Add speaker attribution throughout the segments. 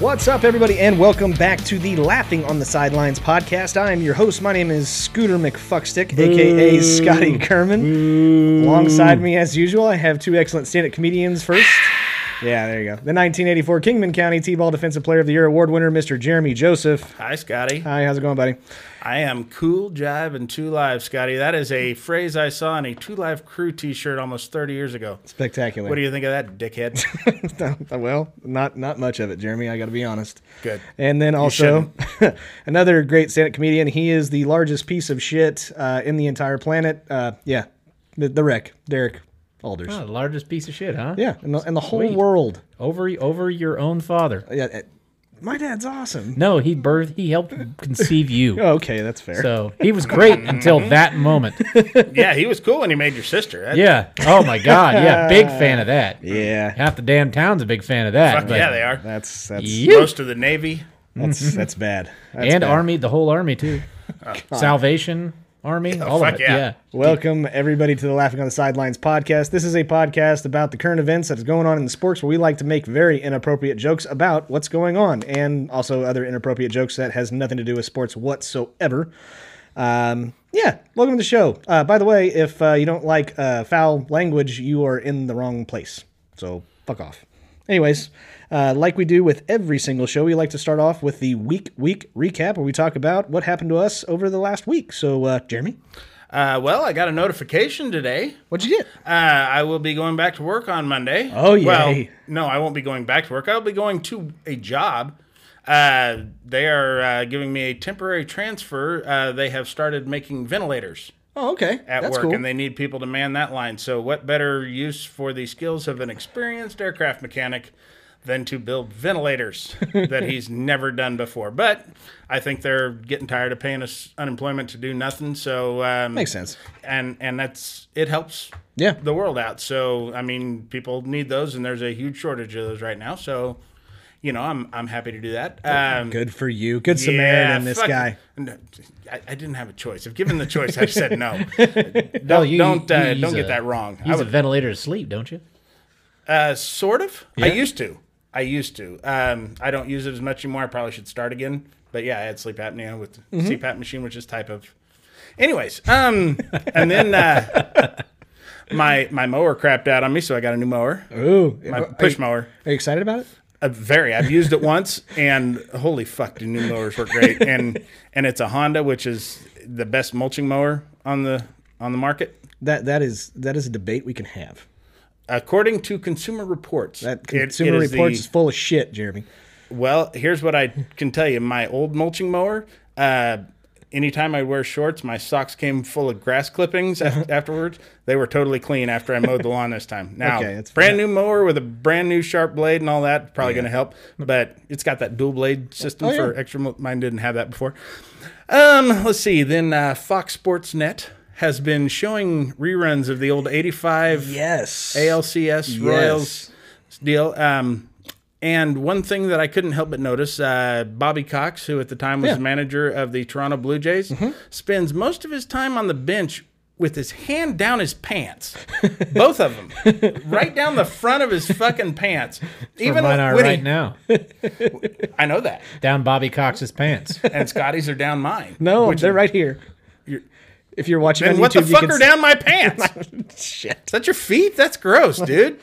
Speaker 1: What's up, everybody, and welcome back to the Laughing on the Sidelines podcast. I am your host. My name is Scooter McFuckstick, aka Scotty Kerman. Alongside me, as usual, I have two excellent stand-up comedians. First, yeah, there you go. The 1984 Kingman County T-ball Defensive Player of the Year award winner, Mr. Jeremy Joseph.
Speaker 2: Hi, Scotty.
Speaker 1: Hi, how's it going, buddy?
Speaker 2: I am cool, jive, and two live, Scotty. That is a phrase I saw on a two live crew t shirt almost 30 years ago.
Speaker 1: Spectacular.
Speaker 2: What do you think of that, dickhead?
Speaker 1: well, not not much of it, Jeremy. I got to be honest.
Speaker 2: Good.
Speaker 1: And then also another great stand-up comedian. He is the largest piece of shit uh, in the entire planet. Uh, yeah, the, the wreck, Derek Alders.
Speaker 3: Oh, the largest piece of shit, huh?
Speaker 1: Yeah, and the, and the whole
Speaker 3: Sweet.
Speaker 1: world.
Speaker 3: Over over your own father.
Speaker 1: Yeah, uh, my dad's awesome.
Speaker 3: No, he birthed. He helped conceive you.
Speaker 1: Oh, okay, that's fair.
Speaker 3: So he was great until that moment.
Speaker 2: yeah, he was cool when he made your sister. That-
Speaker 3: Yeah. Oh my God. Yeah. Big fan of that.
Speaker 1: yeah,
Speaker 3: Half the damn town's a big fan of that.
Speaker 2: Fuck
Speaker 3: but-
Speaker 2: yeah, they are.
Speaker 1: that's that's
Speaker 3: Yeah.
Speaker 2: Most of the Navy.
Speaker 1: that's that's bad. That's
Speaker 3: And
Speaker 1: bad.
Speaker 3: army, the whole army too. Salvation Army, all
Speaker 2: fuck
Speaker 3: of it.
Speaker 2: Oh, yeah.
Speaker 3: Yeah.
Speaker 1: Welcome everybody to the Laughing on the Sidelines podcast. This is a podcast about the current events that is going on in the sports where we like to make very inappropriate jokes about what's going on and also other inappropriate jokes that has nothing to do with sports whatsoever. Um, yeah, welcome to the show. Uh, by the way, if uh, you don't like uh, foul language, you are in the wrong place. So fuck off. Anyways, uh, like we do with every single show, we like to start off with the week week recap where we talk about what happened to us over the last week. So, uh, Jeremy,
Speaker 2: Uh, well, I got a notification today.
Speaker 1: what'd you get?
Speaker 2: Uh, I will be going back to work on Monday.
Speaker 1: Oh, yay.
Speaker 2: Well, no, I won't be going back to work. I'll be going to a job. Uh, they are uh, giving me a temporary transfer. Uh, they have started making ventilators.
Speaker 1: Oh, okay.
Speaker 2: at
Speaker 1: That's
Speaker 2: work,
Speaker 1: cool.
Speaker 2: and they need people to man that line. So, what better use for the skills of an experienced aircraft mechanic than to build ventilators that he's never done before? But I think they're getting tired of paying us unemployment to do nothing. So um,
Speaker 1: Makes sense.
Speaker 2: and and that's it helps
Speaker 1: Yeah.
Speaker 2: the world out. So I mean, people need those, and there's a huge shortage of those right now. So. You know, I'm I'm happy to do that. Um,
Speaker 1: Good for you. Good Samaritan, this
Speaker 2: fuck-
Speaker 1: guy.
Speaker 2: No, I, I didn't have a choice. If given the choice, I said no. don't
Speaker 3: No, you-
Speaker 2: don't,
Speaker 3: you
Speaker 2: uh,
Speaker 3: use
Speaker 2: don't get
Speaker 3: a-
Speaker 2: that wrong. I
Speaker 3: Use a
Speaker 2: would,
Speaker 3: ventilator to sleep, don't you?
Speaker 2: uh, sort of. I used to. I used to. Um, I don't use it as much anymore. I probably should start again. But yeah, I had sleep apnea with
Speaker 1: Mm-hmm.
Speaker 2: CPAP machine, which is type of. Anyways, um, and then uh, my my mower crapped out on me, so I got a new mower,
Speaker 1: Ooh.
Speaker 2: my
Speaker 1: Are
Speaker 2: push
Speaker 1: you-
Speaker 2: mower.
Speaker 1: Are you excited about it?
Speaker 2: Uh, very. I've used it once, and holy fuck, do new mowers work great. And and it's a Honda, which is the best mulching mower on the on the market,
Speaker 1: That that is that is a debate we can have.
Speaker 2: according to Consumer Reports.
Speaker 1: That
Speaker 2: It- it
Speaker 1: Consumer
Speaker 2: is the-
Speaker 1: Reports is full of shit, Jeremy.
Speaker 2: well, here's what I can tell you. My old mulching mower. Uh, Anytime I wear shorts, my socks came full of grass clippings af- afterwards. They were totally clean after I mowed the lawn this time. Now,
Speaker 1: Okay, that's
Speaker 2: brand new mower with a brand new sharp blade and all that probably going to help, but it's got that dual blade system
Speaker 1: Oh, yeah.
Speaker 2: for extra. mo- Mine didn't have that before. Um, let's see. Then uh, Fox Sports Net has been showing reruns of the old 85
Speaker 1: Yes.
Speaker 2: ALCS Royals deal. Um, and one thing that I couldn't help but notice, uh, Bobby Cox, who at the time was
Speaker 1: Yeah. Mm-hmm.
Speaker 2: manager of the Toronto Blue Jays, spends most of his time on the bench with his hand down his pants, both of them, right down the front of his fucking pants.
Speaker 3: Even mine are
Speaker 2: when he-
Speaker 3: right now.
Speaker 2: I know that,
Speaker 3: Down Bobby Cox's pants.
Speaker 2: and Scotty's are down mine.
Speaker 1: No,
Speaker 2: Which
Speaker 1: they're
Speaker 2: is-
Speaker 1: right here. if you're watching
Speaker 2: And
Speaker 1: on
Speaker 2: what
Speaker 1: YouTube,
Speaker 2: the fuck
Speaker 1: you can
Speaker 2: are
Speaker 1: s-
Speaker 2: down my pants? Is
Speaker 1: shit
Speaker 2: that your feet? That's gross, dude.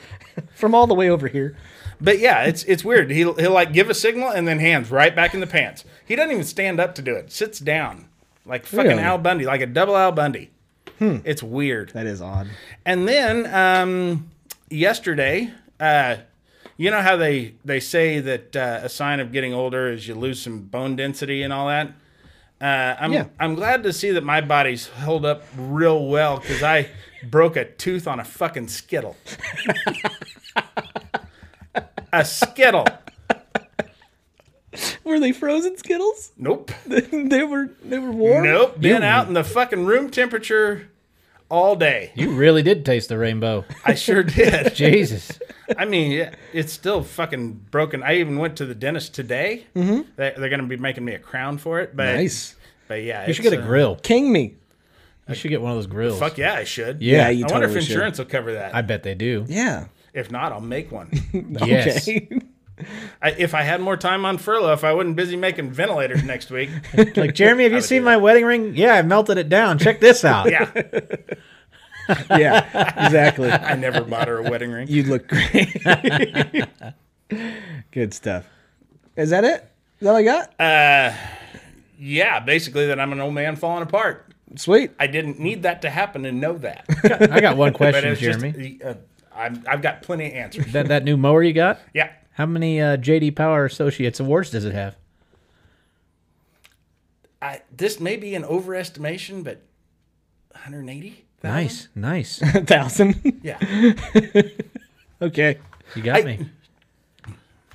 Speaker 1: from all the way over here.
Speaker 2: But yeah, it's it's weird. He'll he'll like give a signal and then hands right back in the pants. He doesn't even stand up to do it. Sits down like fucking
Speaker 1: Really?
Speaker 2: Al Bundy, like a double Al Bundy. It's weird.
Speaker 1: That is odd.
Speaker 2: And then um, yesterday, uh, you know how they they say that uh, a sign of getting older is you lose some bone density and all that. Uh, I'm
Speaker 1: Yeah.
Speaker 2: I'm glad to see that my body's held up real well because I broke a tooth on a fucking skittle. a skittle.
Speaker 1: Were they frozen Skittles?
Speaker 2: Nope.
Speaker 1: they were they were warm.
Speaker 2: Nope. Been out in the fucking room temperature all day.
Speaker 3: You really did taste the rainbow.
Speaker 2: I sure did.
Speaker 3: Jesus.
Speaker 2: I mean, yeah, it's still fucking broken. I even went to the dentist today. Mm-hmm. They're, going to be making me a crown for it. But,
Speaker 1: Nice.
Speaker 2: But yeah,
Speaker 3: You should get a grill.
Speaker 1: King me.
Speaker 3: You should get one of those grills.
Speaker 2: uh, Fuck yeah, I should.
Speaker 3: Yeah.
Speaker 1: you
Speaker 2: I wonder
Speaker 1: totally
Speaker 2: if
Speaker 1: should.
Speaker 2: insurance will cover that.
Speaker 3: I bet they do.
Speaker 1: Yeah.
Speaker 2: if not, I'll make one.
Speaker 3: Yes.
Speaker 1: Okay.
Speaker 2: I, if I had more time on furlough, if I wasn't busy making ventilators next week,
Speaker 3: Like, Jeremy, have you seen my wedding ring? Yeah, I melted it down. Check this out.
Speaker 2: yeah,
Speaker 1: yeah. Exactly.
Speaker 2: I never bought her a wedding ring.
Speaker 1: You'd look great. Good stuff. Is that it? Is that all I got?
Speaker 3: Uh,
Speaker 2: Yeah, basically that I'm an old man falling apart.
Speaker 1: Sweet.
Speaker 2: I didn't need that to happen and know that.
Speaker 3: I got one
Speaker 2: But
Speaker 3: question,
Speaker 2: it's just,
Speaker 3: Jeremy.
Speaker 2: uh, I'm, I've got plenty of answers.
Speaker 3: that, that new mower you got?
Speaker 2: Yeah.
Speaker 3: How many uh, JD Power Associates awards does it have?
Speaker 2: I, this may be an overestimation, but 180?
Speaker 3: Nice, nice.
Speaker 1: A thousand.
Speaker 2: Yeah.
Speaker 1: okay.
Speaker 3: You got me.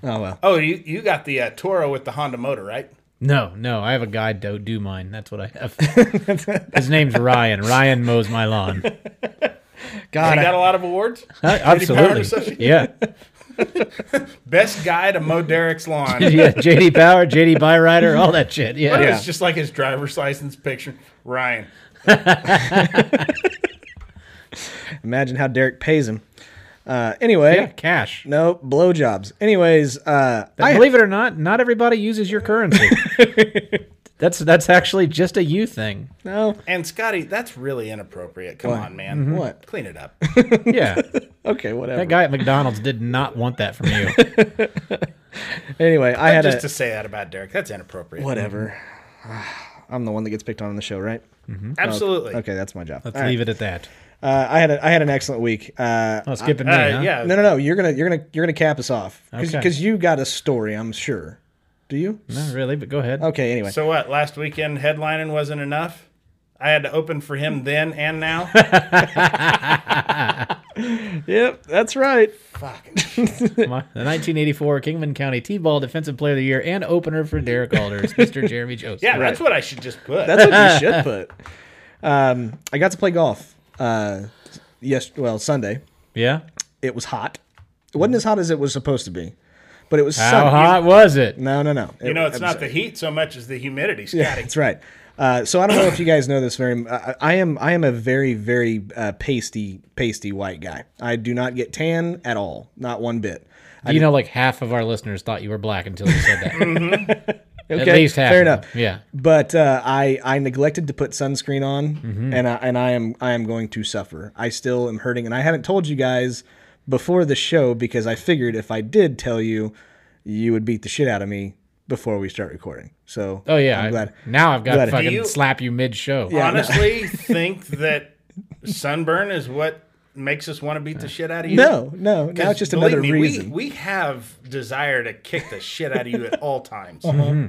Speaker 1: Oh well.
Speaker 2: Oh, you, you got the uh, Toro with the Honda motor, right?
Speaker 3: No, no, I have a guy do, do mine. That's what I have. His name's Ryan. Ryan mows my lawn.
Speaker 2: He
Speaker 1: God,
Speaker 2: got a lot of awards.
Speaker 3: Uh,
Speaker 2: Associate.
Speaker 3: absolutely. Yeah.
Speaker 2: Best guy to mow Derek's lawn. It
Speaker 3: Yeah. JD Power, JD Byrider, all that shit. Yeah.
Speaker 1: Yeah.
Speaker 2: was just like his driver's license picture. Ryan.
Speaker 1: imagine how Derek pays him. Uh, anyway,
Speaker 3: Yeah, Cash.
Speaker 1: no blowjobs. Anyways, uh, I,
Speaker 3: Believe it or not, not everybody uses your currency. that's that's actually just a you thing.
Speaker 1: no.
Speaker 2: And Scotty, that's really inappropriate. Come on, man.
Speaker 1: What? Mm-hmm.
Speaker 2: Clean it up.
Speaker 3: Yeah.
Speaker 1: Okay, whatever.
Speaker 3: That guy at McDonald's did not want that from you.
Speaker 1: Anyway, I had
Speaker 2: just
Speaker 1: a
Speaker 2: to say that about Derek, that's inappropriate.
Speaker 1: whatever. I'm the one that gets picked on in the show, right?
Speaker 2: Absolutely.
Speaker 1: Okay, that's my job.
Speaker 3: Let's
Speaker 1: All right.
Speaker 3: leave it at that.
Speaker 1: Uh, I had a, I had an excellent week. Uh,
Speaker 3: Oh, skipping me,
Speaker 2: Uh,
Speaker 3: huh?
Speaker 2: Yeah.
Speaker 1: no, no, no. You're gonna you're gonna you're gonna cap us off because
Speaker 3: Okay.
Speaker 1: you got a story, I'm sure. Do you?
Speaker 3: Not really, but go ahead.
Speaker 1: Okay. Anyway,
Speaker 2: So what? Last weekend headlining wasn't enough. I had to open for him then and now.
Speaker 1: Yep, that's right.
Speaker 3: My- the 1984 Kingman County T-Ball Defensive Player of the Year and opener for Derek Alders, Mr. Jeremy Joseph.
Speaker 2: Yeah, that's what I should just put.
Speaker 1: That's what you should put. Um, I got to play golf. Uh, yes, well, Sunday.
Speaker 3: Yeah?
Speaker 1: It was hot. It wasn't as hot as it was supposed to be, but it was
Speaker 3: How
Speaker 1: sunny.
Speaker 3: hot was it?
Speaker 1: No, no, no.
Speaker 2: you know, it's not the heat so much as the humidity, Scotty.
Speaker 1: Yeah, that's right. Uh, so I don't know if you guys know this very. I, I am I am a very very uh, pasty pasty white guy. I do not get tan at all, not one bit.
Speaker 3: you know, like half of our listeners thought you were black until you said that. At least
Speaker 1: Mm-hmm.
Speaker 3: half.
Speaker 1: fair
Speaker 3: of them.
Speaker 1: enough.
Speaker 3: Yeah.
Speaker 1: But uh, I I neglected to put sunscreen on,
Speaker 2: Mm-hmm.
Speaker 1: and I, and I am I am going to suffer. I still am hurting, and I haven't told you guys before the show because I figured if I did tell you, you would beat the shit out of me before we start recording. So
Speaker 3: Oh yeah.
Speaker 1: I'm
Speaker 3: I-
Speaker 1: glad.
Speaker 3: Now I've got
Speaker 1: Glad.
Speaker 3: to
Speaker 1: Do
Speaker 3: fucking
Speaker 2: you-
Speaker 3: slap you mid-show.
Speaker 2: honestly think that sunburn is what makes us want to beat the shit out of you?
Speaker 1: No, no, now it's just
Speaker 2: Believe
Speaker 1: another
Speaker 2: me,
Speaker 1: reason.
Speaker 2: We, we have desire to kick the shit out of you at all times.
Speaker 1: Uh-huh.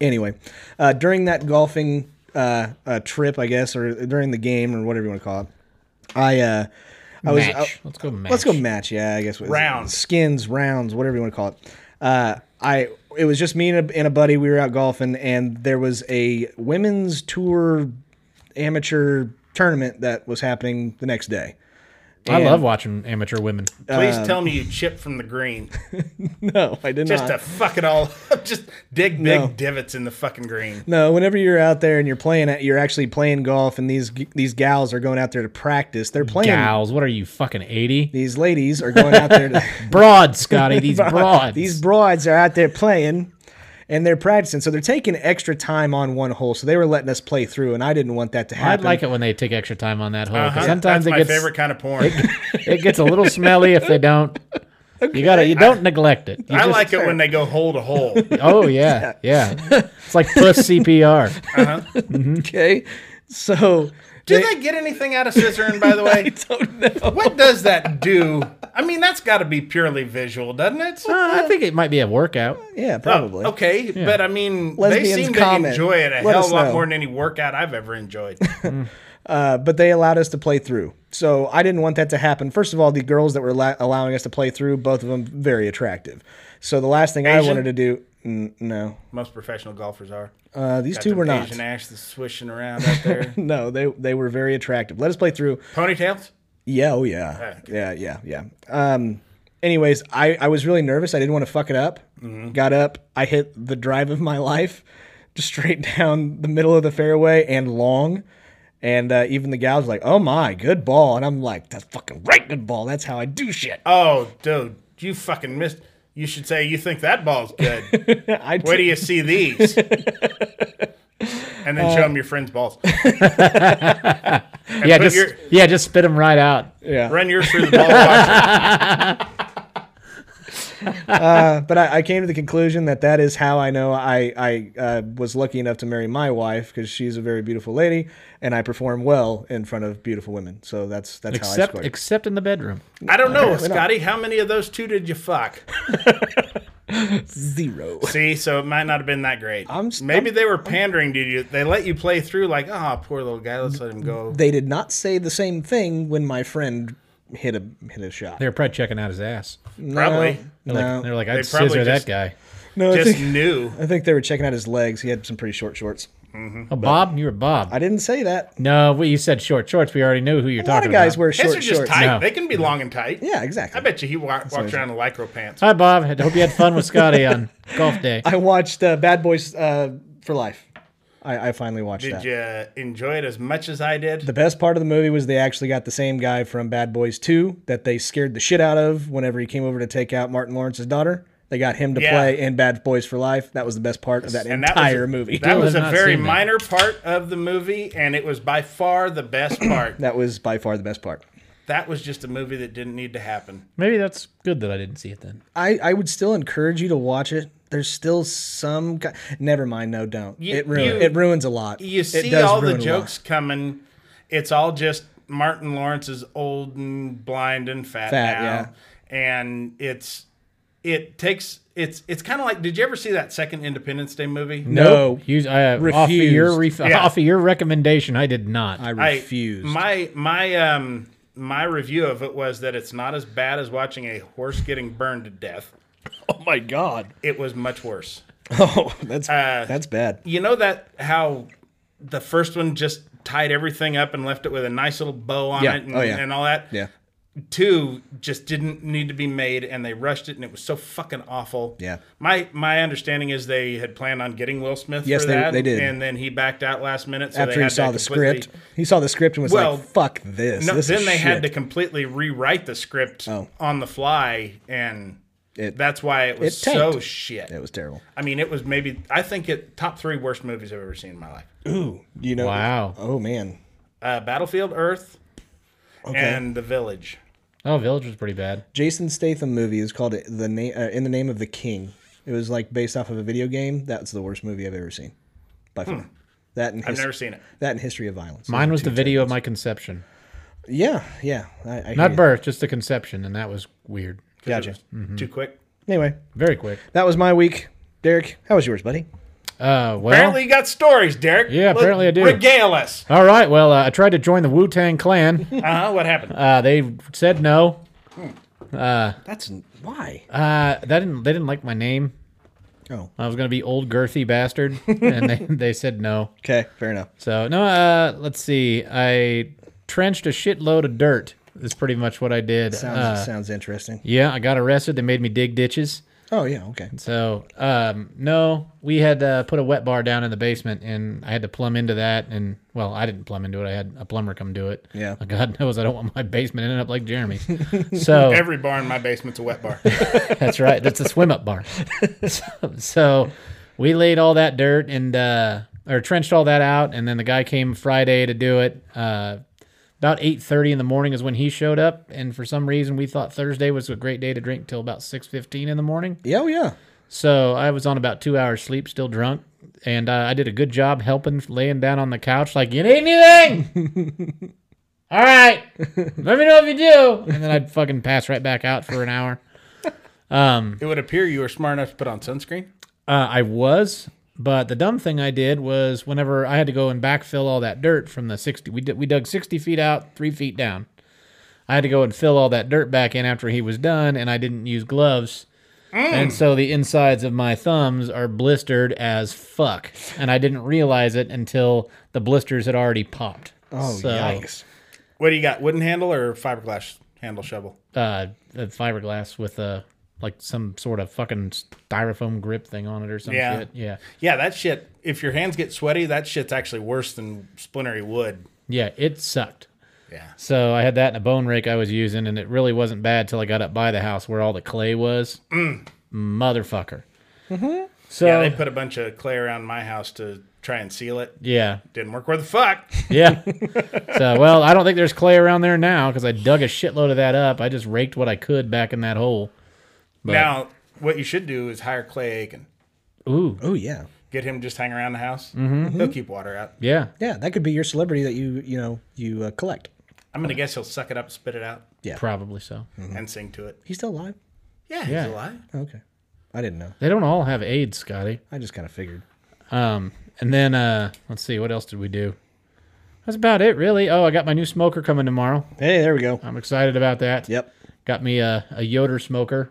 Speaker 1: anyway, uh, during that golfing uh, uh, trip, I guess, or during the game, or whatever you want to call it, I uh, I was
Speaker 3: Match.
Speaker 1: I-
Speaker 3: Let's go match.
Speaker 1: Let's go match. Yeah, I guess
Speaker 2: Round.
Speaker 1: skins, rounds, whatever you want to call it. Uh, I it was just me and a, and a buddy. We were out golfing, and there was a women's tour amateur tournament that was happening the next day.
Speaker 3: I love watching amateur women.
Speaker 2: Please
Speaker 1: Um,
Speaker 2: tell me you chipped from the green
Speaker 1: No, I did
Speaker 2: just
Speaker 1: not.
Speaker 2: to fuck it all up. Just dig big
Speaker 1: No.
Speaker 2: divots in the fucking green.
Speaker 1: No, whenever you're out there and you're playing, at, you're actually playing golf, and these g- these gals are going out there to practice. They're playing.
Speaker 3: Gals, what are you fucking 80?
Speaker 1: Oh, These ladies are going out there to.
Speaker 3: Broad, Scotty, these broads.
Speaker 1: These broads are out there playing and they're practicing. So they're taking extra time on one hole. So they were letting us play through, and I didn't want that to
Speaker 3: I'd
Speaker 1: happen.
Speaker 3: like it when they take extra time on that hole. 'cause
Speaker 2: Uh-huh.
Speaker 3: Sometimes
Speaker 2: That's
Speaker 3: it
Speaker 2: my
Speaker 3: gets
Speaker 2: favorite kind of porn.
Speaker 3: it gets a little smelly if they don't. You gotta. You don't neglect it. You
Speaker 2: I
Speaker 3: just-
Speaker 2: like it when they go hole to hole.
Speaker 3: Oh yeah, yeah. It's like plus CPR.
Speaker 4: Okay. So
Speaker 2: Do they get anything out of scissoring, by the way?
Speaker 4: don't know.
Speaker 2: What does that do? I mean, that's got to be purely visual, doesn't it?
Speaker 3: Uh, I think it might be a workout.
Speaker 4: Yeah, probably.
Speaker 2: Uh, Okay, but I mean,
Speaker 4: Lesbians
Speaker 2: they seem to
Speaker 4: comment.
Speaker 2: enjoy it a
Speaker 4: Let
Speaker 2: hell
Speaker 4: us
Speaker 2: of a lot
Speaker 4: know.
Speaker 2: more than any workout I've ever enjoyed.
Speaker 1: Uh, but they allowed us to play through. So I didn't want that to happen. First of all, the girls that were la- allowing us to play through, both of them very attractive. So the last thing I
Speaker 2: Asian?
Speaker 1: wanted to do, mm, no,
Speaker 2: Most professional golfers are.
Speaker 1: uh, these
Speaker 2: Got
Speaker 1: two
Speaker 2: them
Speaker 1: were not.
Speaker 2: Asian ash that's swishing around out there.
Speaker 1: No, they they were very attractive. Let us play through.
Speaker 2: Ponytails?
Speaker 1: Yeah, oh yeah,
Speaker 2: Heck.
Speaker 1: yeah, yeah, yeah. Um, anyways, I I was really nervous. I didn't want to fuck it up. Got up. I hit the drive of my life, just straight down the middle of the fairway and long. And uh, even the gal was like, "Oh my, good ball," and I'm like, "That's fucking right, good ball. That's how I do shit." Uh,
Speaker 2: Oh, dude, you fucking missed. You should say you think that ball's good.
Speaker 1: I
Speaker 2: Where do you see these? And then show them your friend's balls.
Speaker 3: yeah,
Speaker 2: put
Speaker 3: just
Speaker 2: your-
Speaker 3: yeah, just spit them right out.
Speaker 2: Run yours through the ball. watch.
Speaker 1: but I, I came to the conclusion that that is how I know I I uh, was lucky enough to marry my wife because she's a very beautiful lady and I perform well in front of beautiful women. So that's that's how I
Speaker 3: Except
Speaker 1: scored.
Speaker 3: except in the bedroom.
Speaker 2: I don't know, Scotty. How many of those two did you fuck?
Speaker 1: Zero.
Speaker 2: See, so it might not have been that great.
Speaker 1: I'm s-
Speaker 2: Maybe they were pandering to you. They let you play through like, oh, poor little guy. Let's let him go.
Speaker 1: They did not say the same thing when my friend hit a hit a shot.
Speaker 3: They're probably checking out his ass.
Speaker 2: Probably
Speaker 3: They're like, they're like I'd
Speaker 2: They probably
Speaker 3: scissor
Speaker 2: just-
Speaker 3: that guy.
Speaker 1: No, I
Speaker 2: just
Speaker 1: think,
Speaker 2: knew.
Speaker 1: I think they were checking out his legs. He had some pretty short shorts.
Speaker 3: Oh, Bob, you were Bob.
Speaker 1: I didn't say that.
Speaker 3: no, well, you said short shorts. We already knew who you're
Speaker 1: A lot
Speaker 3: talking
Speaker 1: of guys
Speaker 3: about.
Speaker 1: wear
Speaker 2: His
Speaker 1: short
Speaker 2: are just
Speaker 1: shorts.
Speaker 2: tight.
Speaker 3: No.
Speaker 2: They can be long and tight.
Speaker 1: Yeah,
Speaker 2: I
Speaker 1: exactly.
Speaker 2: bet you he wa- walks around in lycra pants.
Speaker 3: Hi, Bob. I hope you had fun with Scotty on golf day.
Speaker 1: I watched uh, Bad Boys uh, for Life. I, I finally watched that.
Speaker 2: Did you enjoy it as much as I did?
Speaker 1: The best part of the movie was they actually got the same guy from Bad Boys 2 that they scared the shit out of whenever he came over to take out Martin Lawrence's daughter. They got him to
Speaker 2: Yeah.
Speaker 1: play in Bad Boys for Life. That was the best part of that
Speaker 2: And that was-
Speaker 1: entire movie.
Speaker 2: That
Speaker 3: Still
Speaker 2: was a
Speaker 3: have not
Speaker 2: very
Speaker 3: seen that.
Speaker 2: minor part of the movie, and it was by far the best part.
Speaker 1: that was by far the best part.
Speaker 2: that was just a movie that didn't need to happen.
Speaker 3: Maybe that's good that I didn't see it then.
Speaker 1: I, I would still encourage you to watch it. There's still some. Guy, never mind. No, don't. it ruins.
Speaker 2: you-
Speaker 1: it ruins a lot.
Speaker 2: You
Speaker 1: It
Speaker 2: see
Speaker 1: does
Speaker 2: all the
Speaker 1: ruin a lot.
Speaker 2: jokes coming. It's all just Martin Lawrence is old and blind and fat,
Speaker 1: Fat,
Speaker 2: now, and it's it takes it's it's kind of like. Did you ever see that second Independence Day movie?
Speaker 1: No,
Speaker 3: You, I, uh, off of
Speaker 1: Refused.
Speaker 3: your ref-
Speaker 2: Yeah.
Speaker 3: off of your recommendation, I did not.
Speaker 1: I
Speaker 2: I-
Speaker 1: refuse.
Speaker 2: My my um my review of it was that it's not as bad as watching a horse getting burned to death.
Speaker 4: Oh my god.
Speaker 2: It was much worse.
Speaker 1: oh, that's
Speaker 2: uh,
Speaker 1: that's bad.
Speaker 2: You know that how the first one just tied everything up and left it with a nice little bow on
Speaker 1: Yeah.
Speaker 2: it and,
Speaker 1: Oh, yeah.
Speaker 2: and all that.
Speaker 1: Yeah,
Speaker 2: Two just didn't need to be made and they rushed it and it was so fucking awful.
Speaker 1: Yeah.
Speaker 2: My my understanding is they had planned on getting Will Smith
Speaker 1: Yes,
Speaker 2: for
Speaker 1: they-
Speaker 2: that.
Speaker 1: they did.
Speaker 2: And then he backed out last minute. So
Speaker 1: after
Speaker 2: they
Speaker 1: he
Speaker 2: had
Speaker 1: saw
Speaker 2: to
Speaker 1: the
Speaker 2: completely-
Speaker 1: script, he saw the script and was
Speaker 2: Well,
Speaker 1: like, "Fuck this."
Speaker 2: No,
Speaker 1: this
Speaker 2: then
Speaker 1: is
Speaker 2: they had to
Speaker 1: shit."
Speaker 2: completely rewrite the script
Speaker 1: Oh.
Speaker 2: on the fly, and
Speaker 1: It-
Speaker 2: that's why it was
Speaker 1: it tanked.
Speaker 2: so shit.
Speaker 1: It was terrible.
Speaker 2: I mean, it was maybe I think it top three worst movies I've ever seen in my life:
Speaker 1: You know?
Speaker 3: Wow.
Speaker 1: Oh man.
Speaker 2: uh, Battlefield Earth and The Village.
Speaker 3: oh, Village was pretty bad.
Speaker 1: Jason Statham movie is called the name uh, in the name of the king. It was like based off of a video game. That's the worst movie I've ever seen, by far. That and
Speaker 2: Hmm. I've never seen it.
Speaker 1: that and history of violence.
Speaker 3: Mine was the video of my conception,
Speaker 1: Yeah, yeah. I, I hear
Speaker 3: not
Speaker 1: you.
Speaker 3: birth, just the conception, and that was weird.
Speaker 2: 'cause it
Speaker 1: Gotcha. Mm-hmm.
Speaker 2: was Too quick.
Speaker 1: Anyway,
Speaker 3: Very quick.
Speaker 1: that was my week. Derek, how was yours, buddy?
Speaker 3: Uh, well,
Speaker 2: Apparently, you got stories, Derek.
Speaker 3: Yeah,
Speaker 2: Let-
Speaker 3: apparently I do.
Speaker 2: Regale us.
Speaker 3: all right. Well, uh, I tried to join the Wu Tang Clan.
Speaker 2: Uh-huh, what happened?
Speaker 3: Uh, they said no.
Speaker 1: That's why.
Speaker 3: Uh, that didn't. They didn't like my name.
Speaker 1: Oh.
Speaker 3: I was gonna be old girthy bastard, and they, they said no.
Speaker 1: Okay, fair enough.
Speaker 3: So no. Uh, let's see. I trenched a shitload of dirt. Is pretty much what I did.
Speaker 1: Sounds
Speaker 3: Uh,
Speaker 1: sounds interesting.
Speaker 3: yeah, I got arrested. They made me dig ditches.
Speaker 1: Oh yeah, okay.
Speaker 3: So, um, no, we had uh, put a wet bar down in the basement, and I had to plumb into that. And well, I didn't plumb into it; I had a plumber come do it.
Speaker 1: Yeah.
Speaker 3: God knows I don't want my basement ending up like Jeremy's. So
Speaker 2: Every bar in my basement's a wet bar.
Speaker 3: that's right. That's a swim up bar. so, so we laid all that dirt and uh, or trenched all that out, and then the guy came Friday to do it. Uh, About 8:30 in the morning is when he showed up, and for some reason we thought Thursday was a great day to drink till about 6:15 in the morning.
Speaker 1: Yeah, oh, yeah.
Speaker 3: So I was on about two hours sleep, still drunk, and uh, I did a good job helping, laying down on the couch like you need anything. All right, let me know if you do, and then I'd fucking pass right back out for an hour.
Speaker 2: It would appear you were smart enough to put on sunscreen.
Speaker 3: Uh, I was, but the dumb thing I did was whenever I had to go and backfill all that dirt from the 60, we, did, we dug 60 feet out, three feet down. I had to go and fill all that dirt back in after he was done, and I didn't use gloves. And so the insides of my thumbs are blistered as fuck. And I didn't realize it until the blisters had already popped. Oh, so, yikes.
Speaker 2: What do you got? Wooden handle or fiberglass handle shovel?
Speaker 3: Uh, a fiberglass with a, like some sort of fucking styrofoam grip thing on it or some
Speaker 2: Yeah.
Speaker 3: shit. Yeah.
Speaker 2: Yeah, that shit. If your hands get sweaty, that shit's actually worse than splintery wood.
Speaker 3: Yeah. It sucked.
Speaker 2: Yeah.
Speaker 3: So I had that and a bone rake I was using, and it really wasn't bad till I got up by the house where all the clay was. Motherfucker. So
Speaker 2: Yeah,
Speaker 3: yeah,
Speaker 2: they put a bunch of clay around my house to try and seal it.
Speaker 3: yeah,
Speaker 2: Didn't work worth the fuck.
Speaker 3: so well, I don't think there's clay around there now because I dug a shitload of that up. I just raked what I could back in that hole.
Speaker 2: Now, what you should do is hire Clay Aiken.
Speaker 3: Ooh,
Speaker 1: Oh, yeah.
Speaker 2: Get him just hang around the house. He'll keep water out.
Speaker 3: yeah,
Speaker 1: Yeah, that could be your celebrity that you, you know, you uh, collect.
Speaker 2: I'm gonna guess he'll suck it up, spit it out,
Speaker 3: probably so.
Speaker 2: and sing to it.
Speaker 1: He's still alive?
Speaker 2: Mm-hmm. Yeah, he's
Speaker 3: Yeah.
Speaker 2: alive.
Speaker 1: Okay. I didn't know.
Speaker 3: They don't all have AIDS, Scotty.
Speaker 1: I just kind of figured.
Speaker 3: Um, and then uh, let's see, what else did we do? That's about it, really. Oh, I got my new smoker coming tomorrow.
Speaker 1: Hey, there we go.
Speaker 3: I'm excited about that.
Speaker 1: Yep.
Speaker 3: Got me a, a Yoder smoker.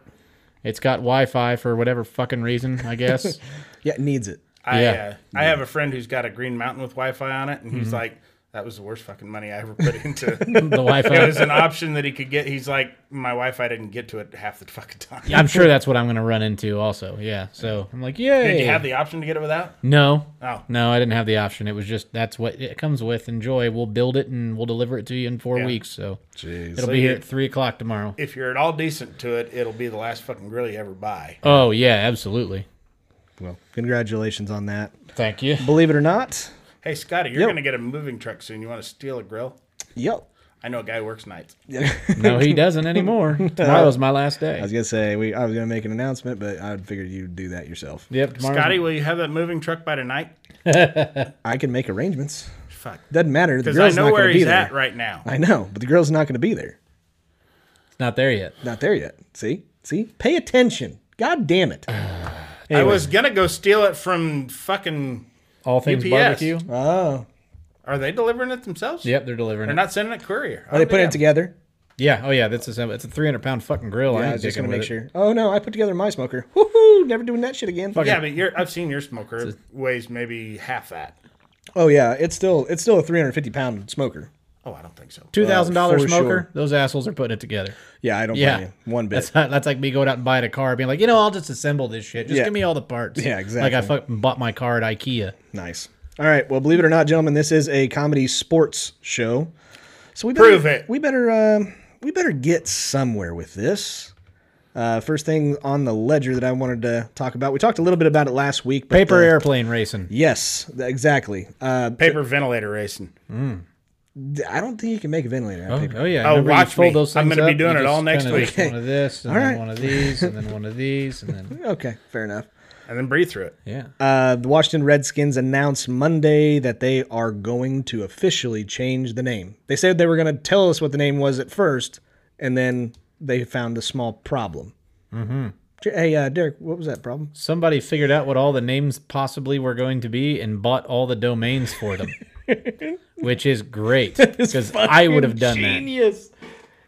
Speaker 3: It's got Wi Fi for whatever fucking reason, I guess.
Speaker 1: Yeah, it needs it.
Speaker 2: I
Speaker 3: Yeah.
Speaker 2: uh, I have a friend who's got a Green Mountain with Wi-Fi on it, and he's
Speaker 1: Mm-hmm.
Speaker 2: like, "That was the worst fucking money I ever put into."
Speaker 3: the Wi
Speaker 2: it
Speaker 3: Fi.
Speaker 2: was an option that he could get. He's like, "My Wi-Fi didn't get to it half the fucking time."
Speaker 3: I'm sure that's what I'm going to run into also. Yeah. So I'm like, yay.
Speaker 2: Did you have the option to get it without?
Speaker 3: no.
Speaker 2: Oh.
Speaker 3: No, I didn't have the option. It was just that's what it comes with. Enjoy. We'll build it and we'll deliver it to you in four
Speaker 2: Yeah.
Speaker 3: weeks. So
Speaker 1: Jeez.
Speaker 3: it'll be here at three o'clock tomorrow.
Speaker 2: If you're at all decent to it, it'll be the last fucking grill you ever buy.
Speaker 3: Oh, yeah. Absolutely.
Speaker 1: Well, congratulations on that.
Speaker 3: Thank you.
Speaker 1: Believe it or not.
Speaker 2: Hey, Scotty, you're
Speaker 1: Yep.
Speaker 2: gonna get a moving truck soon. You want to steal a grill?
Speaker 1: Yep.
Speaker 2: I know a guy who works nights.
Speaker 3: No, he doesn't anymore. Tomorrow's my last
Speaker 1: I was
Speaker 3: day.
Speaker 1: gonna say we. I was gonna make an announcement, but I figured you'd do that yourself.
Speaker 3: Yep. Tomorrow's
Speaker 2: Scotty, will you have that moving truck by tonight?
Speaker 1: I can make arrangements.
Speaker 2: Fuck.
Speaker 1: Doesn't matter. The
Speaker 2: Because I
Speaker 1: girl's
Speaker 2: know
Speaker 1: not
Speaker 2: where
Speaker 1: gonna be
Speaker 2: he's
Speaker 1: there.
Speaker 2: at right now.
Speaker 1: I know, but the girl's not gonna be there.
Speaker 3: It's not there yet.
Speaker 1: Not there yet. See, see. Pay attention. God damn it.
Speaker 3: Uh-huh.
Speaker 2: I was gonna go steal it from fucking.
Speaker 3: All things
Speaker 2: UPS.
Speaker 3: barbecue.
Speaker 1: Oh,
Speaker 2: Are they delivering it themselves?
Speaker 3: Yep, they're delivering
Speaker 2: They're
Speaker 3: it.
Speaker 2: not sending it courier.
Speaker 1: are they putting it together?
Speaker 3: Yeah. Oh, yeah. That's a it's a 300 pound fucking grill.
Speaker 1: Yeah,
Speaker 3: I
Speaker 1: I
Speaker 3: ain't
Speaker 1: was just
Speaker 3: dicking
Speaker 1: gonna
Speaker 3: with
Speaker 1: make
Speaker 3: it.
Speaker 1: sure. Oh no, I put together my smoker. Woohoo! Never doing that shit again.
Speaker 2: Yeah, but your I've seen your smoker weighs maybe half that.
Speaker 1: Oh yeah, it's still it's still a 350 pound smoker.
Speaker 2: Oh, I don't think so.
Speaker 3: Two thousand
Speaker 1: Uh,
Speaker 3: dollars
Speaker 1: for
Speaker 3: smoker.
Speaker 1: sure.
Speaker 3: Those assholes are putting it together.
Speaker 1: Yeah, I don't
Speaker 3: Yeah,
Speaker 1: blame you one bit.
Speaker 3: That's not, that's like me going out and buying a car, being like, you know, I'll just assemble this shit. Just
Speaker 1: Yeah.
Speaker 3: give me all the parts.
Speaker 1: Yeah,
Speaker 3: Like I
Speaker 1: exactly.
Speaker 3: fucking bought my car at IKEA.
Speaker 1: Nice. All right. Well, believe it or not, gentlemen, this is a comedy sports show. So we better,
Speaker 2: Prove it.
Speaker 1: We better um, we better get somewhere with this. Uh, first thing on the ledger that I wanted to talk about. We talked a little bit about it last week. But
Speaker 3: Paper
Speaker 1: uh,
Speaker 3: airplane racing.
Speaker 1: Yes, th- exactly. Uh,
Speaker 2: Paper ventilator racing.
Speaker 1: I don't think you can make a ventilator out of
Speaker 3: Oh,
Speaker 1: paper.
Speaker 3: oh yeah.
Speaker 2: Oh,
Speaker 3: Remember you
Speaker 2: watch
Speaker 3: fold
Speaker 2: me.
Speaker 3: Those
Speaker 2: I'm
Speaker 3: things
Speaker 2: gonna be
Speaker 3: up,
Speaker 2: doing
Speaker 3: you
Speaker 2: it
Speaker 3: just
Speaker 2: all next
Speaker 3: kinda
Speaker 2: week.
Speaker 3: just One of this, and
Speaker 1: All
Speaker 3: then
Speaker 1: right.
Speaker 3: one of these, and then one of these, and then
Speaker 1: Okay, fair enough.
Speaker 2: And then breathe through it.
Speaker 3: yeah.
Speaker 1: Uh, the Washington Redskins announced Monday that they are going to officially change the name. They said they were going to tell us what the name was at first, and then they found a small problem. Mm-hmm. Hey, uh, Derek, what was that problem?
Speaker 3: Somebody figured out what all the names possibly were going to be and bought all the domains for them. Which is great because I would have done
Speaker 4: Genius.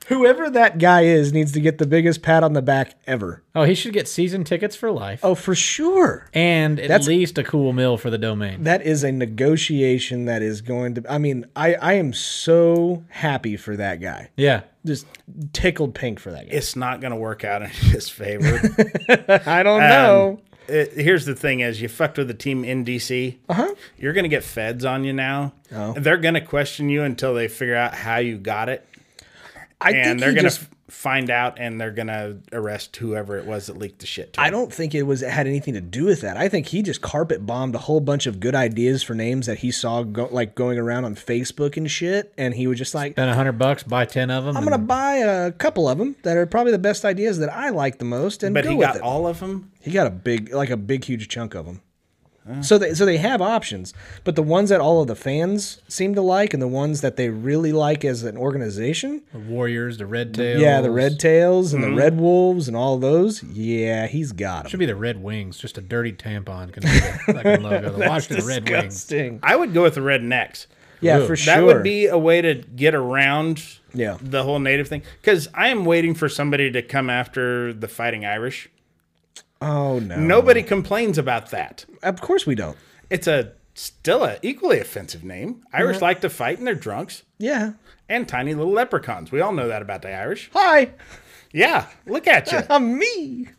Speaker 1: Whoever that guy is needs to get the biggest pat on the back ever.
Speaker 3: that. Oh, he should get season tickets for life.
Speaker 1: Oh, for sure.
Speaker 3: and at
Speaker 1: That's-
Speaker 3: least a cool meal for the domain.
Speaker 1: That is a negotiation that is going to. I mean, I, I am so happy for that guy.
Speaker 3: Yeah.
Speaker 1: Just tickled pink for that guy.
Speaker 2: It's not going to work out in his favor.
Speaker 1: I don't know.
Speaker 2: um, It- here's the thing: is you fucked with the team in DC, uh-huh. you're going to get feds on you now.
Speaker 1: Oh.
Speaker 2: They're going to question you until they figure out how you got it,
Speaker 1: I
Speaker 2: and
Speaker 1: think
Speaker 2: they're
Speaker 1: he
Speaker 2: going
Speaker 1: just
Speaker 2: to find out and they're gonna arrest whoever it was that leaked the shit to
Speaker 1: I don't think it was it had anything to do with that. I think he just carpet bombed a whole bunch of good ideas for names that he saw go, like going around on Facebook and shit, and he was just like,
Speaker 3: Spend a hundred bucks, buy ten of them.
Speaker 1: "I'm gonna buy a couple of them that are probably the best ideas that I like the most," and
Speaker 2: but
Speaker 1: go
Speaker 2: he
Speaker 1: with
Speaker 2: got
Speaker 1: it.
Speaker 2: all of them
Speaker 1: He got a big, like a big, huge chunk of them. So they so they have options, but the ones that all of the fans seem to like, and the ones that they really like as an organization,
Speaker 3: the Warriors, the Red Tails.
Speaker 1: yeah, the Red Tails and
Speaker 2: Hmm.
Speaker 1: the Red Wolves and all those, yeah, he's got
Speaker 3: Should
Speaker 1: them.
Speaker 3: be the Red Wings. Just a dirty tampon. Can be the fucking logo. The Washington Red Wings.
Speaker 2: i would go with the rednecks
Speaker 1: Yeah,
Speaker 3: Ooh.
Speaker 1: for sure.
Speaker 2: that would be a way to get around
Speaker 1: Yeah.
Speaker 2: the whole native thing because i am waiting for somebody to come after the fighting irish
Speaker 1: Oh no,
Speaker 2: nobody complains about that
Speaker 1: Of course we don't.
Speaker 2: it's a still a equally offensive name irish
Speaker 1: Uh-huh.
Speaker 2: like to fight and they're drunks
Speaker 1: Yeah.
Speaker 2: and tiny little leprechauns we all know that about the irish
Speaker 1: Hi,
Speaker 2: yeah look at you
Speaker 1: I'm me.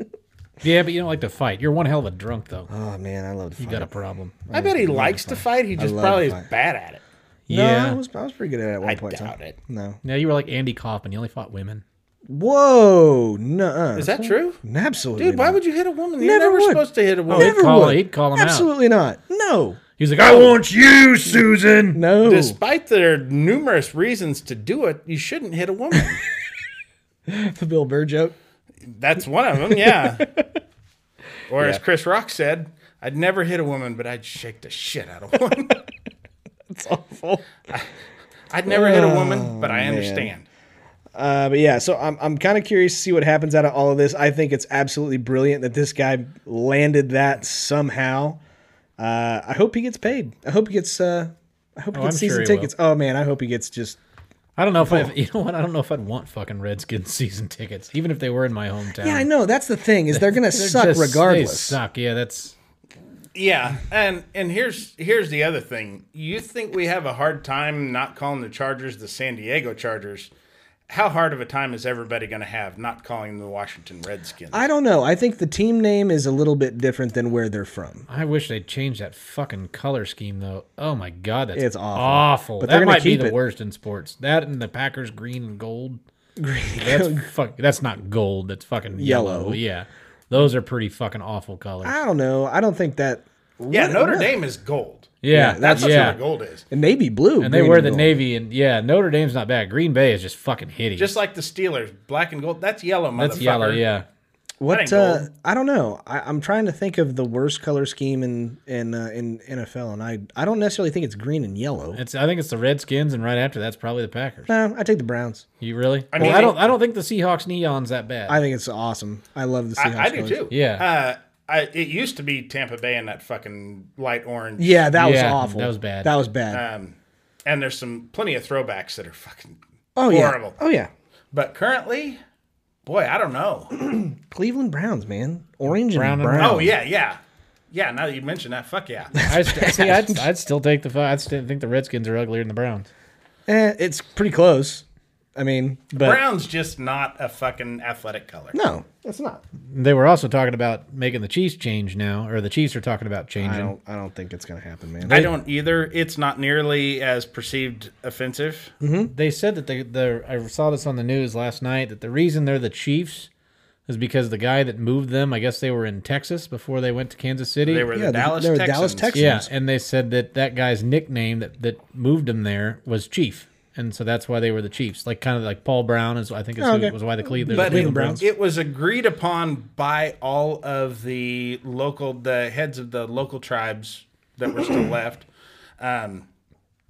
Speaker 3: Yeah, but you don't like to fight. You're one hell of a drunk though.
Speaker 1: Oh man, I love to
Speaker 3: you
Speaker 1: fight.
Speaker 3: got a problem.
Speaker 2: i bet he likes to fight he just
Speaker 1: love to
Speaker 2: probably is
Speaker 1: fight.
Speaker 2: bad at it
Speaker 1: No, I
Speaker 3: yeah.
Speaker 1: was I was pretty good at it at one
Speaker 2: i
Speaker 1: point. in time.
Speaker 2: doubt it
Speaker 1: No.
Speaker 3: Yeah, you were like Andy Kaufman. You only fought women.
Speaker 1: Whoa, no.
Speaker 2: is that true
Speaker 1: absolutely?
Speaker 2: Dude, why
Speaker 1: not.
Speaker 2: would you hit a woman? You're
Speaker 1: Never
Speaker 2: never
Speaker 1: would. Oh.
Speaker 2: supposed to hit a woman.
Speaker 1: Never
Speaker 3: He'd call-
Speaker 1: would.
Speaker 3: he'd call him out.
Speaker 1: Absolutely not. No,
Speaker 3: He's like, I want you, Susan.
Speaker 1: no.
Speaker 2: Despite their numerous reasons to do it, you shouldn't hit a woman.
Speaker 1: the Bill Burr joke.
Speaker 2: That's one of them, yeah. Or as Chris Rock said, I'd never hit a woman, but I'd shake the shit out of one.
Speaker 1: It's awful. Oh,
Speaker 2: I'd never hit a woman, but I understand.
Speaker 1: Uh, but yeah, so I'm I'm kind of curious to see what happens out of all of this. I think it's absolutely brilliant that this guy landed that somehow. Uh, I hope he gets paid. I hope he gets. Uh, I hope he
Speaker 3: Oh,
Speaker 1: gets
Speaker 3: I'm sure
Speaker 1: season
Speaker 3: he will.
Speaker 1: tickets. Oh man, I hope he gets just
Speaker 3: I don't know if I. You know what? I don't know if I'd want fucking Redskins season tickets, even if they were in my hometown.
Speaker 1: Yeah, I know. That's the thing is they're gonna
Speaker 3: They're
Speaker 1: uh, suck
Speaker 3: just- They
Speaker 1: regardless.
Speaker 3: suck. Yeah, that's.
Speaker 2: Yeah, and and here's here's the other thing. You think we have a hard time not calling the Chargers the San Diego Chargers? How hard of a time is everybody going to have not calling them the Washington Redskins?
Speaker 1: I don't know. I think the team name is a little bit different than where they're from.
Speaker 3: I wish they'd change that fucking color scheme though. Oh my god, that's
Speaker 1: It's awful.
Speaker 3: awful.
Speaker 1: But they're
Speaker 3: that
Speaker 1: gonna
Speaker 3: might be
Speaker 1: keep
Speaker 3: the
Speaker 1: it.
Speaker 3: worst in sports. That and the Packers green and gold. Green. That's fuck. That's not gold. That's fucking yellow.
Speaker 1: Yellow.
Speaker 3: Yeah, those are pretty fucking awful colors.
Speaker 1: I don't know. I don't think that.
Speaker 2: yeah,
Speaker 1: What-
Speaker 2: Notre
Speaker 1: what-
Speaker 2: Dame is gold.
Speaker 3: yeah,
Speaker 2: That's
Speaker 3: that's
Speaker 2: what
Speaker 3: yeah.
Speaker 2: the gold is.
Speaker 1: and navy blue,
Speaker 3: And they
Speaker 1: green
Speaker 3: wear the
Speaker 1: gold.
Speaker 3: navy and yeah, Notre Dame's not bad. Green Bay is just fucking hideous.
Speaker 2: Just like the Steelers, black and gold. That's yellow, motherfucker.
Speaker 3: that's yellow. Yeah,
Speaker 1: What?
Speaker 2: ain't
Speaker 1: Uh,
Speaker 2: gold.
Speaker 1: I don't know. I, I'm trying to think of the worst color scheme in in uh, in NFL, and I I don't necessarily think it's green and yellow.
Speaker 3: it's. I think it's the Redskins, and right after that's probably the Packers.
Speaker 1: No, I take the Browns.
Speaker 3: You really? I
Speaker 2: mean,
Speaker 3: I don't. I don't think the Seahawks neon's that bad.
Speaker 1: I think it's awesome. I love the Seahawks.
Speaker 2: I, I do
Speaker 1: colors.
Speaker 2: too.
Speaker 3: Yeah.
Speaker 2: Uh, I, it used to be Tampa Bay in that fucking light orange.
Speaker 1: Yeah, that was
Speaker 3: Yeah,
Speaker 1: awful.
Speaker 3: that was bad.
Speaker 1: That was bad.
Speaker 2: Um, and there's some plenty of throwbacks that are fucking
Speaker 1: oh yeah.
Speaker 2: horrible.
Speaker 1: Oh yeah.
Speaker 2: But currently, boy, I don't know.
Speaker 1: Cleveland Browns, man. Orange
Speaker 3: Brown
Speaker 1: and
Speaker 3: and
Speaker 1: brown.
Speaker 2: Oh yeah, yeah, yeah. Now that you mention that, fuck yeah.
Speaker 3: I st- see. I'd, I'd still take the. fi- I'd still think the Redskins are uglier than the Browns.
Speaker 1: Eh, it's pretty close. I mean, but
Speaker 2: Brown's just not a fucking athletic color.
Speaker 1: no, it's not.
Speaker 3: They were also talking about making the Chiefs change now, or the Chiefs are talking about
Speaker 1: I
Speaker 3: changing.
Speaker 1: don't. I don't think it's gonna happen, man.
Speaker 2: I don't either. It's not nearly as perceived offensive.
Speaker 3: They said that they, the I saw this on the news last night that the reason they're the Chiefs is because the guy that moved them, I guess they were in Texas before they went to Kansas City.
Speaker 2: They were
Speaker 1: Yeah,
Speaker 2: the
Speaker 1: they-
Speaker 2: Dallas
Speaker 1: they were
Speaker 2: Texans.
Speaker 1: Dallas Texans.
Speaker 3: yeah, and they said that that guy's nickname that that moved him there was Chief. And so that's why they were the Chiefs, like kind of like Paul Brown is. I think is
Speaker 1: Oh,
Speaker 3: who
Speaker 1: okay.
Speaker 3: was why the Cleveland,
Speaker 2: But
Speaker 3: Cleveland
Speaker 2: it, it was agreed upon by all of the local, the heads of the local tribes that were still left. Um,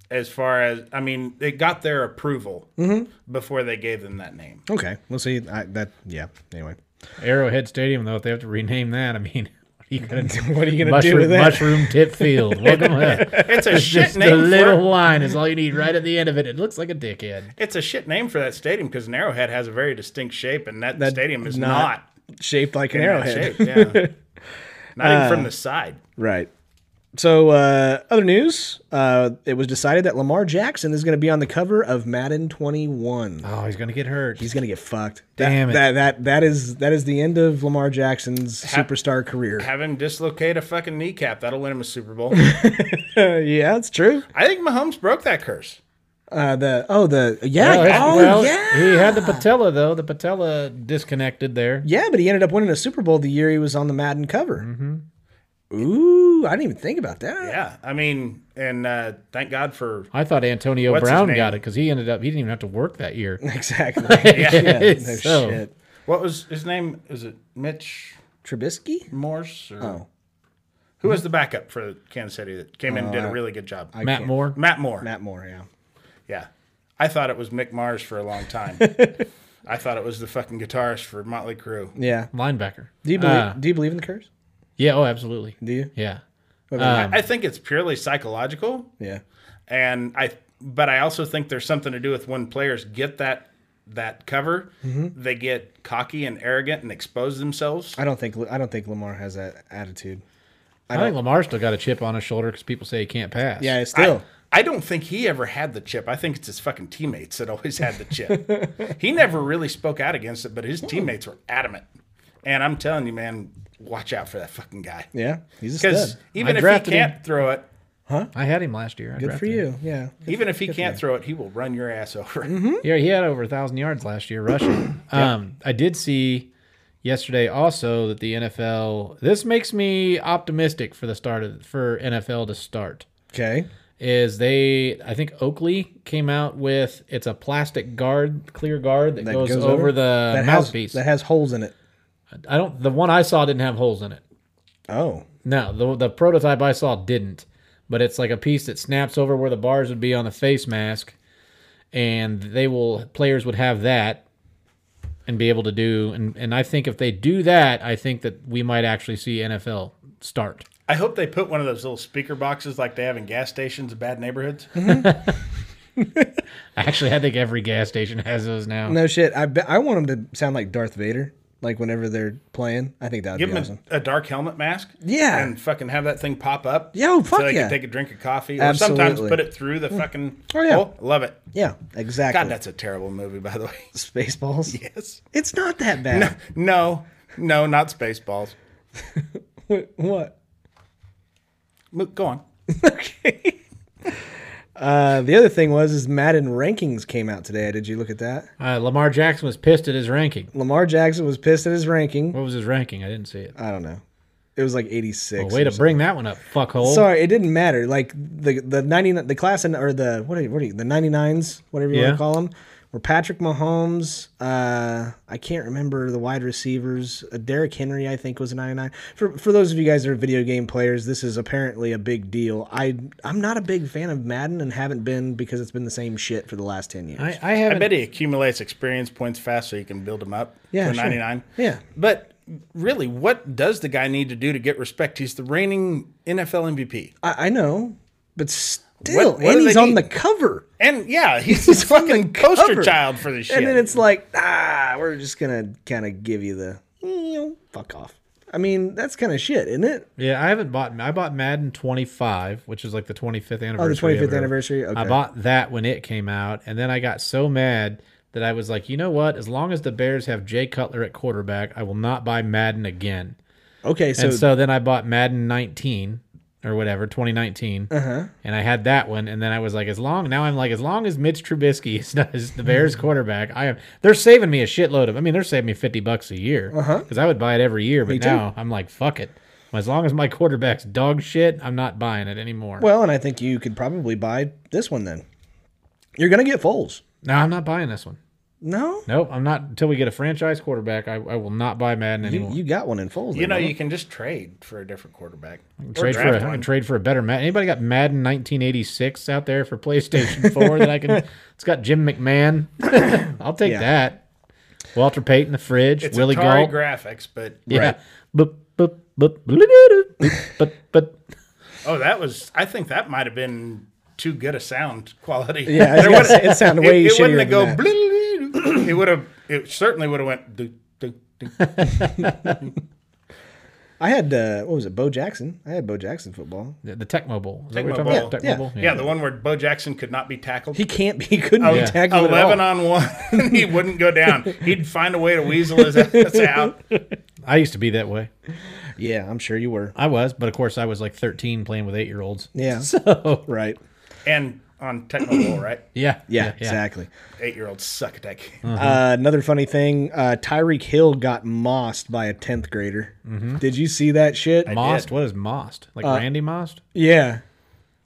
Speaker 2: as far as I mean, they got their approval
Speaker 3: Mm-hmm.
Speaker 2: before they gave them that name.
Speaker 1: Okay, we'll see. I, that yeah. Anyway,
Speaker 3: Arrowhead Stadium, though, if they have to rename that, I mean, what are you gonna do? What
Speaker 1: are you gonna do
Speaker 3: mushroom,
Speaker 1: with that?
Speaker 3: Mushroom Tip Field. Welcome to-
Speaker 2: It's a
Speaker 3: It's
Speaker 2: shit
Speaker 3: just a
Speaker 2: name.
Speaker 3: little
Speaker 2: For,
Speaker 3: line is all you need right at the end of it. It looks like a dickhead.
Speaker 2: it's a shit name for that stadium because an arrowhead has a very distinct shape, and that,
Speaker 1: That-
Speaker 2: stadium is
Speaker 1: not
Speaker 2: not,
Speaker 1: shaped like an
Speaker 2: in that
Speaker 1: arrowhead.
Speaker 2: shape, yeah. not even
Speaker 3: Uh.
Speaker 2: from the side.
Speaker 1: Right. So, uh, other news. Uh, it was decided that Lamar Jackson is going to be on the cover of Madden 21.
Speaker 3: Oh, he's gonna get hurt.
Speaker 1: He's going to get fucked.
Speaker 3: Damn
Speaker 1: that, That
Speaker 3: it.
Speaker 1: that that is that is the end of Lamar Jackson's superstar career.
Speaker 2: Have him dislocate a fucking kneecap. That'll win him a Super Bowl.
Speaker 1: yeah, it's true.
Speaker 2: I think Mahomes broke that curse.
Speaker 1: Uh, the oh the yeah
Speaker 3: Well, his-
Speaker 1: oh
Speaker 3: well,
Speaker 1: yeah
Speaker 3: He had the patella though. The patella disconnected there.
Speaker 1: yeah, but he ended up winning a Super Bowl the year he was on the Madden cover. Ooh, I didn't even think about that.
Speaker 2: Yeah, I mean, and uh, thank God for
Speaker 3: I thought Antonio
Speaker 2: What's his
Speaker 3: Brown
Speaker 2: name?
Speaker 3: got it because he ended up he didn't even have to work that year.
Speaker 1: Exactly.
Speaker 3: Yeah,
Speaker 1: no
Speaker 3: so-
Speaker 1: shit.
Speaker 2: what was his name? Is it Mitch
Speaker 1: Trubisky?
Speaker 2: Morse? Or Who was the backup for Kansas City that came in and did a really good job?
Speaker 3: Matt Moore.
Speaker 2: Matt Moore.
Speaker 1: Matt Moore, yeah.
Speaker 2: Yeah. I thought it was Mick Mars for a long time. I thought it was the fucking guitarist for Motley Crue.
Speaker 1: Yeah.
Speaker 3: linebacker.
Speaker 1: Do you believe
Speaker 2: Ah.
Speaker 3: Uh,
Speaker 1: do you believe in the curse?
Speaker 3: yeah. Oh, absolutely.
Speaker 1: Do you?
Speaker 3: Yeah.
Speaker 2: I think it's purely psychological,
Speaker 1: Yeah.
Speaker 2: and I. But I also think there's something to do with when players get that that cover, they get cocky and arrogant and expose themselves.
Speaker 1: I don't think I don't think Lamar has that attitude.
Speaker 3: I, think Lamar still got a chip on his shoulder because people say he can't pass.
Speaker 1: Yeah, it's still.
Speaker 2: I don't think he ever had the chip. I think it's his fucking teammates that always had the chip. he never really spoke out against it, but
Speaker 1: Hmm.
Speaker 2: his teammates were adamant. And I'm telling you, man, watch out for that fucking guy.
Speaker 1: yeah, he's a
Speaker 2: Because
Speaker 1: stud.
Speaker 3: I
Speaker 2: even if he
Speaker 3: drafted him.
Speaker 2: can't throw it,
Speaker 3: I had him last year. I
Speaker 1: Good for
Speaker 3: drafted
Speaker 1: you. Yeah.
Speaker 2: even if he can't throw it, he will run your ass over.
Speaker 1: Mm-hmm.
Speaker 3: him. Yeah, he had over a thousand yards last year rushing. um, I did see yesterday also that the NFL. This makes me optimistic for the start of for NFL to start.
Speaker 1: Okay.
Speaker 3: Is they I think Oakley came out with it's a plastic guard, clear guard that, goes, over, the
Speaker 1: that Has,
Speaker 3: mouthpiece.
Speaker 1: that has holes in it.
Speaker 3: I don't. The one I saw didn't have holes in it.
Speaker 1: Oh.
Speaker 3: No, the the prototype I saw didn't, but it's like a piece that snaps over where the bars would be on the face mask, and they will players would have that and be able to do and and I think if they do that, I think that we might actually see NFL start.
Speaker 2: I hope they put one of those little speaker boxes like they have in gas stations in bad neighborhoods.
Speaker 1: Mm-hmm.
Speaker 3: Actually, I think every gas station has those now.
Speaker 1: No shit. I bet I want him to sound like Darth Vader. Like whenever they're playing, I think that would
Speaker 2: Give
Speaker 1: be
Speaker 2: him
Speaker 1: awesome.
Speaker 2: a, a dark helmet mask.
Speaker 1: Yeah.
Speaker 2: And fucking have that thing pop up.
Speaker 1: Yeah, oh, fuck
Speaker 2: So they
Speaker 1: yeah.
Speaker 2: can take a drink of coffee. Or
Speaker 1: Absolutely.
Speaker 2: sometimes put it through the fucking
Speaker 1: Oh, yeah.
Speaker 2: hole. Love it.
Speaker 1: yeah, exactly.
Speaker 2: God, that's a terrible movie, by the way.
Speaker 1: Spaceballs.
Speaker 2: Yes.
Speaker 1: It's not that bad.
Speaker 2: No, no, not Spaceballs.
Speaker 1: what?
Speaker 2: Mo- Go on.
Speaker 1: Uh, the other thing was is Madden rankings came out today. Did you look at that?
Speaker 3: Uh, Lamar Jackson was pissed at his ranking.
Speaker 1: Lamar Jackson was pissed at his ranking.
Speaker 3: What was his ranking? I didn't see it.
Speaker 1: I don't know. It was like 86.
Speaker 3: Well, way to
Speaker 1: or
Speaker 3: bring that one up, fuckhole.
Speaker 1: something. Sorry, it didn't matter. Like the the 99 the class in, or the what are you, what are you the 99s, whatever you want
Speaker 3: Yeah.
Speaker 1: to call them, were Patrick Mahomes, uh I can't remember the wide receivers. Uh, Derrick Henry I think was a 99. For for those of you guys that are video game players, this is apparently a big deal. I I'm not a big fan of Madden and haven't been because it's been the same shit for the last 10 years.
Speaker 3: I, I
Speaker 2: I
Speaker 3: haven't.
Speaker 2: bet he accumulates experience points fast so you can build him up
Speaker 1: Yeah,
Speaker 2: for
Speaker 1: sure.
Speaker 2: 99.
Speaker 1: Yeah.
Speaker 2: But really, what does the guy need to do to get respect? He's the reigning NFL MVP.
Speaker 1: I, I know, but still,
Speaker 2: what do
Speaker 1: and he's
Speaker 2: they
Speaker 1: on
Speaker 2: need?
Speaker 1: the cover.
Speaker 2: And yeah, he's, his
Speaker 1: on the
Speaker 2: fucking poster
Speaker 1: cover.
Speaker 2: child for this shit.
Speaker 1: And then it's like, ah, we're just gonna kind of give you the you know, fuck off. I mean, that's kind of shit, isn't it?
Speaker 3: Yeah, I haven't bought. I bought Madden 25, which is like the 25th anniversary. of
Speaker 1: 25th
Speaker 3: it.
Speaker 1: Oh, anniversary? Okay.
Speaker 3: I bought that when it came out, and then I got so mad that I was like, you know what? As long as the Bears have Jay Cutler at quarterback, I will not buy Madden again.
Speaker 1: Okay, so,
Speaker 3: and so then I bought Madden 19 or whatever, 2019,
Speaker 1: Uh-huh.
Speaker 3: and I had that one. And then I was like, as long now I'm like, as long as Mitch Trubisky is, not, is the Bears
Speaker 1: Hmm.
Speaker 3: quarterback, I am. They're saving me a shitload of. I mean, they're saving me 50 bucks a year
Speaker 1: Uh-huh.
Speaker 3: because I would buy it every year. But now I'm like, fuck it. As long as my quarterback's dog shit, I'm not buying it anymore.
Speaker 1: well, and I think you could probably buy this one then. You're gonna get Foles.
Speaker 3: no, I'm not buying this one.
Speaker 1: No,
Speaker 3: Nope, I'm not. Until we get a franchise quarterback, I, I will not buy Madden
Speaker 1: you,
Speaker 3: anymore.
Speaker 1: you got one in Foles.
Speaker 2: you know, you can just trade for a different quarterback. Or
Speaker 3: trade for
Speaker 2: draft
Speaker 3: a,
Speaker 2: one.
Speaker 3: trade for a better Madden. Anybody got Madden 1986 out there for PlayStation 4 that I can? It's got Jim McMahon. I'll take that. Walter Payton, the fridge.
Speaker 2: It's
Speaker 3: Willie
Speaker 2: Atari
Speaker 3: Galt.
Speaker 2: graphics, but
Speaker 3: yeah. Boop, boop, boop, bloop-doop, boop, but but
Speaker 2: oh, that was. I think that might have been too good a sound quality.
Speaker 1: Yeah, I was
Speaker 2: There
Speaker 1: gonna
Speaker 2: wouldn't-
Speaker 1: say, it sounded way
Speaker 2: It, it
Speaker 1: shittier
Speaker 2: wouldn't have go.
Speaker 1: than
Speaker 2: blue- It would have. It certainly would have went. Do, do, do.
Speaker 1: I had uh, what was it? Bo Jackson. I had Bo Jackson football.
Speaker 3: the, the Tecmo Bowl. Is that what
Speaker 2: Tecmo
Speaker 3: you're talking
Speaker 2: Bowl.
Speaker 3: about?
Speaker 1: Yeah.
Speaker 3: Tecmo Bowl?
Speaker 2: Yeah, the one where Bo Jackson could not be tackled.
Speaker 1: He can't be. He couldn't be
Speaker 3: yeah.
Speaker 1: tackled at all.
Speaker 2: Oh, Eleven on one, and he wouldn't go down. He'd find a way to weasel his ass out.
Speaker 3: I used to be that way.
Speaker 1: Yeah, I'm sure you were.
Speaker 3: I was, but of course I was like 13 playing with eight year olds.
Speaker 1: Yeah, right.
Speaker 2: And on Technical, right?
Speaker 3: Yeah.
Speaker 1: Yeah, exactly.
Speaker 2: Eight year old suck a dick.
Speaker 3: Mm-hmm.
Speaker 1: Uh, another funny thing: uh, Tyreek Hill got mossed by a tenth grader.
Speaker 3: Mm-hmm.
Speaker 1: Did you see that shit?
Speaker 3: Most. What is Most? Like Randy Most?
Speaker 1: yeah,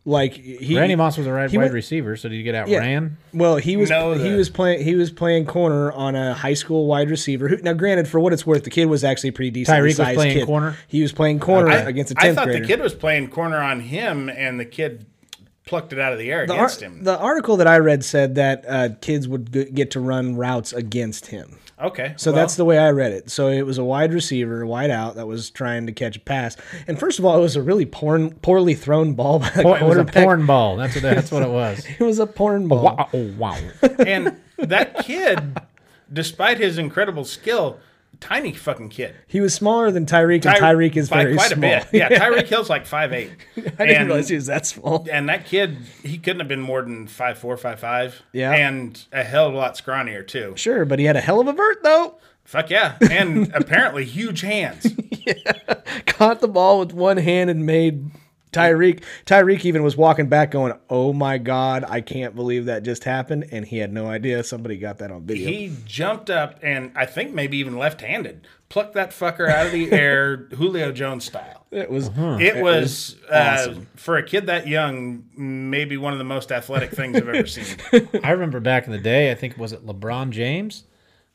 Speaker 1: like he,
Speaker 3: Randy Moss was a right,
Speaker 1: he
Speaker 3: wide
Speaker 1: went-
Speaker 3: receiver, so did you get out
Speaker 1: Yeah.
Speaker 3: ran?
Speaker 1: Well, he was
Speaker 2: No,
Speaker 1: he
Speaker 2: the-
Speaker 1: was playing he was playing corner on a high school wide receiver. Who, now, granted, for what it's worth, the kid was actually a pretty decent.
Speaker 3: Tyreek was
Speaker 1: sized
Speaker 3: playing
Speaker 1: kid.
Speaker 3: corner?
Speaker 1: He was playing corner against a
Speaker 2: I
Speaker 1: tenth
Speaker 2: thought
Speaker 1: grader.
Speaker 2: the kid was playing corner on him, and the kid plucked it out of the air
Speaker 1: The ar-
Speaker 2: against him.
Speaker 1: the article that I read said that uh, kids would g- get to run routes against him.
Speaker 2: Okay,
Speaker 1: So that's the way I read it. So it was a wide receiver, wide out, that was trying to catch a pass. And first of all, it was a really porn, poorly thrown ball by the
Speaker 3: Boy, it was a
Speaker 1: quarterback.
Speaker 3: porn ball. That's what, that's what it was.
Speaker 1: It was a porn ball.
Speaker 3: Wow. Oh, wow.
Speaker 2: and that kid, despite his incredible skill, tiny fucking kid.
Speaker 1: He was smaller than Tyreek,
Speaker 2: Ty-
Speaker 1: and Tyreek is
Speaker 2: by
Speaker 1: very
Speaker 2: quite
Speaker 1: small.
Speaker 2: a bit. Yeah, Tyreek Hill's like five eight.
Speaker 4: I didn't realize he was that small.
Speaker 2: and that kid, he couldn't have been more than five four, five five.
Speaker 1: Yeah.
Speaker 2: and a hell of a lot scrawnier too.
Speaker 1: Sure, but he had a hell of a vert though.
Speaker 2: Fuck yeah, and apparently huge hands.
Speaker 1: Caught the ball with one hand and made Tyreek. Tyreek even was walking back, going, "Oh my god, I can't believe that just happened," and he had no idea somebody got that on video.
Speaker 2: He jumped up and I think maybe even left handed, plucked that fucker out of the air, Julio Jones style.
Speaker 1: it was
Speaker 2: It was, uh, for a kid that young, maybe one of the most athletic things I've ever seen.
Speaker 3: I remember back in the day, I think, was it LeBron James?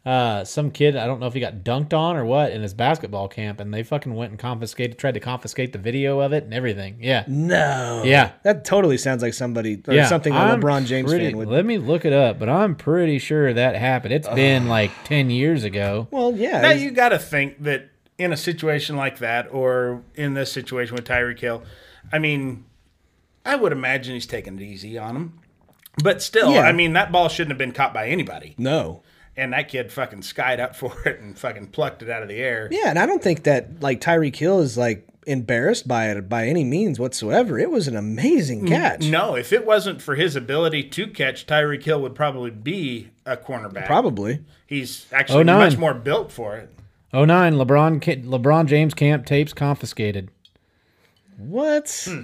Speaker 3: Uh, some kid, I don't know if he got dunked on or what, in his basketball camp, and they fucking went and confiscated, tried to confiscate the video of it and everything. Yeah.
Speaker 1: no.
Speaker 3: Yeah.
Speaker 1: That totally sounds like somebody or
Speaker 3: yeah.
Speaker 1: something a
Speaker 3: I'm
Speaker 1: LeBron James
Speaker 3: pretty-
Speaker 1: fan would.
Speaker 3: Let me look it up, but I'm pretty sure that happened. It's been like 10 years ago.
Speaker 1: Well, yeah.
Speaker 2: now
Speaker 1: he's-
Speaker 2: you got to think that in a situation like that, or in this situation with Tyreek Hill, I mean, I would imagine he's taking it easy on him. But still,
Speaker 1: Yeah.
Speaker 2: I mean, that ball shouldn't have been caught by anybody.
Speaker 1: no.
Speaker 2: And that kid fucking skied up for it and fucking plucked it out of the air.
Speaker 1: Yeah, and I don't think that like Tyreek Hill is like embarrassed by it by any means whatsoever. It was an amazing catch.
Speaker 2: No, if it wasn't for his ability to catch, Tyreek Hill would probably be a cornerback.
Speaker 1: Probably.
Speaker 2: He's actually
Speaker 3: Oh, nine.
Speaker 2: much more built for it.
Speaker 3: 09 LeBron ca- LeBron James camp tapes confiscated.
Speaker 1: What?
Speaker 3: Hmm.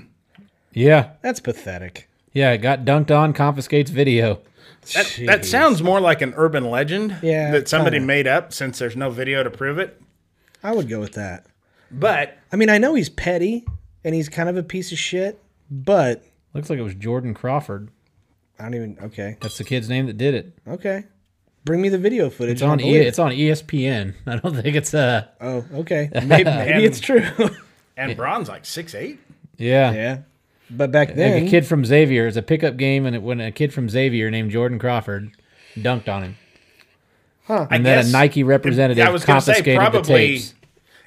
Speaker 3: Yeah.
Speaker 1: That's pathetic.
Speaker 3: Yeah, it got dunked on, confiscates video.
Speaker 2: That, that sounds more like an urban legend
Speaker 1: Yeah,
Speaker 2: that somebody
Speaker 1: kinda.
Speaker 2: made up since there's no video to prove it.
Speaker 1: I would go with that.
Speaker 2: But
Speaker 1: I mean, I know he's petty and he's kind of a piece of shit, but
Speaker 3: Looks like it was Jordan Crawford.
Speaker 1: I don't even okay.
Speaker 3: That's the kid's name that did it.
Speaker 1: Okay. Bring me the video footage.
Speaker 3: It's on
Speaker 1: I'll
Speaker 3: e-
Speaker 1: believe it.
Speaker 3: it's on ESPN. I don't think it's uh
Speaker 1: Oh, okay. Maybe, maybe it's true.
Speaker 2: and Braun's like six eight.
Speaker 3: yeah.
Speaker 1: yeah. But back
Speaker 3: Like
Speaker 1: then
Speaker 3: a kid from Xavier. It's a pickup game, and it, when a kid from Xavier named Jordan Crawford dunked on him,
Speaker 2: I
Speaker 3: and then
Speaker 2: guess
Speaker 3: a Nike representative
Speaker 2: I was gonna say
Speaker 3: confiscated the
Speaker 2: probably
Speaker 3: tapes.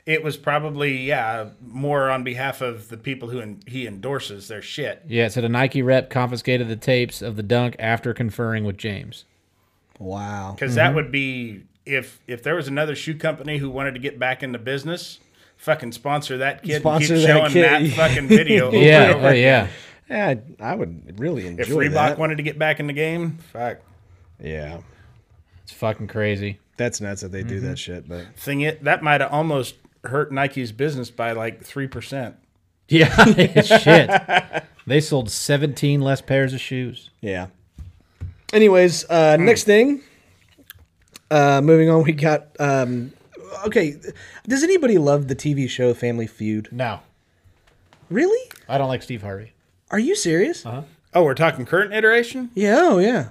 Speaker 2: it was probably yeah more on behalf of the people who en- he endorses their shit.
Speaker 3: Yeah, it said a Nike rep confiscated the tapes of the dunk after conferring with James.
Speaker 1: Wow.
Speaker 2: because
Speaker 3: Mm-hmm.
Speaker 2: that would be if if there was another shoe company who wanted to get back into business, fucking sponsor that kid,
Speaker 1: Sponsor
Speaker 2: and
Speaker 1: that
Speaker 2: keep showing
Speaker 1: kid.
Speaker 2: that fucking video. over
Speaker 3: Yeah,
Speaker 2: and
Speaker 3: oh
Speaker 2: over.
Speaker 3: yeah.
Speaker 1: Yeah, I, I would really enjoy
Speaker 2: If Reebok
Speaker 1: that.
Speaker 2: wanted to get back in the game, fuck.
Speaker 1: yeah.
Speaker 3: It's fucking crazy.
Speaker 1: That's nuts that they do
Speaker 3: Mm-hmm.
Speaker 1: that shit, but
Speaker 2: Thing it that might have almost hurt Nike's business by like three percent.
Speaker 3: Yeah, shit. They sold 17 less pairs of shoes.
Speaker 1: Yeah. Anyways, uh,
Speaker 2: Hmm.
Speaker 1: next thing. Uh, moving on, we got. Um, okay, does anybody love the TV show Family Feud?
Speaker 3: No,
Speaker 1: Really?
Speaker 3: I don't like Steve Harvey.
Speaker 1: Are you serious?
Speaker 3: Uh-huh.
Speaker 2: Oh, we're talking current iteration.
Speaker 1: Yeah. Oh, yeah.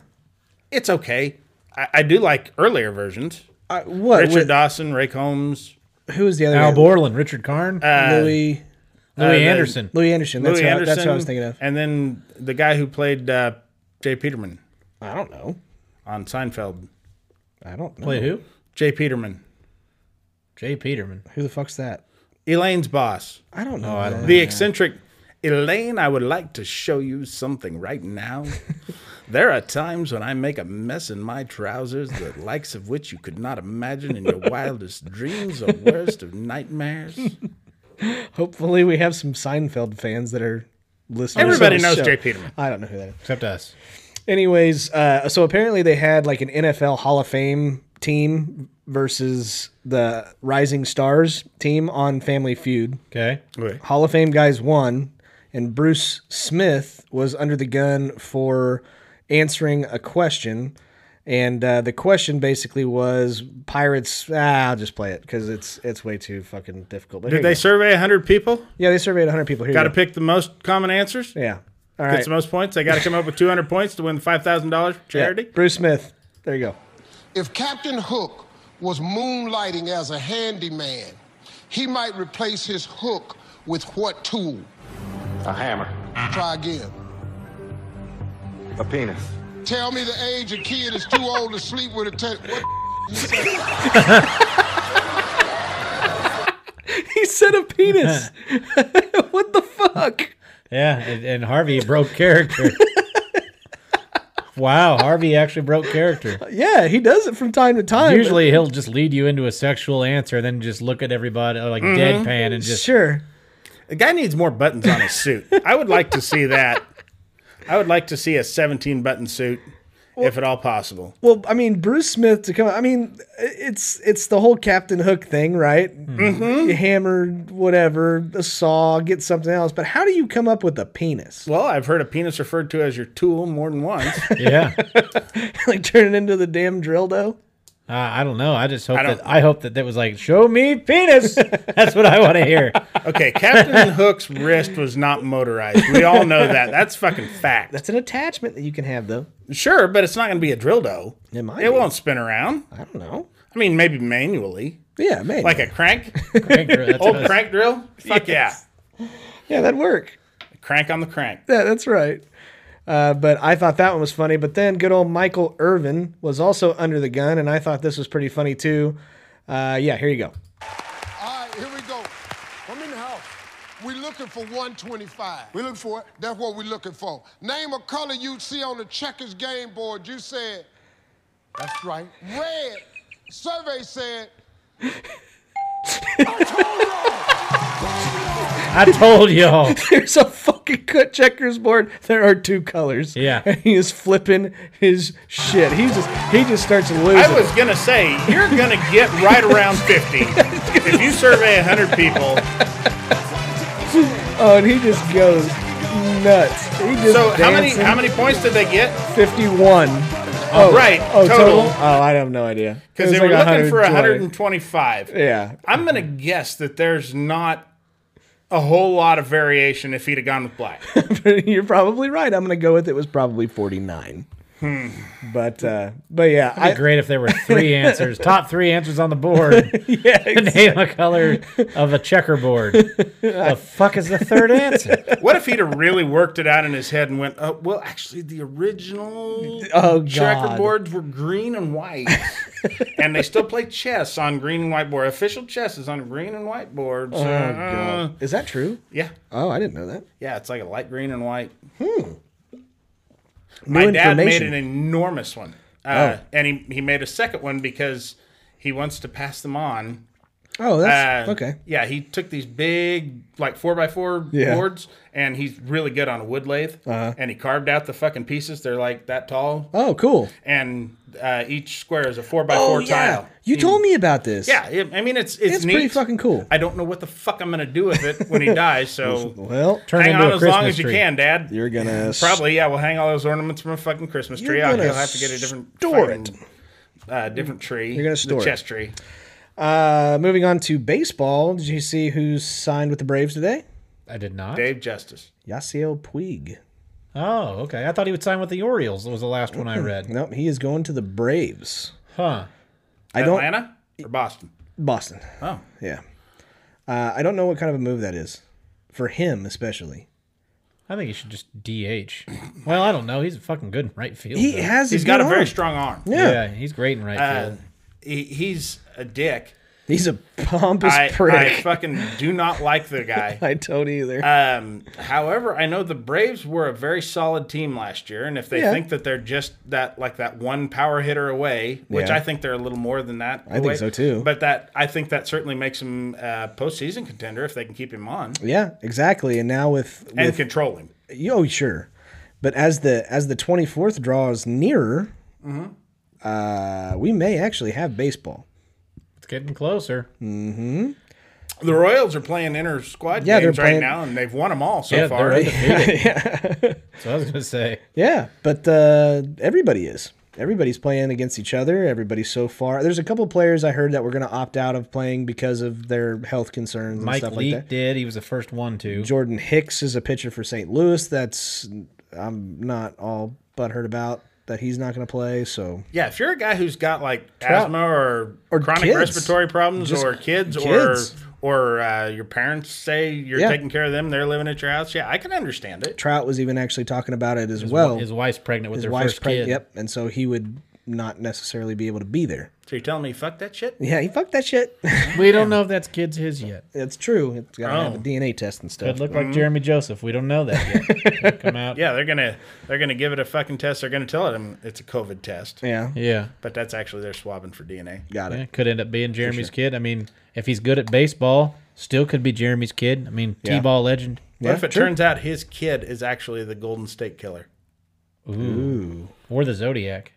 Speaker 2: It's okay. I, I do like earlier versions.
Speaker 1: I, Uh, what?
Speaker 2: Richard
Speaker 1: with-
Speaker 2: Dawson, Ray Combs,
Speaker 1: who was the other?
Speaker 3: Al
Speaker 1: guy?
Speaker 3: Borland, Richard Karn,
Speaker 2: Uh,
Speaker 1: Louis.
Speaker 3: Louis
Speaker 2: the-
Speaker 3: Anderson.
Speaker 1: Louis Anderson. That's,
Speaker 2: Louis
Speaker 1: what I-
Speaker 2: Anderson.
Speaker 1: that's what I was thinking of.
Speaker 2: And then the guy who played uh, Jay Peterman
Speaker 1: I don't know.
Speaker 2: on Seinfeld.
Speaker 1: I don't know.
Speaker 3: Wait, who?
Speaker 2: Jay Peterman.
Speaker 3: Jay Peterman.
Speaker 1: Who the fuck's that?
Speaker 2: Elaine's boss.
Speaker 1: I don't
Speaker 3: Oh,
Speaker 1: know. that.
Speaker 2: The eccentric Elaine, I would like to show you something right now. there are times when I make a mess in my trousers, the likes of which you could not imagine in your wildest dreams or worst of nightmares.
Speaker 1: Hopefully, we have some Seinfeld fans that are listening. to
Speaker 2: Everybody
Speaker 1: this
Speaker 2: knows
Speaker 1: show.
Speaker 2: Jay Peterman.
Speaker 1: I don't know who that is.
Speaker 3: Except us.
Speaker 1: Anyways, uh, so apparently they had like an NFL Hall of Fame team versus the Rising Stars team on Family Feud.
Speaker 3: Okay.
Speaker 1: Hall of Fame guys won, and Bruce Smith was under the gun for answering a question. And uh, the question basically was pirates. Ah, I'll just play it because it's it's way too fucking difficult. But here
Speaker 2: Did
Speaker 1: you
Speaker 2: they
Speaker 1: go.
Speaker 2: survey 100 people?
Speaker 1: Yeah, they surveyed 100 people. Here,
Speaker 2: Got to
Speaker 1: you
Speaker 2: pick the most common answers.
Speaker 1: go. Yeah. All
Speaker 2: Gets
Speaker 1: right.
Speaker 2: the most points. They got to come up with 200 points to win the $5,000 for
Speaker 1: Yeah,
Speaker 2: charity.
Speaker 1: Bruce Smith. There you go.
Speaker 5: If Captain Hook was moonlighting as a handyman, he might replace his hook with what tool?
Speaker 6: A hammer.
Speaker 5: Try again.
Speaker 6: A penis.
Speaker 5: Tell me the age a kid is too old to sleep with a ten. What you say?
Speaker 4: He said a penis. what the fuck?
Speaker 3: Yeah, and, and Harvey broke character. wow, Harvey actually broke character.
Speaker 1: Yeah, he does it from time to time.
Speaker 3: Usually he'll just lead you into a sexual answer, then just look at everybody uh, like
Speaker 2: Mm-hmm.
Speaker 3: deadpan and just
Speaker 1: sure.
Speaker 2: The guy needs more buttons on his suit. I would like to see that. I would like to see a 17 button suit, if at all possible.
Speaker 1: Well, I mean, Bruce Smith to come. I mean, it's it's the whole Captain Hook thing, right?
Speaker 4: Mm-hmm.
Speaker 1: You hammer whatever, a saw, get something else. But how do you come up with a penis?
Speaker 2: Well, I've heard a penis referred to as your tool more than once.
Speaker 3: yeah.
Speaker 1: like turn it into the damn drill dough?
Speaker 3: Uh, I don't know. I just hope
Speaker 2: don't-
Speaker 3: that I hope that that was like show me penis. That's what I want to hear.
Speaker 2: Okay, Captain Hook's wrist was not motorized. We all know that. That's fucking fact.
Speaker 1: That's an attachment that you can have, though.
Speaker 2: Sure, but it's not going to be a drill dough.
Speaker 1: It might
Speaker 2: It
Speaker 1: be.
Speaker 2: won't spin around.
Speaker 1: I don't know.
Speaker 2: I mean, maybe manually,
Speaker 1: Yeah, maybe.
Speaker 2: like a crank,
Speaker 3: Crank drill, that's
Speaker 2: old
Speaker 3: what-
Speaker 2: crank drill. Fuck
Speaker 1: yeah, that'd work.
Speaker 2: yeah, crank on the crank.
Speaker 1: Yeah, that's right. Uh, but I thought that one was funny. But then good old Michael Irvin was also under the gun, and I thought this was pretty funny too. Uh, yeah, here you go.
Speaker 5: All right, here we go. I'm in the house. We're looking for 125. We looking for it. That's what we're looking for. Name a color you'd see on the checkers game board. You said. That's right. Red. Survey said. I told
Speaker 3: I told y'all.
Speaker 1: There's a fucking cut checkers board. There are two colors.
Speaker 3: Yeah.
Speaker 1: And he is flipping his shit. He just he just starts losing.
Speaker 2: I was gonna say you're gonna get right around fifty if you survey hundred people.
Speaker 1: oh, and he just goes nuts. He just
Speaker 2: So how many
Speaker 1: dancing.
Speaker 2: how many points did they get?
Speaker 1: 51.
Speaker 2: Oh, right,
Speaker 1: Oh, total.
Speaker 2: total.
Speaker 1: Oh, I have no idea.
Speaker 2: Because
Speaker 1: It
Speaker 2: they
Speaker 1: was
Speaker 2: were
Speaker 1: like
Speaker 2: looking for
Speaker 1: 120.
Speaker 2: 125.
Speaker 1: Yeah.
Speaker 2: I'm gonna guess that there's not a whole lot of variation if he'd have gone with black.
Speaker 1: You're probably right. I'm going to go with it was probably 49.
Speaker 2: Hmm.
Speaker 1: But uh but yeah, I,
Speaker 3: It'd be great if there were three answers, top three answers on the board. yeah, name a color of a checkerboard. the fuck is the third answer?
Speaker 2: What if he'd have really worked it out in his head and went, oh, well, actually, the original
Speaker 1: Oh, God.
Speaker 2: checkerboards were green and white. and they still play chess on green and white board. Official chess is on green and white board. So,
Speaker 1: Oh,
Speaker 2: uh,
Speaker 1: Is that true?
Speaker 2: yeah.
Speaker 1: Oh, I didn't know that.
Speaker 2: Yeah, it's like a light green and white. Hmm.
Speaker 1: New
Speaker 2: My dad made
Speaker 1: information. Oh.
Speaker 2: an enormous one. Uh, And he, he made a second one because he wants to pass them on
Speaker 1: Oh, that's
Speaker 2: uh,
Speaker 1: okay.
Speaker 2: Yeah, he took these big like four by four
Speaker 1: Yeah. Uh-huh.
Speaker 2: boards, and he's really good on a wood lathe. And he carved out the fucking pieces. They're like that tall,
Speaker 1: Oh, cool.
Speaker 2: and uh, each square is a four by
Speaker 1: Oh,
Speaker 2: four
Speaker 1: yeah.
Speaker 2: tile. Hmm.
Speaker 1: You told me about this.
Speaker 2: Yeah, it- I mean it's it's,
Speaker 1: It's
Speaker 2: neat.
Speaker 1: pretty fucking cool.
Speaker 2: I don't know what the fuck I'm gonna do with it when he dies. So
Speaker 1: Well,
Speaker 3: Turn
Speaker 2: hang
Speaker 3: into
Speaker 2: on
Speaker 3: a
Speaker 2: as long
Speaker 3: Christmas
Speaker 2: as you
Speaker 3: tree.
Speaker 2: can, Dad.
Speaker 1: you're gonna
Speaker 2: Probably yeah. We'll hang all those ornaments from a fucking Christmas tree. I'll,
Speaker 1: gonna
Speaker 2: he'll have to get a different
Speaker 1: store it.
Speaker 2: fucking, Uh, different tree. You're
Speaker 1: gonna store it.
Speaker 2: the chess tree.
Speaker 1: Uh, moving on to baseball. Did you see who signed with the Braves today?
Speaker 3: I did not.
Speaker 2: Dave Justice.
Speaker 1: Yasiel Puig.
Speaker 3: Oh, okay. I thought he would sign with the Orioles. That was the last one I read.
Speaker 1: Nope, he is going to the Braves.
Speaker 3: Huh.
Speaker 1: I don't
Speaker 2: Atlanta or Boston.
Speaker 1: Boston.
Speaker 2: Oh.
Speaker 1: Yeah. Uh, I don't know what kind of a move that is for him, especially.
Speaker 3: I think he should just DH. Well, I don't know. He's fucking good in right field.
Speaker 1: He
Speaker 3: though.
Speaker 1: has.
Speaker 2: He's got a
Speaker 1: good
Speaker 2: very
Speaker 1: arm.
Speaker 2: strong arm.
Speaker 3: Yeah.
Speaker 1: Yeah. Uh,
Speaker 3: he's great in right field.
Speaker 2: he, he's a dick.
Speaker 1: He's a pompous
Speaker 2: I, I
Speaker 1: prick.
Speaker 2: fucking do not like the guy.
Speaker 1: I, don't either.
Speaker 2: Um, however, I know the Braves were a very solid team last year, and if they
Speaker 1: Yeah.
Speaker 2: think that they're just that like that one power hitter away, which
Speaker 1: Yeah.
Speaker 2: I think they're a little more than that. I
Speaker 1: think so, too.
Speaker 2: But that I think that certainly makes him a postseason contender if they can keep him on
Speaker 1: yeah, exactly. And now with,
Speaker 2: and
Speaker 1: with
Speaker 2: control him.
Speaker 1: oh sure, but as the as the twenty fourth draws nearer,
Speaker 2: Mm-hmm.
Speaker 1: uh, we may actually have baseball.
Speaker 3: It's getting closer.
Speaker 2: The Royals are playing inner squad
Speaker 1: Yeah, they're
Speaker 2: games right
Speaker 1: playing-
Speaker 2: now, and they've won them all so
Speaker 3: Yeah,
Speaker 2: far.
Speaker 3: they're undefeated. So I was gonna say,
Speaker 1: Yeah, but uh, everybody is. Everybody's playing against each other. Everybody's so far. There's a couple players I heard that were going to opt out of playing because of their health concerns and
Speaker 3: Mike
Speaker 1: stuff
Speaker 3: Leake
Speaker 1: like that.
Speaker 3: did. He was the first one to.
Speaker 1: Jordan Hicks is a pitcher for St. Louis. That's I'm not all butthurt about that he's not going to play. So
Speaker 2: Yeah, if you're a guy who's got like asthma or,
Speaker 1: Or
Speaker 2: chronic
Speaker 1: kids.
Speaker 2: respiratory problems
Speaker 1: Just
Speaker 2: or kids,
Speaker 1: kids.
Speaker 2: or or uh, your parents say you're
Speaker 1: Yeah.
Speaker 2: taking care of them, they're living at your house. Yeah, I can understand it.
Speaker 1: Trout was even actually talking about it as well.
Speaker 3: his wife's pregnant with
Speaker 1: His
Speaker 3: their
Speaker 1: wife's
Speaker 3: first
Speaker 1: pregnant.
Speaker 3: kid.
Speaker 1: Yep, and so he would not necessarily be able to be there.
Speaker 2: So you're telling me fuck that shit?
Speaker 1: Yeah, he fucked that shit.
Speaker 3: We don't know if that's kid's his yet.
Speaker 1: That's true. It's got to have
Speaker 2: Oh.
Speaker 1: a DNA test and
Speaker 3: It
Speaker 1: stuff.
Speaker 3: looked like Jeremy Joseph. We don't know that yet. It'll come out.
Speaker 2: Yeah, they're gonna they're gonna give it a fucking test. They're gonna tell them it's a COVID test.
Speaker 1: Yeah,
Speaker 3: Yeah.
Speaker 2: But that's actually they're swabbing for DNA.
Speaker 1: got it.
Speaker 3: Yeah, could end up being Jeremy's kid. I mean, if he's good at baseball, still could be Jeremy's kid. I mean,
Speaker 1: Yeah.
Speaker 3: T-ball legend.
Speaker 2: What if it turns out his kid is actually the Golden State Killer?
Speaker 3: Ooh. Or the Zodiac.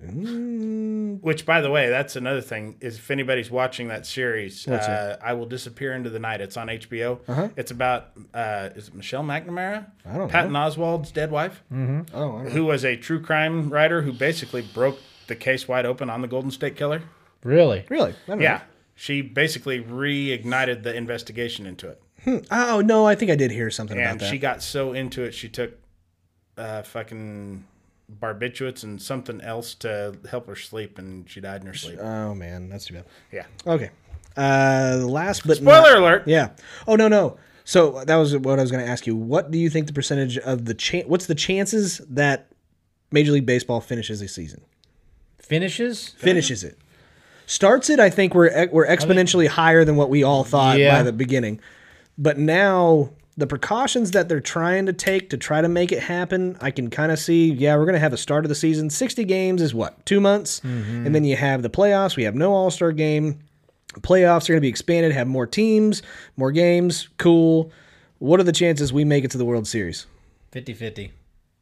Speaker 2: Which, by the way, that's another thing. Is if anybody's watching that series, uh, I will disappear into the night. It's on HBO. It's about uh, is it Michelle McNamara, I
Speaker 1: Uh-huh. don't
Speaker 2: Patton Oswald's dead wife,
Speaker 1: Oh, all right.
Speaker 2: who was a true crime writer who basically broke the case wide open on the Golden State Killer.
Speaker 3: Really?
Speaker 1: really? I don't
Speaker 2: Yeah, she basically reignited the investigation into it,
Speaker 1: know. Oh no, I think I did hear something about
Speaker 2: and
Speaker 1: that.
Speaker 2: she got so into it she took uh, fucking barbiturates and something else to help her sleep, and she died in her sleep.
Speaker 1: oh man, that's too bad.
Speaker 2: yeah.
Speaker 1: Okay. Uh, last but
Speaker 2: Spoiler
Speaker 1: not-
Speaker 2: alert.
Speaker 1: Yeah. Oh no no. So that was what I was going to ask you. What do you think the percentage of the chan What's the chances that Major League Baseball finishes a season?
Speaker 3: Finishes?
Speaker 1: Finishes it. Starts it. I think we're we're exponentially higher than what we all thought by
Speaker 3: Yeah.
Speaker 1: the beginning. But now the precautions that they're trying to take to try to make it happen, I can kind of see. Yeah, we're going to have a start of the season. Sixty games is what two months, and then you have the playoffs. We have no All Star game. Playoffs are going to be expanded, have more teams, more games. Cool. What are the chances we make it to the World Series?
Speaker 3: 50-50.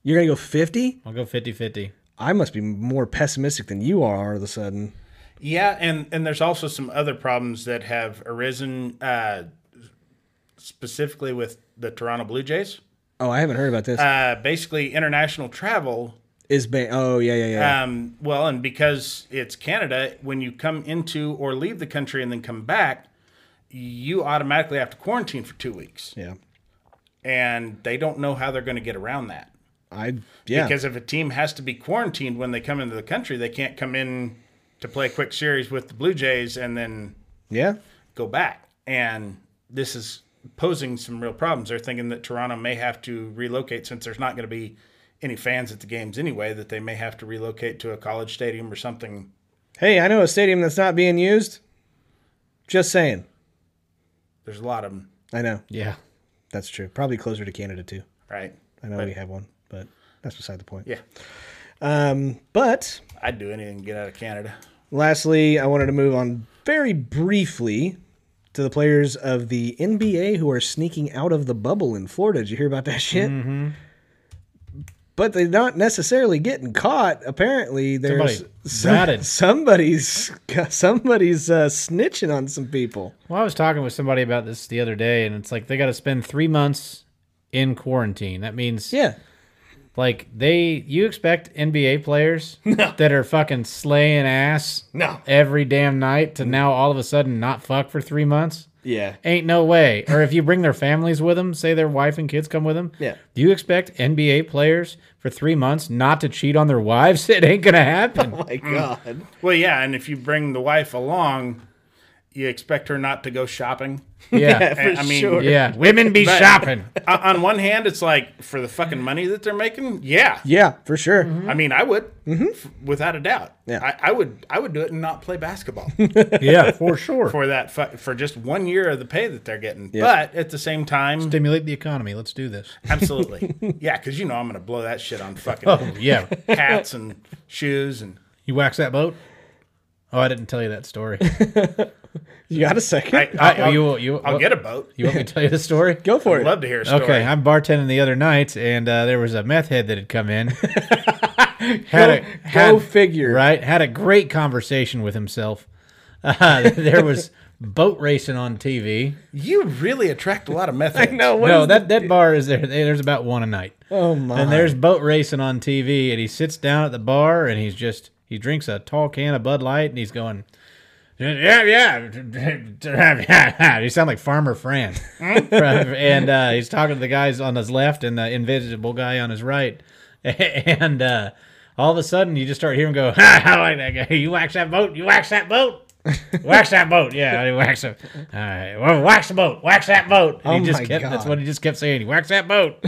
Speaker 1: You're going to go 50?
Speaker 3: I'll go 50-50.
Speaker 1: I must be more pessimistic than you are all of a sudden.
Speaker 2: Yeah, and and there's also some other problems that have arisen uh, specifically with the Toronto Blue Jays.
Speaker 1: Oh, I haven't heard about this.
Speaker 2: Uh, basically, international travel.
Speaker 1: is ba- Oh, yeah, yeah, yeah.
Speaker 2: Um, well, and because it's Canada, when you come into or leave the country and then come back, you automatically have to quarantine for two weeks,
Speaker 1: yeah.
Speaker 2: and they don't know how they're going to get around that.
Speaker 1: I yeah.
Speaker 2: Because if a team has to be quarantined when they come into the country, they can't come in to play a quick series with the Blue Jays and then
Speaker 1: yeah.
Speaker 2: go back. And this is posing some real problems. They're thinking that Toronto may have to relocate since there's not going to be any fans at the games anyway, that they may have to relocate to a college stadium or something.
Speaker 1: Hey, I know a stadium that's not being used. Just saying.
Speaker 2: There's a lot of them,
Speaker 1: I know.
Speaker 3: Yeah.
Speaker 1: That's true. Probably closer to Canada too.
Speaker 2: right?
Speaker 1: I know we have one, but that's beside the point.
Speaker 2: Yeah.
Speaker 1: Um, but
Speaker 2: I'd do anything to get out of Canada.
Speaker 1: lastly, I wanted to move on very briefly to the players of the NBA who are sneaking out of the bubble in Florida. Did you hear about that shit? But they're not necessarily getting caught. Apparently, there's
Speaker 3: Somebody ratted.
Speaker 1: somebody's somebody's uh, snitching on some people.
Speaker 3: Well, I was talking with somebody about this the other day, and it's like they got to spend three months in quarantine. That means
Speaker 1: Yeah,
Speaker 3: Like they, you expect NBA players that are fucking slaying ass
Speaker 1: No.
Speaker 3: every damn night to now all of a sudden not fuck for three months?
Speaker 1: yeah,
Speaker 3: Ain't no way. Or if you bring their families with them, say their wife and kids come with them.
Speaker 1: Yeah.
Speaker 3: Do you expect NBA players for three months not to cheat on their wives? It ain't gonna happen.
Speaker 1: my God.
Speaker 2: Well, yeah. And if you bring the wife along, you expect her not to go shopping.
Speaker 3: Yeah.
Speaker 2: I mean,
Speaker 3: yeah. Women be
Speaker 2: But-
Speaker 3: shopping.
Speaker 2: o- on one hand, it's like for the fucking money that they're making, yeah.
Speaker 1: Yeah, for sure.
Speaker 2: I mean, I would, f- without a doubt.
Speaker 1: Yeah.
Speaker 2: I, I would, I would do it and not play basketball
Speaker 3: Yeah, for sure.
Speaker 2: for that fu- for just one year of the pay that they're getting. But at the same time,
Speaker 3: Stimulate the economy. Let's do this.
Speaker 2: absolutely, yeah, because you know I'm gonna blow that shit on fucking
Speaker 3: Yeah.
Speaker 2: hats and shoes and.
Speaker 3: You wax that boat? Oh, I didn't tell you that story.
Speaker 1: You got a second?
Speaker 2: I,
Speaker 3: I-
Speaker 2: will
Speaker 3: Uh, you- you-
Speaker 2: I'll get a boat.
Speaker 3: You want me to tell you the story?
Speaker 1: Go for
Speaker 2: I'd
Speaker 1: it.
Speaker 2: love to hear a story.
Speaker 3: Okay, I'm bartending the other night, and uh, there was a meth head that had come in. had a,
Speaker 1: go figure.
Speaker 3: Right, had a great conversation with himself. Uh, there was boat racing on TV.
Speaker 2: You really attract a lot of meth. I
Speaker 4: No, what
Speaker 3: no,
Speaker 4: is-
Speaker 3: that, that bar is there. there- There's about one a night.
Speaker 1: Oh my!
Speaker 3: And there's boat racing on TV, and he sits down at the bar, and he's just he drinks a tall can of Bud Light, and he's going, yeah, yeah, you sound like Farmer Fran. and uh, he's talking to the guys on his left and the invisible guy on his right, and uh, all of a sudden you just start hearing him go, ha, I like that guy. You wax that boat, you wax that boat. wax that boat, yeah. You wax it. All right, well, wax the boat, wax that boat. And
Speaker 1: Oh
Speaker 3: he just
Speaker 1: my
Speaker 3: kept, That's
Speaker 1: God.
Speaker 3: what he just kept saying. He wax that boat.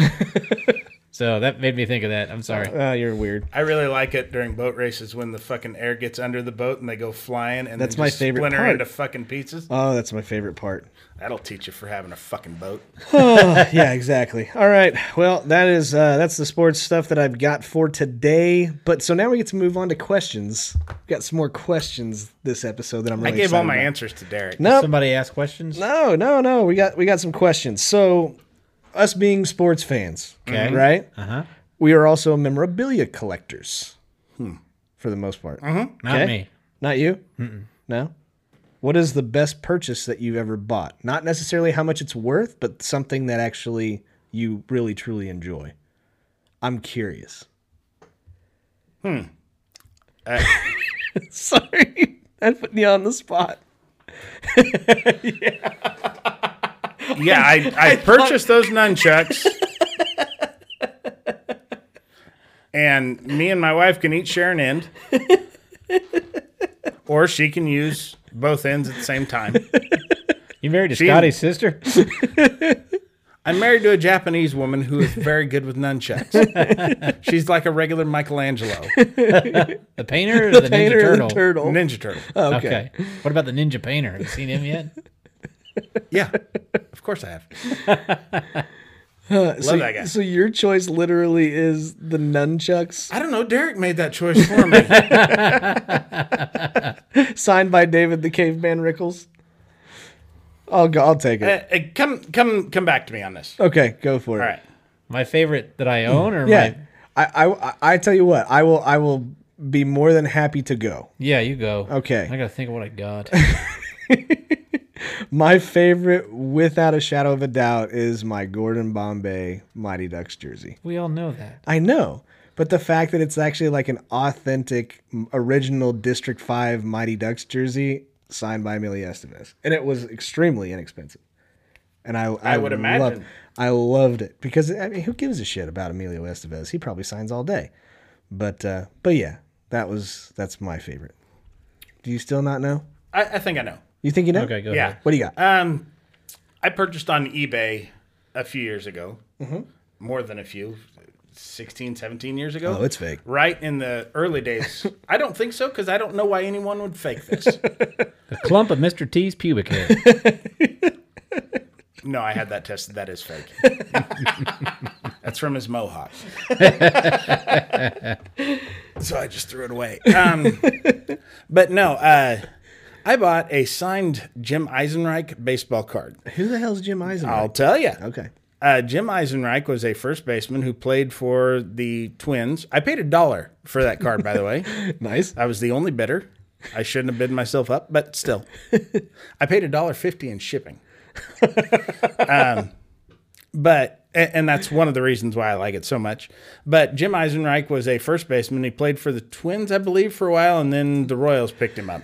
Speaker 3: So that made me think of that. I'm sorry.
Speaker 1: Ah, you're weird.
Speaker 2: I really like it during boat races when the fucking air gets under the boat and they go flying and
Speaker 1: That's
Speaker 2: then
Speaker 1: my
Speaker 2: just
Speaker 1: favorite
Speaker 2: splinter
Speaker 1: part.
Speaker 2: into fucking pieces.
Speaker 1: Oh, that's my favorite part.
Speaker 2: That'll teach you for having a fucking boat.
Speaker 1: yeah, exactly. All right. Well, that is uh, that's the sports stuff that I've got for today. But so now we get to move on to questions. We've got some more questions this episode that I'm
Speaker 2: I
Speaker 1: really
Speaker 2: gave all my
Speaker 1: excited
Speaker 2: answers to Derek.
Speaker 1: about. No,
Speaker 3: Somebody asked questions.
Speaker 1: no, no, no. We got we got some questions. So, us being sports fans,
Speaker 3: Okay.
Speaker 1: right?
Speaker 3: Uh
Speaker 2: Uh-huh.
Speaker 3: huh.
Speaker 1: We are also memorabilia collectors,
Speaker 2: Hmm.
Speaker 1: for the most part.
Speaker 3: Not
Speaker 1: Okay.
Speaker 3: me.
Speaker 1: Not you? No. What is the best purchase that you've ever bought? Not necessarily how much it's worth, but something that actually you really truly enjoy. I'm curious.
Speaker 2: Hmm.
Speaker 4: Sorry, I'm putting you on the spot.
Speaker 2: Yeah, I, I purchased those nunchucks. and me and my wife can each share an end. Or she can use both ends at the same time.
Speaker 3: You married to
Speaker 2: She-
Speaker 3: Scotty's sister?
Speaker 2: I'm married to a Japanese woman who is very good with nunchucks. She's like a regular Michelangelo,
Speaker 3: The painter or the, Ninja
Speaker 1: Painter
Speaker 3: Turtle?
Speaker 1: and turtle.
Speaker 2: Ninja Turtle.
Speaker 3: Okay. What about the Ninja Painter? Have you seen him yet?
Speaker 2: Yeah, of course I have. Love
Speaker 1: Uh, so,
Speaker 2: that guy.
Speaker 1: so your choice literally is the nunchucks
Speaker 2: I don't know. Derek made that choice for me.
Speaker 1: signed by David the Caveman Rickles. I'll go. I'll take
Speaker 2: Uh,
Speaker 1: it.
Speaker 2: uh, come, come, come back to me on this.
Speaker 1: Okay, go for it.
Speaker 2: All right.
Speaker 3: My favorite that I own or
Speaker 1: Yeah,
Speaker 3: my
Speaker 1: I, I I- I tell you what. I will I will be more than happy to go.
Speaker 3: Yeah, you go.
Speaker 1: Okay.
Speaker 3: I gotta think of what I got.
Speaker 1: My favorite, without a shadow of a doubt, is my Gordon Bombay Mighty Ducks jersey.
Speaker 3: we all know that.
Speaker 1: I know, but the fact that it's actually like an authentic, m- original District 5 Mighty Ducks jersey signed by Emilio Estevez. And it was extremely inexpensive. And I, I,
Speaker 2: would
Speaker 1: loved-
Speaker 2: imagine.
Speaker 1: I loved it because, I mean, who gives a shit about Emilio Estevez? He probably signs all day. But, uh, but yeah, that was, that's my favorite. Do you still not know?
Speaker 2: I, I think I know.
Speaker 1: You think you know?
Speaker 3: Okay, go
Speaker 2: Yeah.
Speaker 3: ahead.
Speaker 1: What do you got?
Speaker 2: Um, I purchased on eBay a few years ago, more than a few, 16, 17 years ago.
Speaker 1: oh, it's fake.
Speaker 2: right in the early days. I don't think so because I don't know why anyone would fake this.
Speaker 3: A clump of Mr. T's pubic hair.
Speaker 2: no, I had that tested. That is fake. That's from his mohawk. so I just threw it away. Um, but no, uh, I bought a signed Jim Eisenreich baseball card.
Speaker 1: Who the hell's Jim Eisenberg?
Speaker 2: I'll tell you.
Speaker 1: okay.
Speaker 2: Uh, Jim Eisenreich was a first baseman who played for the Twins. I paid a dollar for that card, by the way.
Speaker 1: Nice.
Speaker 2: I was the only bidder. I shouldn't have bid myself up, but still, I paid a dollar fifty in shipping. um, but and, and that's one of the reasons why I like it so much. But Jim Eisenreich was a first baseman. He played for the Twins, I believe, for a while, and then the Royals picked him up.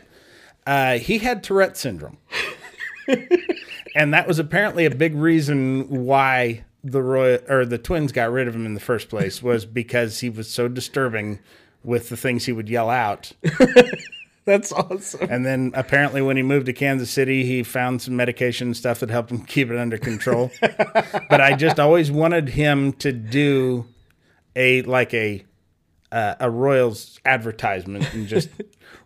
Speaker 2: Uh, he had Tourette syndrome, and that was apparently a big reason why the Roy or the Twins got rid of him in the first place was because he was so disturbing with the things he would yell out.
Speaker 1: That's awesome.
Speaker 2: And then apparently, when he moved to Kansas City, he found some medication and stuff that helped him keep it under control. but I just always wanted him to do a like a uh, a Royals advertisement and just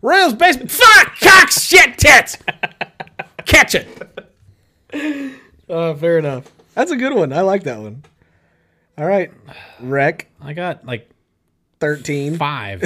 Speaker 2: Royals basement fuck cock shit tits catch it.
Speaker 1: Uh, fair enough. That's a good one. I like that one. All right. Rec
Speaker 3: I got like
Speaker 1: 13.
Speaker 3: five.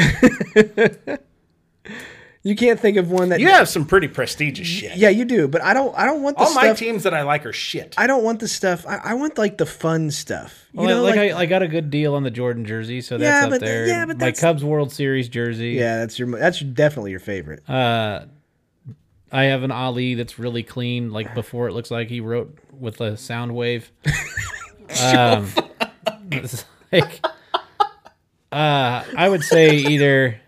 Speaker 1: You can't think of one that
Speaker 2: You have some pretty prestigious shit.
Speaker 1: Yeah, you do, but I don't I don't want the
Speaker 2: All my
Speaker 1: stuff
Speaker 2: teams that I like are shit.
Speaker 1: I don't want the stuff. I, I want like the fun stuff. You
Speaker 3: Well,
Speaker 1: know
Speaker 3: like,
Speaker 1: like,
Speaker 3: I, I got a good deal on the Jordan jersey, so that's
Speaker 1: Yeah,
Speaker 3: up
Speaker 1: but th-
Speaker 3: there.
Speaker 1: yeah, but
Speaker 3: my
Speaker 1: that's-
Speaker 3: Cubs World Series jersey.
Speaker 2: Uh,
Speaker 1: Yeah, that's your that's definitely your favorite.
Speaker 3: I have an Ali that's really clean, like before it looks like he wrote with a sound wave. um, it's like, uh, I would say either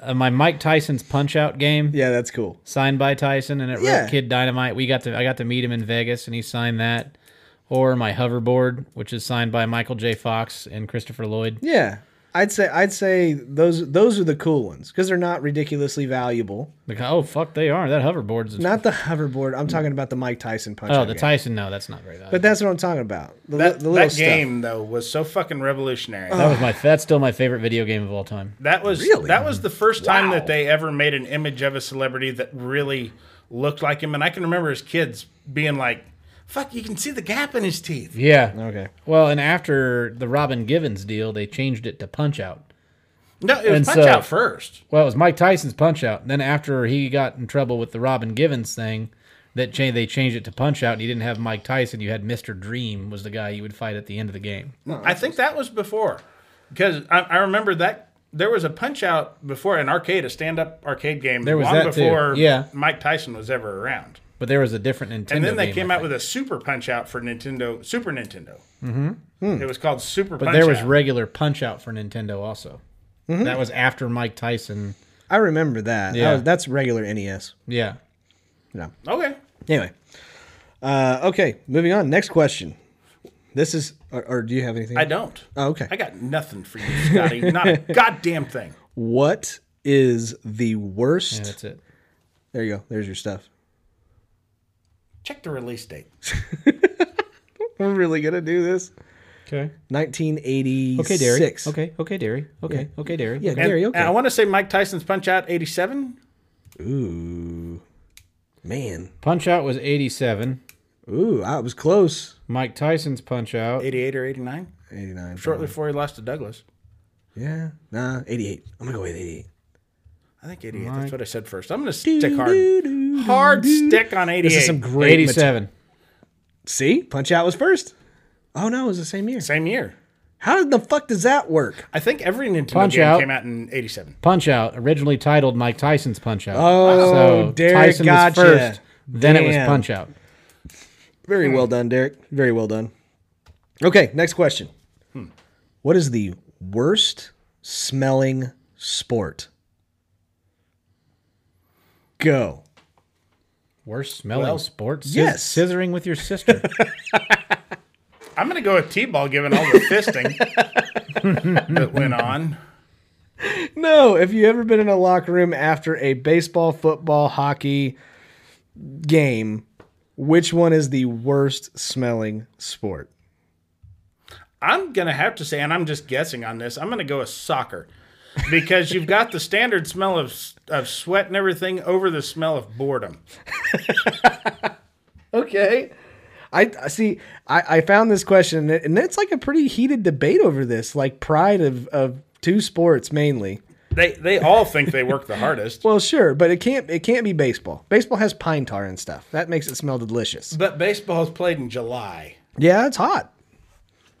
Speaker 3: uh, my Mike Tyson's Punch Out game,
Speaker 1: Yeah, that's cool.
Speaker 3: signed by Tyson, and it
Speaker 1: Yeah.
Speaker 3: wrote Kid Dynamite. We got to I got to meet him in Vegas, and he signed that. Or my hoverboard, which is signed by Michael J. Fox and Christopher Lloyd.
Speaker 1: Yeah. I'd say I'd say those those are the cool ones because they're not ridiculously valuable.
Speaker 3: Like, oh fuck, they are that hoverboard's.
Speaker 1: Not the hoverboard. I'm talking about the Mike Tyson punch.
Speaker 3: oh,
Speaker 1: out
Speaker 3: the
Speaker 1: game.
Speaker 3: Tyson. No, that's not very valuable.
Speaker 1: But that's what I'm talking about. The,
Speaker 2: That,
Speaker 1: the little
Speaker 2: that game though was so fucking revolutionary.
Speaker 3: That was my. That's still my favorite video game of all time.
Speaker 2: That was that was the first time that they ever made an image of a celebrity that really looked like him. And I can remember as kids being like, "Fuck, you can see the gap in his teeth."
Speaker 3: Yeah.
Speaker 1: Okay.
Speaker 3: Well, and after the Robin Givens deal, they changed it to Punch Out.
Speaker 2: No, it was
Speaker 3: And
Speaker 2: Punch
Speaker 3: so-
Speaker 2: Out first.
Speaker 3: Well, it was Mike Tyson's Punch Out. Then after he got in trouble with the Robin Givens thing, that cha- they changed it to Punch Out, and you didn't have Mike Tyson. You had Mister Dream was the guy you would fight at the end of the game.
Speaker 2: I think that was before, because I, I remember that there was a Punch Out before an arcade, a stand-up arcade game.
Speaker 3: There was
Speaker 2: long
Speaker 3: that too.
Speaker 2: before
Speaker 3: Yeah.
Speaker 2: Mike Tyson was ever around.
Speaker 3: But there was a different Nintendo.
Speaker 2: And then they
Speaker 3: game,
Speaker 2: came
Speaker 3: I
Speaker 2: out
Speaker 3: think.
Speaker 2: with a Super Punch Out for Nintendo, Super Nintendo.
Speaker 1: Hmm.
Speaker 2: Mm-hmm. It was called Super.
Speaker 3: But
Speaker 2: Punch
Speaker 3: there was
Speaker 2: Out.
Speaker 3: regular Punch Out for Nintendo also. That was after Mike Tyson.
Speaker 1: I remember that. That
Speaker 3: Yeah.
Speaker 1: was- that's regular NES.
Speaker 3: Yeah.
Speaker 1: No.
Speaker 2: okay.
Speaker 1: Anyway. Uh, okay. Moving on. Next question. This is, or, or do you have anything?
Speaker 2: I don't.
Speaker 1: Oh, okay.
Speaker 2: I got nothing for you, Scotty. Not a goddamn thing.
Speaker 1: What is the worst?
Speaker 3: Yeah, that's it.
Speaker 1: There you go. There's your stuff.
Speaker 2: Check the release date.
Speaker 1: We're really gonna do this.
Speaker 3: Okay.
Speaker 1: 1986.
Speaker 3: Okay, Derry. Okay. Okay, Derry. Okay. Okay, Derry.
Speaker 1: Yeah,
Speaker 2: And,
Speaker 1: Derry. Okay.
Speaker 2: and I want to say Mike Tyson's Punch Out 87.
Speaker 1: Ooh, man.
Speaker 3: Punch Out was 87.
Speaker 1: Ooh, I was close.
Speaker 3: Mike Tyson's Punch Out.
Speaker 2: 88 or 89.
Speaker 1: 89.
Speaker 2: Shortly before he lost to Douglas.
Speaker 1: Yeah. Nah. 88. I'm gonna go with 88.
Speaker 2: I think 88. That's what I said first. I'm going to stick hard. Hard stick on 88.
Speaker 1: This is some great. mate-
Speaker 3: 87.
Speaker 1: See, Punch Out was first. Oh no, it was the same year.
Speaker 2: Same year.
Speaker 1: How did the fuck does that work?
Speaker 2: I think every Nintendo
Speaker 3: Punch
Speaker 2: game
Speaker 3: Out.
Speaker 2: came out in 87.
Speaker 3: Punch Out, originally titled Mike Tyson's Punch Out.
Speaker 1: Oh, Derek gotcha.
Speaker 3: then it was
Speaker 1: Damn.
Speaker 3: Punch Out.
Speaker 1: Very well done, Derek. Very well done. Okay, next question. What is the worst smelling sport? Go.
Speaker 3: Worst smelling sports? Sciz-
Speaker 1: yes.
Speaker 3: Scissoring with your sister.
Speaker 2: I'm going to go with T-ball given all the fisting that went on.
Speaker 1: No, have you ever been in a locker room after a baseball, football, hockey game? Which one is the worst smelling sport?
Speaker 2: I'm gonna have to say, and I'm just guessing on this. I'm gonna go with soccer because you've got the standard smell of of sweat and everything over the smell of boredom.
Speaker 1: Okay. I I see. I, I found this question, and it's like a pretty heated debate over this, like pride of, of two sports mainly.
Speaker 2: They they all think they work the hardest,
Speaker 1: Well, sure, but it can't it can't be baseball. Baseball has pine tar and stuff. That makes it smell delicious.
Speaker 2: but baseball's played in July.
Speaker 1: Yeah, it's hot.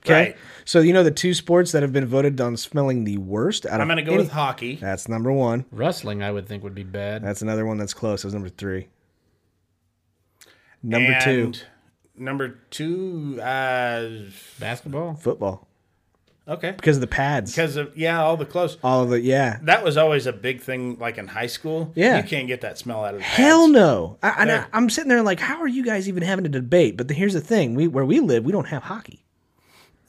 Speaker 1: Okay.
Speaker 2: Right.
Speaker 1: So you know the two sports that have been voted on smelling the worst out of
Speaker 2: I'm gonna go
Speaker 1: any-
Speaker 2: with hockey.
Speaker 1: That's number one.
Speaker 3: Wrestling, I would think, would be bad.
Speaker 1: That's another one that's close. That was number three. Number two,
Speaker 2: And Number two. Uh,
Speaker 3: Basketball?
Speaker 1: football.
Speaker 2: okay.
Speaker 1: Because of the pads.
Speaker 2: Because of yeah, all the clothes.
Speaker 1: All of it, yeah.
Speaker 2: That was always a big thing, like in high school.
Speaker 1: Yeah.
Speaker 2: you can't get that smell out of the
Speaker 1: Hell
Speaker 2: pads.
Speaker 1: no. I, and I, I'm sitting there like, how are you guys even having a debate? But the, here's the thing we where we live, we don't have hockey.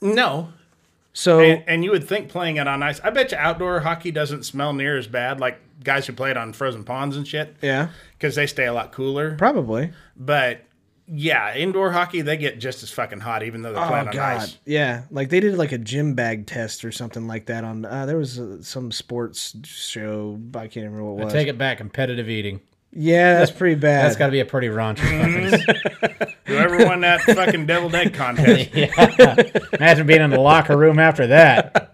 Speaker 2: no.
Speaker 1: So,
Speaker 2: And, and you would think playing it on ice. I bet you outdoor hockey doesn't smell near as bad, like guys who play it on frozen ponds and shit.
Speaker 1: yeah,
Speaker 2: Because they stay a lot cooler.
Speaker 1: probably.
Speaker 2: But yeah, indoor hockey, they get just as fucking hot, even though they're playing on ice.
Speaker 1: Oh, Yeah. Like they did like a gym bag test or something like that on, uh, there was uh, some sports show. I can't remember what it
Speaker 3: I
Speaker 1: was.
Speaker 3: take it back. Competitive eating.
Speaker 1: Yeah, that's pretty bad.
Speaker 3: That's got to be a pretty raunchy fucking
Speaker 2: Whoever won that fucking deviled egg contest.
Speaker 3: Imagine being in the locker room after that.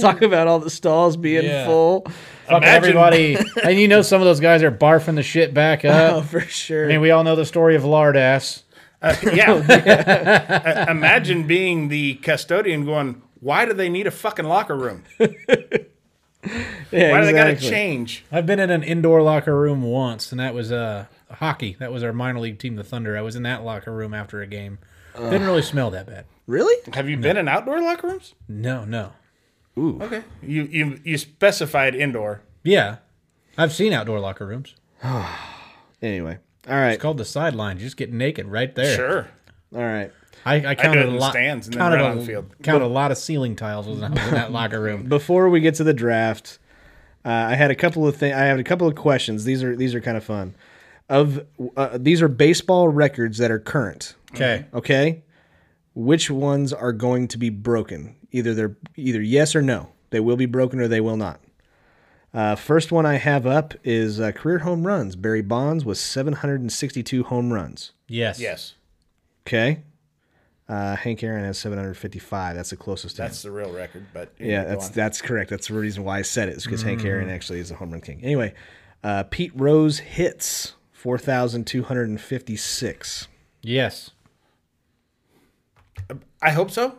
Speaker 4: Talk about all the stalls being
Speaker 3: Yeah.
Speaker 4: full.
Speaker 3: Fuck
Speaker 2: Imagine-
Speaker 3: everybody. And you know some of those guys are barfing the shit back up.
Speaker 1: oh, for sure.
Speaker 3: I mean, we all know the story of Lardass.
Speaker 2: Yeah. Uh, Imagine being the custodian going, why do they need a fucking locker room?
Speaker 1: Yeah,
Speaker 2: Why do they got to
Speaker 1: exactly.
Speaker 2: change?
Speaker 3: I've been in an indoor locker room once, and that was uh, hockey. That was our minor league team, the Thunder. I was in that locker room after a game. Didn't really smell that bad.
Speaker 4: Really?
Speaker 2: Have you been in outdoor locker rooms?
Speaker 3: No, no.
Speaker 2: Okay. You you you specified indoor.
Speaker 3: Yeah, I've seen outdoor locker rooms.
Speaker 4: Anyway, all right,
Speaker 3: It's called the sideline. You just get naked right there.
Speaker 2: Sure.
Speaker 4: all right.
Speaker 3: I, I counted
Speaker 2: in
Speaker 3: a
Speaker 2: the
Speaker 3: lot.
Speaker 2: stands and then
Speaker 3: counted
Speaker 2: right
Speaker 3: a,
Speaker 2: on the field.
Speaker 3: Counted a lot of ceiling tiles when I was in that locker room.
Speaker 1: Before we get to the draft, uh, I had a couple of things. I have a couple of questions. These are these are kind of fun. Of uh, these are baseball records that are current.
Speaker 3: Okay.
Speaker 1: Okay, which ones are going to be broken? Either they're either yes or no. They will be broken or they will not. Uh, first one I have up is uh, career home runs. Barry Bonds was 762 home runs.
Speaker 3: Yes.
Speaker 2: Yes.
Speaker 1: Okay. Uh, Hank Aaron has 755. That's the closest. to him.
Speaker 2: That's the real record, but
Speaker 1: Yeah,
Speaker 2: go
Speaker 1: that's
Speaker 2: on.
Speaker 1: that's correct. That's the reason why I said it is because Hank Aaron actually is a home run king. Anyway, uh, Pete Rose hits four thousand two hundred and fifty six.
Speaker 3: Yes.
Speaker 2: I hope so.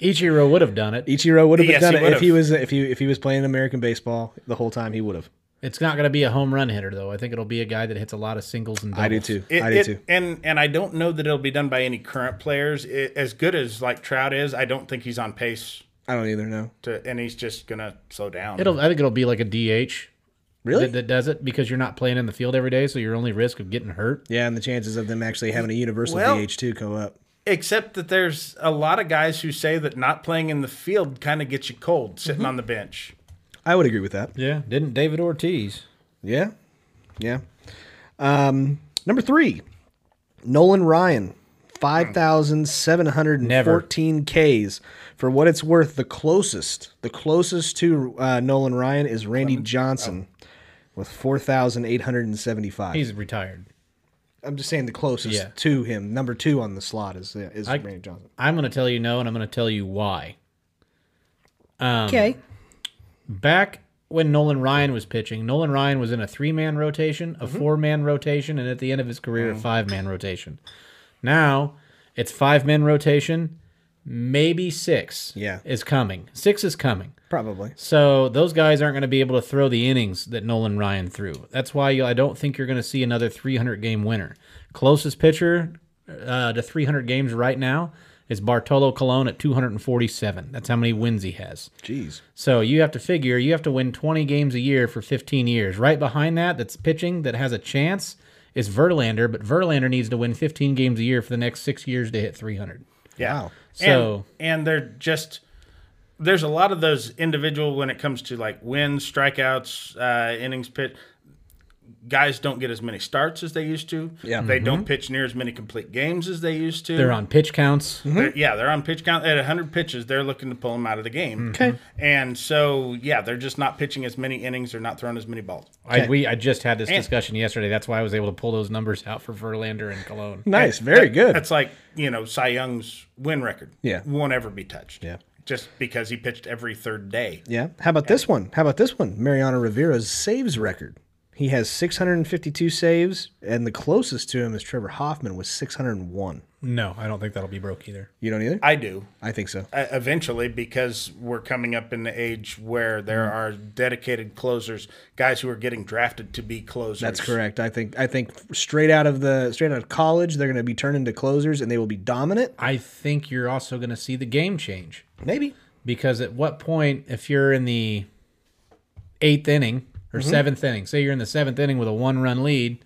Speaker 3: Ichiro would have done it.
Speaker 1: Ichiro would have
Speaker 2: Yes,
Speaker 1: done
Speaker 2: he
Speaker 1: it
Speaker 2: would've.
Speaker 1: if he was if he if he was playing American baseball the whole time. He would have.
Speaker 3: It's not going to be a home run hitter though. I think it'll be a guy that hits a lot of singles and doubles.
Speaker 1: I do too.
Speaker 2: It-
Speaker 1: I do
Speaker 2: it-
Speaker 1: too.
Speaker 2: And and I don't know that it'll be done by any current players. I as good as like Trout is, I don't think he's on pace
Speaker 1: I don't either. No,
Speaker 2: to, and he's just gonna slow down.
Speaker 3: It'll. I think it'll be like a DH
Speaker 1: really?
Speaker 3: that, that does it because you're not playing in the field every day, so your only risk of getting hurt.
Speaker 1: yeah, and the chances of them actually having a universal
Speaker 2: Well-
Speaker 1: DH two go up.
Speaker 2: Except that there's a lot of guys who say that not playing in the field kind of gets you cold sitting on the bench.
Speaker 1: I would agree with that.
Speaker 3: Yeah. Didn't David Ortiz?
Speaker 1: Yeah, yeah. Um, number three, Nolan Ryan, five thousand seven hundred and fourteen Ks. For what it's worth, the closest, the closest to uh, Nolan Ryan is Randy Johnson.
Speaker 2: Oh.
Speaker 1: With four thousand eight hundred and seventy-five,
Speaker 3: He's retired.
Speaker 1: I'm just saying the closest
Speaker 3: Yeah.
Speaker 1: to him. Number two on the slot is uh, is Randy Johnson.
Speaker 3: I'm going to tell you no, and I'm going to tell you why. Um, okay. Back when Nolan Ryan was pitching, Nolan Ryan was in a three man rotation, a four man rotation, and at the end of his career, a five man rotation. Now it's five man rotation, maybe six
Speaker 1: Yeah.
Speaker 3: is coming. Six is coming.
Speaker 1: Probably.
Speaker 3: So those guys aren't going to be able to throw the innings that Nolan Ryan threw. That's why you, I don't think you're going to see another 300 game winner. Closest pitcher uh, to 300 games right now is Bartolo Colon at 247. That's how many wins he has.
Speaker 1: Jeez.
Speaker 3: So you have to figure you have to win 20 games a year for 15 years. Right behind that, that's pitching that has a chance is Verlander, but Verlander needs to win 15 games a year for the next six years to hit 300.
Speaker 2: Yeah.
Speaker 1: Wow.
Speaker 3: So-
Speaker 2: and, and they're just there's a lot of those individual when it comes to like wins, strikeouts, uh, innings pitch. Guys don't get as many starts as they used to. Yeah, they don't pitch near as many complete games as they used to.
Speaker 3: Mm-hmm. They're on pitch counts.
Speaker 2: They're-
Speaker 1: Mm-hmm.
Speaker 2: yeah, they're on pitch count at 100 pitches. They're looking to pull them out of the
Speaker 3: Mm.
Speaker 2: game.
Speaker 1: Mm-hmm.
Speaker 2: Okay, and so yeah, they're just not pitching as many innings. They're not throwing as many balls.
Speaker 3: I, we I just had this discussion yesterday. That's why I was able to pull those numbers out for Verlander and Cologne.
Speaker 1: Nice. Very good.
Speaker 2: That's like you know Cy Young's win record.
Speaker 1: Yeah.
Speaker 2: won't ever be touched.
Speaker 1: Yeah.
Speaker 2: just because he pitched every third day.
Speaker 1: Yeah. How about this one? How about this one? Mariano Rivera's saves record. He has 652 saves, and the closest to him is Trevor Hoffman with 601.
Speaker 3: No, I don't think that'll be broke either.
Speaker 1: You don't either?
Speaker 2: I do.
Speaker 1: I think so.
Speaker 2: uh, eventually because we're coming up in the age where there
Speaker 1: Mm-hmm.
Speaker 2: are dedicated closers, guys who are getting drafted to be closers.
Speaker 1: That's correct. I think I think straight out of the straight out of college, they're going to be turned into closers, and they will be dominant.
Speaker 3: I think you're also going to see the game change
Speaker 1: Maybe.
Speaker 3: because at what point, if you're in the eighth inning or
Speaker 2: Mm-hmm.
Speaker 3: seventh inning, say you're in the seventh inning with a one run lead,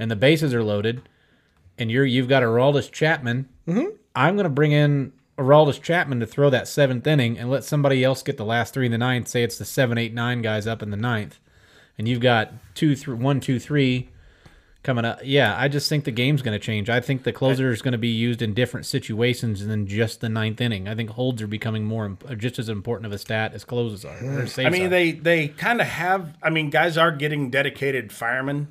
Speaker 3: and the bases are loaded, and you're you've got Araldus Chapman,
Speaker 2: Mm-hmm.
Speaker 3: I'm going to bring in Araldus Chapman to throw that seventh inning and let somebody else get the last three in the ninth. Say it's the seven, eight, nine guys up in the ninth, and you've got two, thr- one, two, three coming up. Yeah, I just think the game's going to change. I think the closer is going to be used in different situations than just the ninth inning. I think holds are becoming more imp- are just as important of a stat as closes are. or saves
Speaker 2: Hmm. I mean,
Speaker 3: are.
Speaker 2: they they kind of have. I mean, guys are getting dedicated firemen.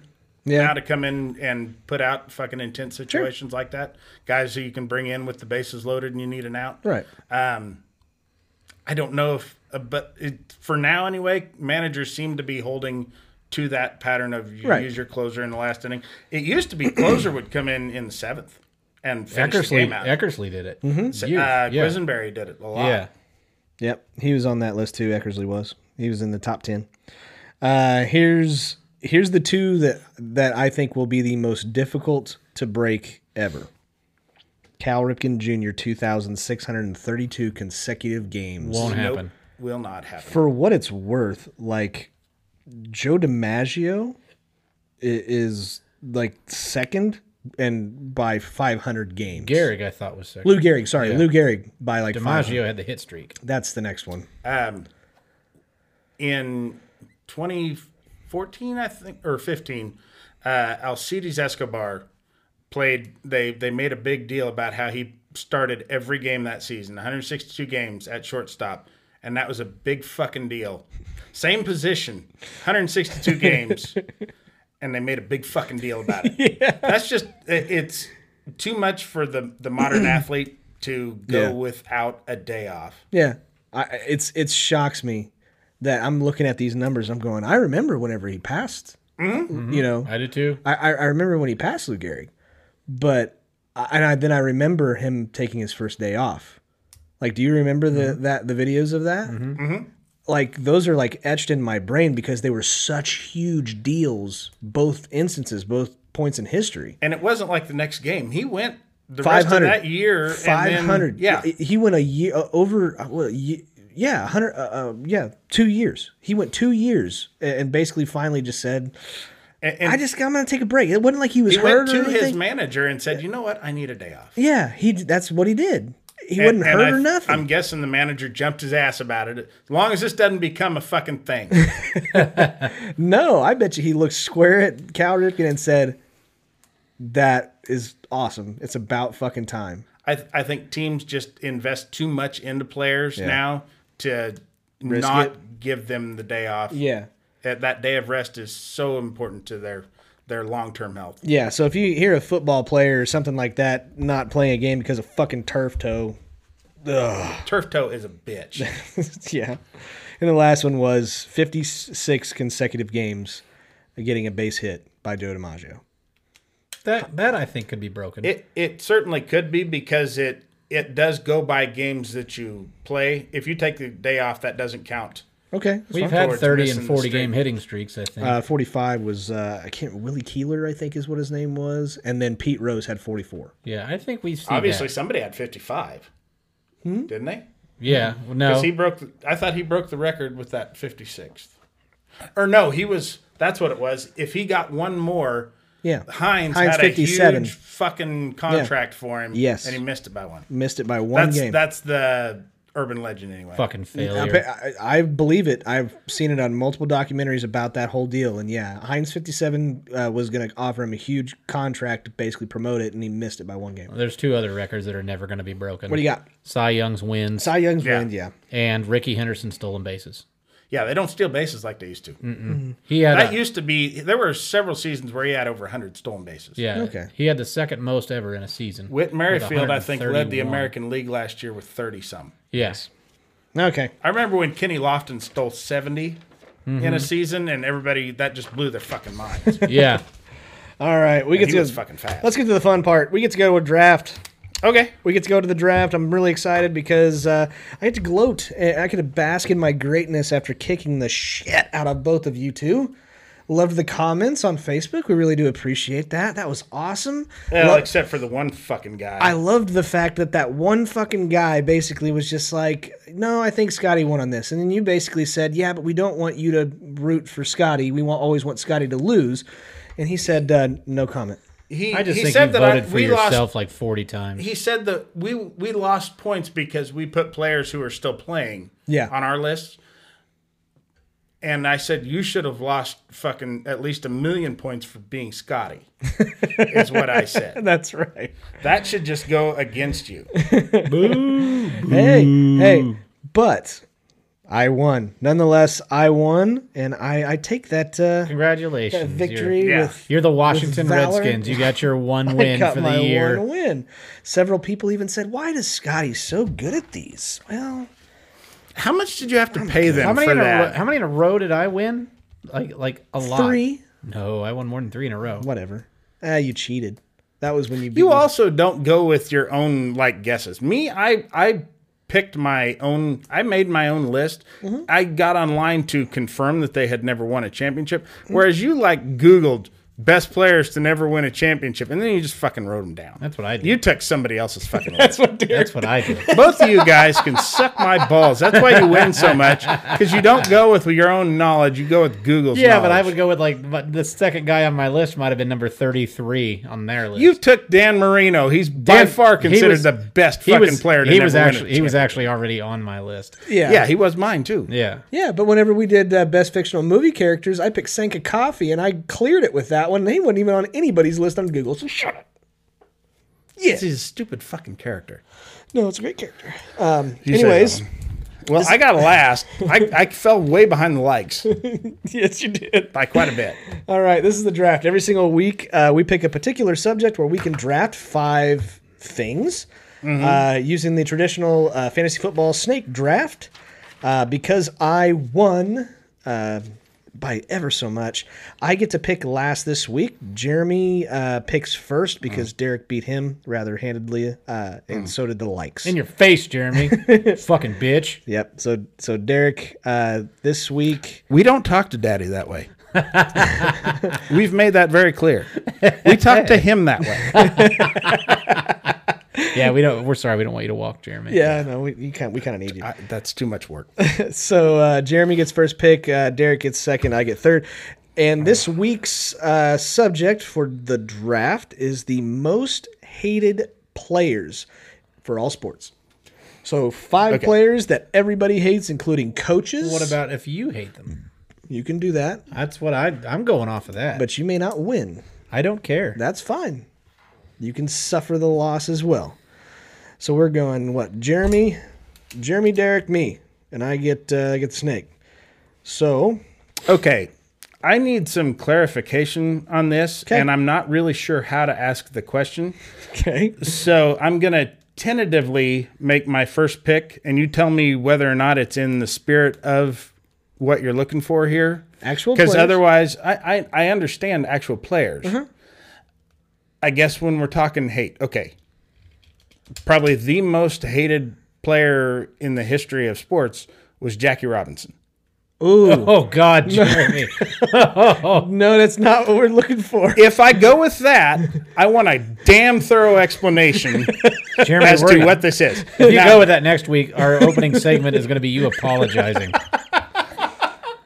Speaker 1: Yeah.
Speaker 2: Now to come in and put out fucking intense situations like that, guys who you can bring in with the bases loaded and you need an out.
Speaker 1: Right.
Speaker 2: I don't know if, uh, but it, for now anyway, managers seem to be holding to that pattern of you
Speaker 1: Right.
Speaker 2: use your closer in the last inning. It used to be closer would come in in the seventh and finish the
Speaker 3: Eckersley,
Speaker 2: game out.
Speaker 3: Eckersley did it.
Speaker 2: uh,
Speaker 3: Years, yeah.
Speaker 2: Quisenberry did it a lot.
Speaker 3: Yeah.
Speaker 1: Yep, he was on that list too. Eckersley was. He was in the top ten. Uh, here's here's the two that that I think will be the most difficult to break ever. Cal Ripken Jr. two thousand six hundred and thirty two consecutive games.
Speaker 3: Won't happen.
Speaker 2: Will not happen.
Speaker 1: For what it's worth, like Joe DiMaggio i- is like second and by five hundred games.
Speaker 3: Gehrig, I thought was second.
Speaker 1: Lou Gehrig, sorry, Lou Gehrig by like five.
Speaker 3: DiMaggio had the hit streak.
Speaker 1: That's the next one.
Speaker 2: in 2014, I think, or 15, uh, Alcides Escobar played. They they made a big deal about how he started every game that season, 162 games at shortstop, and that was a big fucking deal. Same position, 162 games, and they made a big fucking deal about it. That's just it, it's too much for the the modern athlete to go
Speaker 1: Yeah.
Speaker 2: without a day off.
Speaker 1: Yeah, I, it's it shocks me that I'm looking at these numbers. I'm going, I remember whenever he passed. You know,
Speaker 3: I did too.
Speaker 1: I, I I remember when he passed Lou Gehrig, but I, and I, then I remember him taking his first day off. Like, do you remember the that the videos of that? Like those are like etched in my brain because they were such huge deals. Both instances, both points in history.
Speaker 2: and it wasn't like the next game. He went the rest of
Speaker 1: 500.
Speaker 2: that year. and then-
Speaker 1: Five hundred.
Speaker 2: yeah.
Speaker 1: he went a year uh, over. Uh, well, ye- yeah, hundred. Uh, uh, yeah, two years. He went two years a- and basically finally just said,
Speaker 2: And, and
Speaker 1: "I just I'm gonna take a break." It wasn't like he was
Speaker 2: he
Speaker 1: hurt
Speaker 2: went
Speaker 1: or
Speaker 2: to his
Speaker 1: anything.
Speaker 2: manager and said, "You know what? I need a day off."
Speaker 1: yeah, he. d- That's what he did. He
Speaker 2: And-
Speaker 1: wasn't
Speaker 2: and
Speaker 1: hurt
Speaker 2: I-
Speaker 1: or nothing.
Speaker 2: I'm guessing the manager jumped his ass about it. As long as this doesn't become a fucking thing,
Speaker 1: no, I bet you he looked square at Cal Ripken and said, "That is awesome. It's about fucking time."
Speaker 2: I th- I think teams just invest too much into players now to not give them the day off.
Speaker 1: Yeah.
Speaker 2: That, that day of rest is so important to their their long term health.
Speaker 1: Yeah, so if you hear a football player or something like that not playing a game because of fucking turf toe,
Speaker 2: Turf toe is a bitch.
Speaker 1: yeah. And the last one was 56 consecutive games getting a base hit by Joe DiMaggio.
Speaker 3: That that I think could be broken.
Speaker 2: It it certainly could be because it it does go by games that you play. If you take the day off, that doesn't count.
Speaker 1: Okay. that's
Speaker 3: We've
Speaker 1: fine.
Speaker 3: had
Speaker 2: towards
Speaker 3: 30
Speaker 2: missing
Speaker 3: and
Speaker 2: the
Speaker 3: 40
Speaker 2: streak.
Speaker 3: game hitting streaks, I think.
Speaker 1: Uh, 45 was, uh, I can't, Willie Keeler, I think is what his name was. And then Pete Rose had 44.
Speaker 3: yeah, I think we see
Speaker 2: Obviously,
Speaker 3: that.
Speaker 2: somebody had fifty five, didn't they?
Speaker 3: Yeah, well, no.
Speaker 2: Because he broke. The, I thought he broke the record with that fifty sixth. Or no, he was. That's what it was. If he got one more,
Speaker 1: Yeah.
Speaker 2: Hines,
Speaker 1: Hines
Speaker 2: had
Speaker 1: 57.
Speaker 2: a huge fucking contract for him.
Speaker 1: Yes.
Speaker 2: and he missed it by one.
Speaker 1: Missed it by one
Speaker 2: That's
Speaker 1: game.
Speaker 2: that's the urban legend anyway.
Speaker 3: fucking
Speaker 1: I,
Speaker 3: failure.
Speaker 1: bet- I, I believe it. I've seen it on multiple documentaries about that whole deal. And yeah, Heinz 57 uh, was going to offer him a huge contract to basically promote it, and he missed it by one game.
Speaker 3: There's two other records that are never going to be broken.
Speaker 1: What do you got?
Speaker 3: Cy Young's wins
Speaker 1: Cy Young's
Speaker 2: Yeah.
Speaker 1: win, yeah.
Speaker 3: and Ricky Henderson stolen bases.
Speaker 2: Yeah, they don't steal bases like they used to.
Speaker 3: He had
Speaker 2: That
Speaker 3: a-
Speaker 2: used to be. There were several seasons where he had over 100 stolen bases.
Speaker 3: yeah.
Speaker 1: Okay.
Speaker 3: He had the second most ever in a season.
Speaker 2: Whit Merrifield, I think, led the
Speaker 3: 131.
Speaker 2: American League last year with 30 some.
Speaker 3: Yes.
Speaker 1: Okay.
Speaker 2: I remember when Kenny Lofton stole 70 in
Speaker 3: Mm-hmm.
Speaker 2: a season, and everybody that just blew their fucking minds.
Speaker 3: Yeah.
Speaker 1: All right, we get
Speaker 2: he
Speaker 1: to
Speaker 2: was fucking fast.
Speaker 1: Let's get to the fun part. We get to go to a draft.
Speaker 2: okay.
Speaker 1: We get to go to the draft. I'm really excited because uh, I get to gloat. and I get to bask in my greatness after kicking the shit out of both of you two. Loved the comments on Facebook. We really do appreciate that. That was awesome.
Speaker 2: Well,
Speaker 1: Lo-
Speaker 2: except for the one fucking guy.
Speaker 1: I loved the fact that that one fucking guy basically was just like, "No, I think Scotty won on this," and then you basically said, "Yeah, but we don't want you to root for Scotty. We want always want Scotty to lose," and he said, uh, "No comment."
Speaker 2: he,
Speaker 3: I just
Speaker 2: he
Speaker 3: think
Speaker 2: said
Speaker 3: you
Speaker 2: that
Speaker 3: voted
Speaker 2: I,
Speaker 3: for
Speaker 2: we
Speaker 3: yourself
Speaker 2: lost.
Speaker 3: like 40 times.
Speaker 2: He said that we we lost points because we put players who are still playing
Speaker 1: Yeah.
Speaker 2: on our list. And I said you should have lost fucking at least a million points for being Scotty. is what I said.
Speaker 1: That's right.
Speaker 2: That should just go against you.
Speaker 1: Hey, hey, but I won. Nonetheless, I won, and I, I take that uh,
Speaker 3: Congratulations.
Speaker 1: that
Speaker 3: You're-
Speaker 1: victory
Speaker 2: yeah.
Speaker 1: with.
Speaker 3: You're the Washington
Speaker 1: valor.
Speaker 3: Redskins. You got your one
Speaker 1: I
Speaker 3: win
Speaker 1: got
Speaker 3: for
Speaker 1: my
Speaker 3: the year.
Speaker 1: one win. Several people even said, "Why is Scotty so good at these?" Well,
Speaker 2: How much did you have to pay them
Speaker 3: How many,
Speaker 2: for
Speaker 3: in a
Speaker 2: that?
Speaker 3: ro- how many in a row did I win? Like like a lot.
Speaker 1: three,
Speaker 3: No, I won more than three in a row.
Speaker 1: whatever. Ah, you cheated. That was when you. Beat
Speaker 2: you
Speaker 1: me.
Speaker 2: also don't go with your own like guesses. Me, I I picked my own. I made my own list.
Speaker 3: Mm-hmm.
Speaker 2: I got online to confirm that they had never won a championship.
Speaker 3: Mm-hmm.
Speaker 2: Whereas you like Googled best players to never win a championship, and then you just fucking wrote them down.
Speaker 3: That's what I did.
Speaker 2: You took somebody else's fucking list.
Speaker 3: That's what I do.
Speaker 2: Both of you guys can suck my balls. That's why you win so much because you don't go with your own knowledge. You go with Google's.
Speaker 3: Yeah, but I
Speaker 2: knowledge.
Speaker 3: would go with like but the second guy on my list might have been number thirty-three on their list.
Speaker 2: You took Dan Marino. He's by
Speaker 3: Dan-
Speaker 2: far
Speaker 3: he
Speaker 2: considered
Speaker 3: was-
Speaker 2: the best
Speaker 3: he
Speaker 2: fucking
Speaker 3: was,
Speaker 2: player. To
Speaker 3: he
Speaker 2: never
Speaker 3: was
Speaker 2: win a
Speaker 3: actually he was
Speaker 2: championship.
Speaker 3: actually already on my list.
Speaker 1: Yeah.
Speaker 2: Yeah, he was mine too.
Speaker 3: Yeah,
Speaker 1: Yeah, but whenever we did uh, best fictional movie characters, I picked Sanka Coffee, and I cleared it with that one. and He wasn't even on anybody's list on Google. So shut up.
Speaker 2: Yes, he's a stupid fucking character.
Speaker 1: No, it's a great character. Um,
Speaker 2: say
Speaker 1: anyways,
Speaker 2: that Well, I got last. I, I fell way behind the likes
Speaker 1: yes, you did.
Speaker 2: by quite a bit.
Speaker 1: All right, this is the draft. Every single week, uh, we pick a particular subject where we can draft five things uh, using the traditional uh, fantasy football snake draft. Uh, because I won uh, by ever so much, I get to pick last this week. Jeremy uh, picks first because Derek beat him rather handedly, uh, and so did the likes.
Speaker 3: in your face, Jeremy, fucking bitch.
Speaker 1: Yep. So so Derek, uh, this week.
Speaker 2: We don't talk to Daddy that way. We've made that very clear. We talk to him that way.
Speaker 3: Yeah, we don't. We're sorry, we don't want you to walk, Jeremy.
Speaker 1: Yeah, no, we you kind we kind of need you.
Speaker 2: I, that's too much work.
Speaker 1: So uh, Jeremy gets first pick, uh, Derek gets second, I get third. And this week's uh, subject for the draft is the most hated players for all sports. So five players that everybody hates, including coaches.
Speaker 3: What about if you hate them?
Speaker 1: you? Can do that,
Speaker 3: That's what I I'm going off of that. But
Speaker 1: but you may not win.
Speaker 3: I don't care.
Speaker 1: That's fine. You can suffer the loss as well. So we're going what? Jeremy, Jeremy, Derek, me, and I get uh, I get the snake. So
Speaker 2: Okay. I need some clarification on this,
Speaker 1: Okay.
Speaker 2: and I'm not really sure how to ask the question.
Speaker 1: okay,
Speaker 2: So I'm going to tentatively make my first pick, and you tell me whether or not it's in the spirit of what you're looking for here.
Speaker 1: Actual
Speaker 2: Because
Speaker 1: players.
Speaker 2: otherwise, I, I, I understand actual players.
Speaker 3: Mm-hmm.
Speaker 2: I guess when we're talking hate, okay. Probably the most hated player in the history of sports was Jackie Robinson.
Speaker 3: Oh God, Jeremy.
Speaker 1: No, that's not what we're looking for.
Speaker 2: If I go with that, I want a damn thorough explanation
Speaker 3: Jeremy,
Speaker 2: as
Speaker 3: we're
Speaker 2: to
Speaker 3: gonna-
Speaker 2: what this is.
Speaker 3: If you
Speaker 2: Now-
Speaker 3: go with that next week, our opening segment is going to be you apologizing,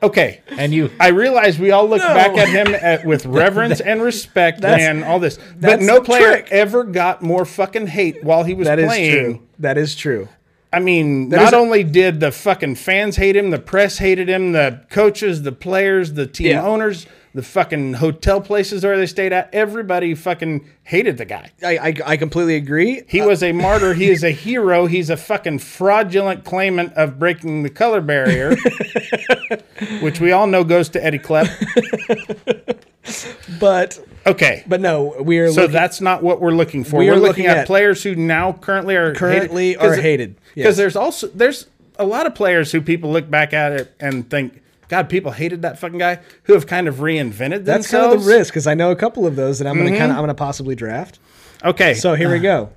Speaker 2: okay,
Speaker 3: and you
Speaker 2: I realize we all look back at him at, with reverence and respect and all this, but
Speaker 1: that's
Speaker 2: no
Speaker 1: the
Speaker 2: player
Speaker 1: trick.
Speaker 2: ever got more fucking hate while he was
Speaker 1: That is
Speaker 2: playing.
Speaker 1: true. That is true.
Speaker 2: I mean, not
Speaker 1: is-
Speaker 2: only did the fucking fans hate him, the press hated him, the coaches, the players, the team
Speaker 1: Yeah.
Speaker 2: owners, the fucking hotel places where they stayed at, everybody fucking hated the guy.
Speaker 1: I I, I completely agree.
Speaker 2: He was a martyr. He is a hero. He's a fucking fraudulent claimant of breaking the color barrier, which we all know goes to Eddie Klepp.
Speaker 1: Uh, But
Speaker 2: Okay.
Speaker 1: but no, we are
Speaker 2: So
Speaker 1: looking,
Speaker 2: that's not what we're looking for.
Speaker 1: We
Speaker 2: We are
Speaker 1: are
Speaker 2: looking,
Speaker 1: looking
Speaker 2: at,
Speaker 1: at-
Speaker 2: players who now currently are
Speaker 1: Currently
Speaker 2: hated. 'Cause
Speaker 1: are
Speaker 2: it-
Speaker 1: hated.
Speaker 2: Because
Speaker 1: Yes.
Speaker 2: there's also there's a lot of players who people look back at it and think, God, people hated that fucking guy. Who have kind of reinvented
Speaker 1: that's
Speaker 2: themselves. Mm-hmm.
Speaker 1: kind of the risk because I know a couple of those that I'm gonna kind of I'm gonna possibly draft.
Speaker 2: Okay,
Speaker 1: So
Speaker 2: so
Speaker 1: here we go.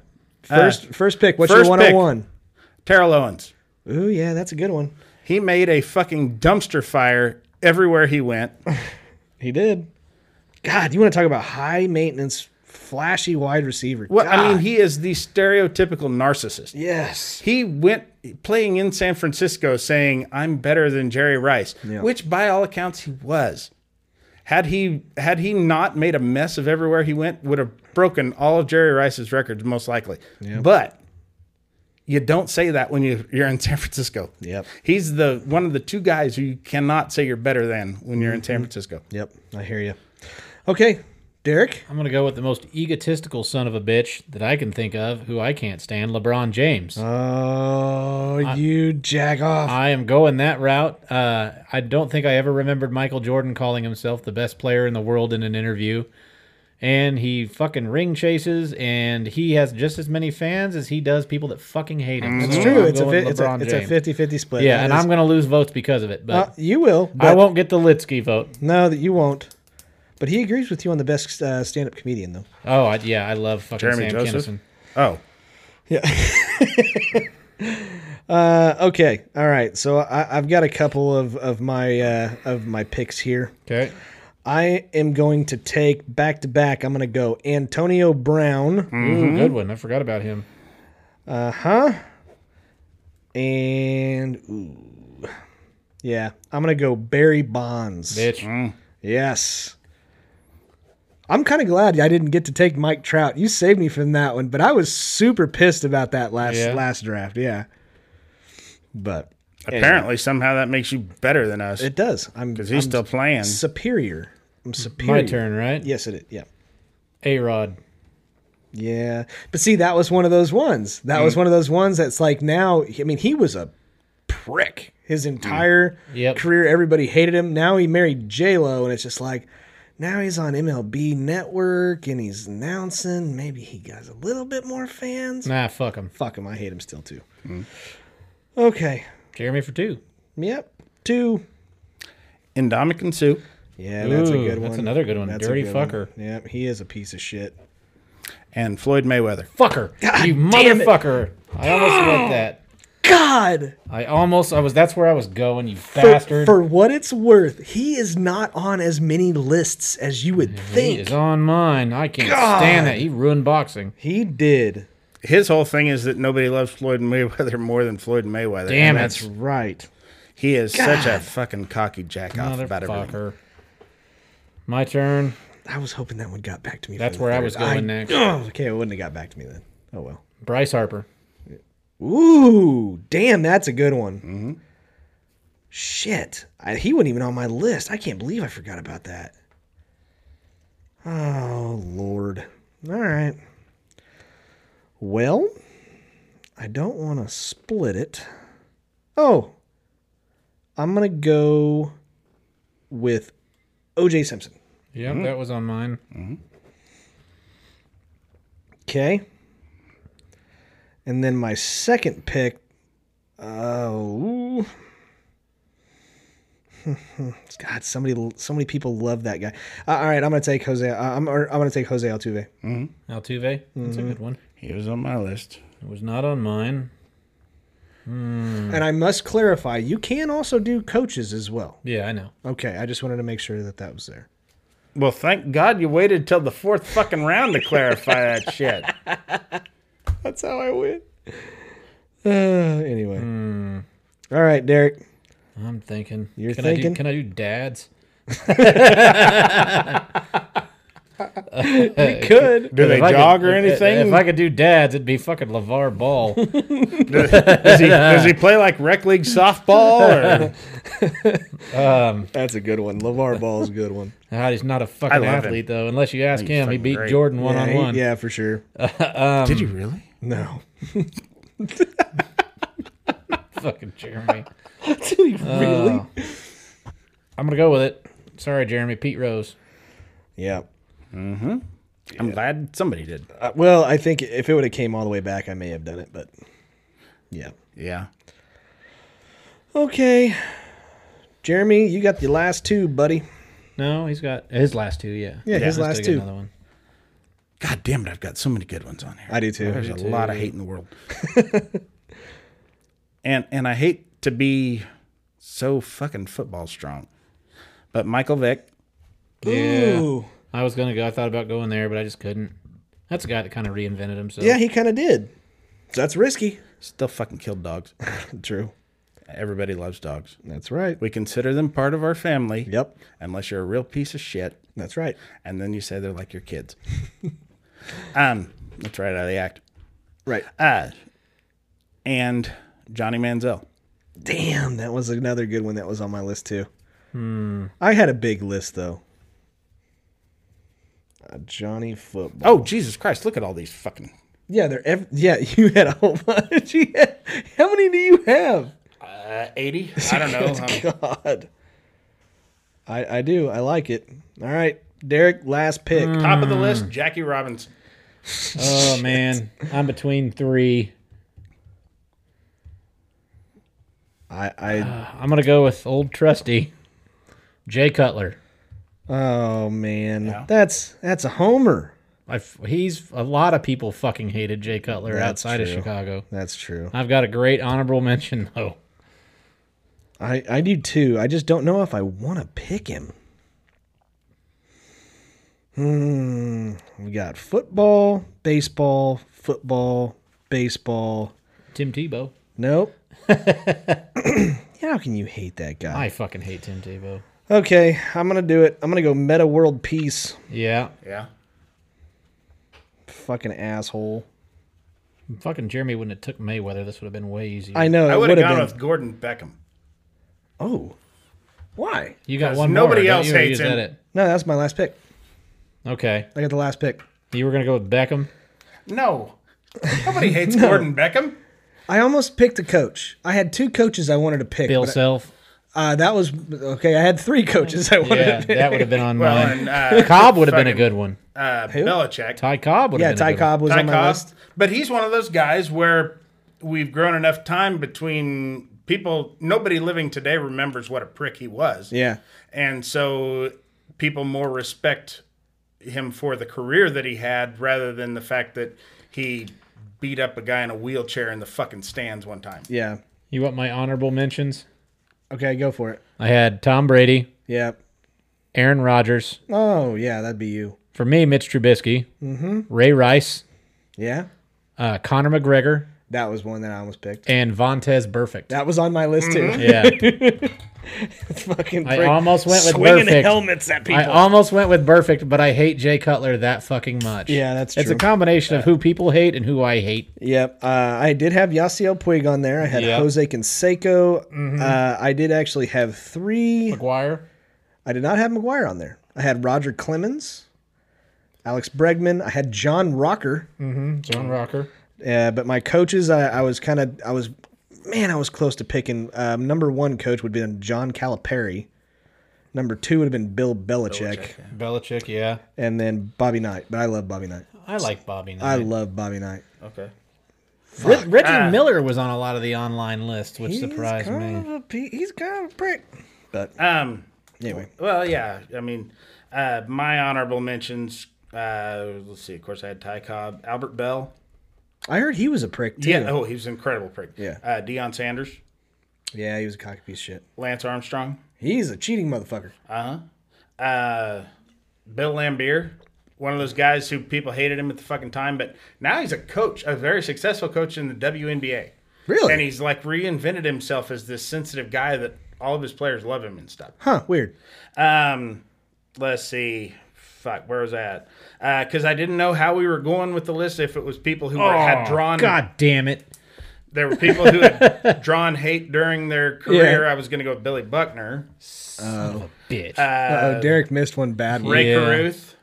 Speaker 1: First first pick. What's
Speaker 2: Uh, first
Speaker 1: your
Speaker 2: pick.
Speaker 1: 101?
Speaker 2: Terrell Owens,
Speaker 1: Ooh yeah, that's a good one.
Speaker 2: he made a fucking dumpster fire everywhere he went.
Speaker 1: He did. God, you want to talk about high maintenance, flashy wide receiver?
Speaker 2: Well, I mean,
Speaker 1: God.
Speaker 2: he is the stereotypical narcissist.
Speaker 1: yes.
Speaker 2: He went playing in San Francisco saying, I'm better than Jerry Rice, which by all accounts he was. Had he had he not made a mess of everywhere he went, would have broken all of Jerry Rice's records, most likely. But you don't say that when you, you're in San Francisco.
Speaker 1: Yep.
Speaker 2: He's the one of the two guys who you cannot say you're better than when you're in San
Speaker 1: Mm-hmm.
Speaker 2: Francisco.
Speaker 1: Yep, I hear you. Okay, Derek.
Speaker 3: I'm going to go with the most egotistical son of a bitch that I can think of, who I can't stand, LeBron James.
Speaker 2: Uh.
Speaker 1: Oh, you jag off.
Speaker 3: I am going that route. Uh, I don't think I ever remembered Michael Jordan calling himself the best player in the world in an interview. And he fucking ring chases, and he has just as many fans as he does people that fucking hate him.
Speaker 1: It's
Speaker 3: So
Speaker 1: true.
Speaker 3: I'm
Speaker 1: It's a,
Speaker 3: going
Speaker 1: fi- it's, a,
Speaker 3: LeBron
Speaker 1: it's a
Speaker 3: James.
Speaker 1: 50-50 split.
Speaker 3: Yeah,
Speaker 1: That
Speaker 3: and
Speaker 1: is-
Speaker 3: I'm going to lose votes because of it, but
Speaker 1: Uh, you will. But
Speaker 3: I won't get the Litsky vote.
Speaker 1: No, that you won't. But he agrees with you on the best uh, stand-up comedian, though.
Speaker 3: Oh, I, yeah, I love fucking
Speaker 2: Jeremy
Speaker 3: Sam
Speaker 2: Joseph?
Speaker 3: Kinison.
Speaker 2: Oh.
Speaker 1: Yeah. Uh, okay, all right. So I, I've got a couple of of my uh, of my picks here.
Speaker 3: Okay.
Speaker 1: I am going to take back to back. I'm going to go Antonio Brown.
Speaker 3: Ooh, good one. I forgot about him.
Speaker 1: And ooh, yeah, I'm gonna go Barry Bonds.
Speaker 3: Bitch.
Speaker 1: Yes, I'm kind of glad I didn't get to take Mike Trout. You saved me from that one, but I was super pissed about that last
Speaker 3: Yeah.
Speaker 1: last draft. Yeah, but
Speaker 2: Apparently, somehow that makes you better than us
Speaker 1: it does. I'm
Speaker 2: because he's
Speaker 1: I'm
Speaker 2: still playing.
Speaker 1: superior. I'm superior.
Speaker 3: My turn, right?
Speaker 1: Yes, it is. Yeah.
Speaker 3: A Rod.
Speaker 1: Yeah. But see, that was one of those ones. That
Speaker 3: Mm.
Speaker 1: was one of those ones that's like now, I mean, he was a prick his entire
Speaker 3: Mm. Yep.
Speaker 1: career. Everybody hated him. Now he married J-Lo, and it's just like, now he's on MLB Network and he's announcing. Maybe he got a little bit more fans.
Speaker 3: Nah, Mm. fuck him.
Speaker 1: Fuck him. I hate him still, too. Okay.
Speaker 3: Jeremy for two.
Speaker 1: Yep. Two.
Speaker 2: Indomitian Sue.
Speaker 1: Yeah, that's a
Speaker 3: Ooh,
Speaker 1: good one.
Speaker 3: that's another good one.
Speaker 1: a
Speaker 3: Dirty
Speaker 1: good one.
Speaker 3: fucker.
Speaker 1: Yep. He is a piece of shit.
Speaker 2: and Floyd Mayweather.
Speaker 3: Fucker. you motherfucker. I almost went that.
Speaker 1: God.
Speaker 3: I almost. I was. That's where I was going. You
Speaker 1: for,
Speaker 3: bastard.
Speaker 1: for what it's worth, he is not on as many lists as you would
Speaker 3: he
Speaker 1: think.
Speaker 3: is on mine. I can't stand that. He ruined boxing.
Speaker 1: He did.
Speaker 2: His whole thing is that nobody loves Floyd Mayweather more than Floyd Mayweather.
Speaker 3: Damn
Speaker 2: And
Speaker 3: it.
Speaker 2: that's-
Speaker 1: Right.
Speaker 2: He is such a fucking cocky jackoff about everything.
Speaker 3: Motherfucker. My turn.
Speaker 1: I was hoping that one got back to me. for
Speaker 3: That's
Speaker 1: the
Speaker 3: where I
Speaker 1: third.
Speaker 3: was going next.
Speaker 1: Ugh, okay, it wouldn't have got back to me then. Oh well.
Speaker 3: Bryce Harper.
Speaker 1: Ooh, damn, that's a good one. Shit, I, he wasn't even on my list. I can't believe I forgot about that. Oh lord. All right. Well, I don't want to split it. Oh, I'm gonna go with O.J. Simpson.
Speaker 3: Yep, that was on mine.
Speaker 1: Okay. And then my second pick. Oh. God, somebody, so many people love that guy. Uh, all right, I'm gonna take Jose. Uh, I'm, or I'm gonna take Jose Altuve.
Speaker 3: Altuve. That's a good one.
Speaker 2: He was on my list.
Speaker 3: It was not on mine.
Speaker 1: And I must clarify, you can also do coaches as well.
Speaker 3: Yeah, I know.
Speaker 1: Okay, I just wanted to make sure that that was there.
Speaker 2: Well, thank God you waited till the fourth fucking round to clarify that shit.
Speaker 1: That's how I win. Uh, anyway, Mm. all right, Derek.
Speaker 3: I'm thinking.
Speaker 1: You're
Speaker 3: can I
Speaker 1: thinking?
Speaker 3: do, can I do dads?
Speaker 1: Good.
Speaker 2: Do they
Speaker 3: If I could-
Speaker 2: jog or
Speaker 3: if- if-
Speaker 2: anything?
Speaker 3: If I could do dads, it'd be fucking LeVar Ball.
Speaker 2: does, he, does
Speaker 3: uh,
Speaker 2: he play like rec league softball? Or?
Speaker 1: That's a good one. Levar Ball's a good one.
Speaker 3: Ah, he's not a fucking
Speaker 2: love him.
Speaker 3: athlete though. Unless you ask
Speaker 2: he's
Speaker 3: him, he
Speaker 2: fucking
Speaker 3: beat
Speaker 2: great.
Speaker 3: Jordan one
Speaker 1: yeah,
Speaker 3: on
Speaker 1: he-
Speaker 3: one.
Speaker 1: yeah, for sure.
Speaker 2: Did you really?
Speaker 1: No.
Speaker 3: Fucking Jeremy.
Speaker 1: really?
Speaker 3: I'm gonna go with it. Sorry, Jeremy. Pete Rose.
Speaker 1: yeah.
Speaker 2: I'm glad somebody did.
Speaker 1: Uh, well, I think if it would have came all the way back, I may have done it, but yeah.
Speaker 2: Yeah.
Speaker 1: Okay. Jeremy, you got the last two, buddy.
Speaker 3: No, he's got his last two. Yeah.
Speaker 1: Yeah, his
Speaker 3: Let's
Speaker 1: last
Speaker 3: dig
Speaker 1: two.
Speaker 3: Another one.
Speaker 2: God damn it! I've got so many good ones on here.
Speaker 1: I do too.
Speaker 2: There's a lot of hate in the world. and and I hate to be so fucking football strong. But Michael Vick,
Speaker 3: Yeah. I was gonna go. I thought about going there, but I just couldn't. That's a guy that kind of reinvented himself.
Speaker 1: Yeah, he kind of did. That's risky.
Speaker 2: still fucking killed dogs.
Speaker 1: True.
Speaker 2: Everybody loves dogs.
Speaker 1: That's right.
Speaker 2: We consider them part of our family.
Speaker 1: Yep.
Speaker 2: Unless you're a real piece of shit.
Speaker 1: That's right.
Speaker 2: And then you say they're like your kids. um, that's right out of the act.
Speaker 1: Right.
Speaker 2: Uh, and Johnny Manziel.
Speaker 1: Damn, that was another good one that was on my list too.
Speaker 2: Hmm.
Speaker 1: I had a big list though. Uh, Johnny football.
Speaker 2: Oh, Jesus Christ. Look at all these fucking.
Speaker 1: yeah, they're ev- yeah. You had a whole bunch. You had- how many do you have?
Speaker 2: 80? I don't know. Um,
Speaker 1: God. I, I do. I like it. All right. Derek, last pick.
Speaker 2: top of the list, Jackie Robbins.
Speaker 3: Oh man, I'm between three.
Speaker 1: I,
Speaker 2: Uh,
Speaker 1: I
Speaker 3: I'm gonna go with old trusty, Jay Cutler.
Speaker 1: oh man. That's that's a homer.
Speaker 3: I f he's a lot of people fucking hated Jay Cutler
Speaker 1: That's
Speaker 3: outside of
Speaker 1: true.
Speaker 3: Chicago.
Speaker 1: That's true.
Speaker 3: I've got a great honorable mention though.
Speaker 1: I, I do too. I just don't know if I want to pick him. Hmm. We got football, baseball, football, baseball.
Speaker 3: Tim Tebow.
Speaker 1: Nope. How can you hate that guy?
Speaker 3: I fucking hate Tim Tebow.
Speaker 1: Okay, I'm gonna do it. I'm gonna go meta world peace.
Speaker 3: Yeah.
Speaker 2: Yeah.
Speaker 1: Fucking asshole.
Speaker 3: Fucking Jeremy wouldn't have took Mayweather. This would have been way easier.
Speaker 1: I know.
Speaker 2: I
Speaker 1: it
Speaker 2: would have
Speaker 1: would've
Speaker 2: gone
Speaker 1: been-
Speaker 2: with Gordon Beckham.
Speaker 1: Oh, why?
Speaker 3: you got one.
Speaker 2: nobody
Speaker 3: more, don't
Speaker 2: else
Speaker 3: you? Or you
Speaker 2: hates
Speaker 3: was at
Speaker 2: him.
Speaker 1: No, that's my last pick.
Speaker 3: it? Okay.
Speaker 1: I got the last pick.
Speaker 3: You were gonna go with Beckham.
Speaker 2: No. Nobody hates Gordon Beckham.
Speaker 1: I almost picked a coach. I had two coaches I wanted to pick.
Speaker 3: Bill
Speaker 1: but I-
Speaker 3: Self.
Speaker 1: uh, that was okay. I had three coaches I wanted
Speaker 3: Yeah,
Speaker 1: to pick.
Speaker 3: that would have been on
Speaker 2: Well,
Speaker 3: mine.
Speaker 2: and, uh,
Speaker 3: Cobb would have been a
Speaker 2: fucking-
Speaker 3: good one.
Speaker 2: Uh, Belichick.
Speaker 3: Ty Cobb would have
Speaker 1: Yeah,
Speaker 3: been a
Speaker 1: Ty
Speaker 3: good one.
Speaker 1: Cobb was
Speaker 2: Ty
Speaker 1: on my
Speaker 2: Cobb.
Speaker 1: list.
Speaker 2: But he's one of those guys where we've grown enough time between people. Nobody living today remembers what a prick he was.
Speaker 1: Yeah.
Speaker 2: And so people more respect him for the career that he had rather than the fact that he beat up a guy in a wheelchair in the fucking stands one time.
Speaker 1: Yeah.
Speaker 3: You want my honorable mentions?
Speaker 1: Okay, go for it.
Speaker 3: I had Tom Brady,
Speaker 1: Yeah.
Speaker 3: Aaron Rodgers.
Speaker 1: Oh, yeah, that'd be you.
Speaker 3: For me, Mitch Trubisky,
Speaker 1: Mm-hmm.
Speaker 3: Ray Rice,
Speaker 1: Yeah.
Speaker 3: uh, Conor McGregor,
Speaker 1: That was one that I almost picked.
Speaker 3: and Vontez Burfict.
Speaker 1: That was on my list too.
Speaker 3: yeah,
Speaker 1: Fucking
Speaker 3: I
Speaker 1: prick.
Speaker 3: almost went with
Speaker 1: swinging
Speaker 3: Burfict.
Speaker 1: helmets at people.
Speaker 3: I almost went with Burfict, but I hate Jay Cutler that fucking much.
Speaker 1: Yeah, that's
Speaker 3: It's
Speaker 1: true.
Speaker 3: a combination of who people hate and who I hate.
Speaker 1: Yep. Uh, I did have Yasiel Puig on there. I had
Speaker 3: Yep.
Speaker 1: Jose Canseco. Uh, I did actually have three.
Speaker 3: McGuire.
Speaker 1: I did not have McGuire on there. I had Roger Clemens, Alex Bregman. I had John Rocker.
Speaker 3: John Rocker.
Speaker 1: Uh, but my coaches, I, I was kind of, I was, man, I was close to picking. Um, number one coach would have been John Calipari. Number two would have been Bill Belichick,
Speaker 3: Belichick, yeah.
Speaker 1: and then Bobby Knight. But I love Bobby Knight.
Speaker 3: I like Bobby
Speaker 1: I
Speaker 3: Knight.
Speaker 1: love Bobby Knight.
Speaker 2: Okay.
Speaker 3: Rid- Reggie Miller was on a lot of the online lists, which surprised me.
Speaker 1: of a, pe- Oh, he's kind of a prick. But
Speaker 2: Um,
Speaker 1: anyway,
Speaker 2: Well, yeah. I mean, uh, my honorable mentions. Uh, let's see. Of course, I had Ty Cobb, Albert Bell.
Speaker 1: I heard he was a prick too.
Speaker 2: Yeah. Oh, he was an incredible prick.
Speaker 1: Yeah.
Speaker 2: Uh, Deion Sanders,
Speaker 1: Yeah, he was a cocky piece of shit.
Speaker 2: Lance Armstrong,
Speaker 1: He's a cheating motherfucker.
Speaker 2: uh, Bill Lambier. One of those guys who people hated him at the fucking time, but now he's a coach, a very successful coach in the WNBA.
Speaker 1: Really?
Speaker 2: And he's like reinvented himself as this sensitive guy that all of his players love him and stuff.
Speaker 1: huh? Weird.
Speaker 2: Um, let's see. Fuck, where was that? Because I didn't know how we were going with the list. If it was people who were,
Speaker 1: Oh,
Speaker 2: had drawn,
Speaker 3: God damn it.
Speaker 2: there were people who had drawn hate during their career. I was going to go with Billy Buckner,
Speaker 1: Oh.
Speaker 3: Bitch.
Speaker 1: Uh, Derek missed one bad one.
Speaker 2: Ray
Speaker 3: Yeah.
Speaker 2: Caruth.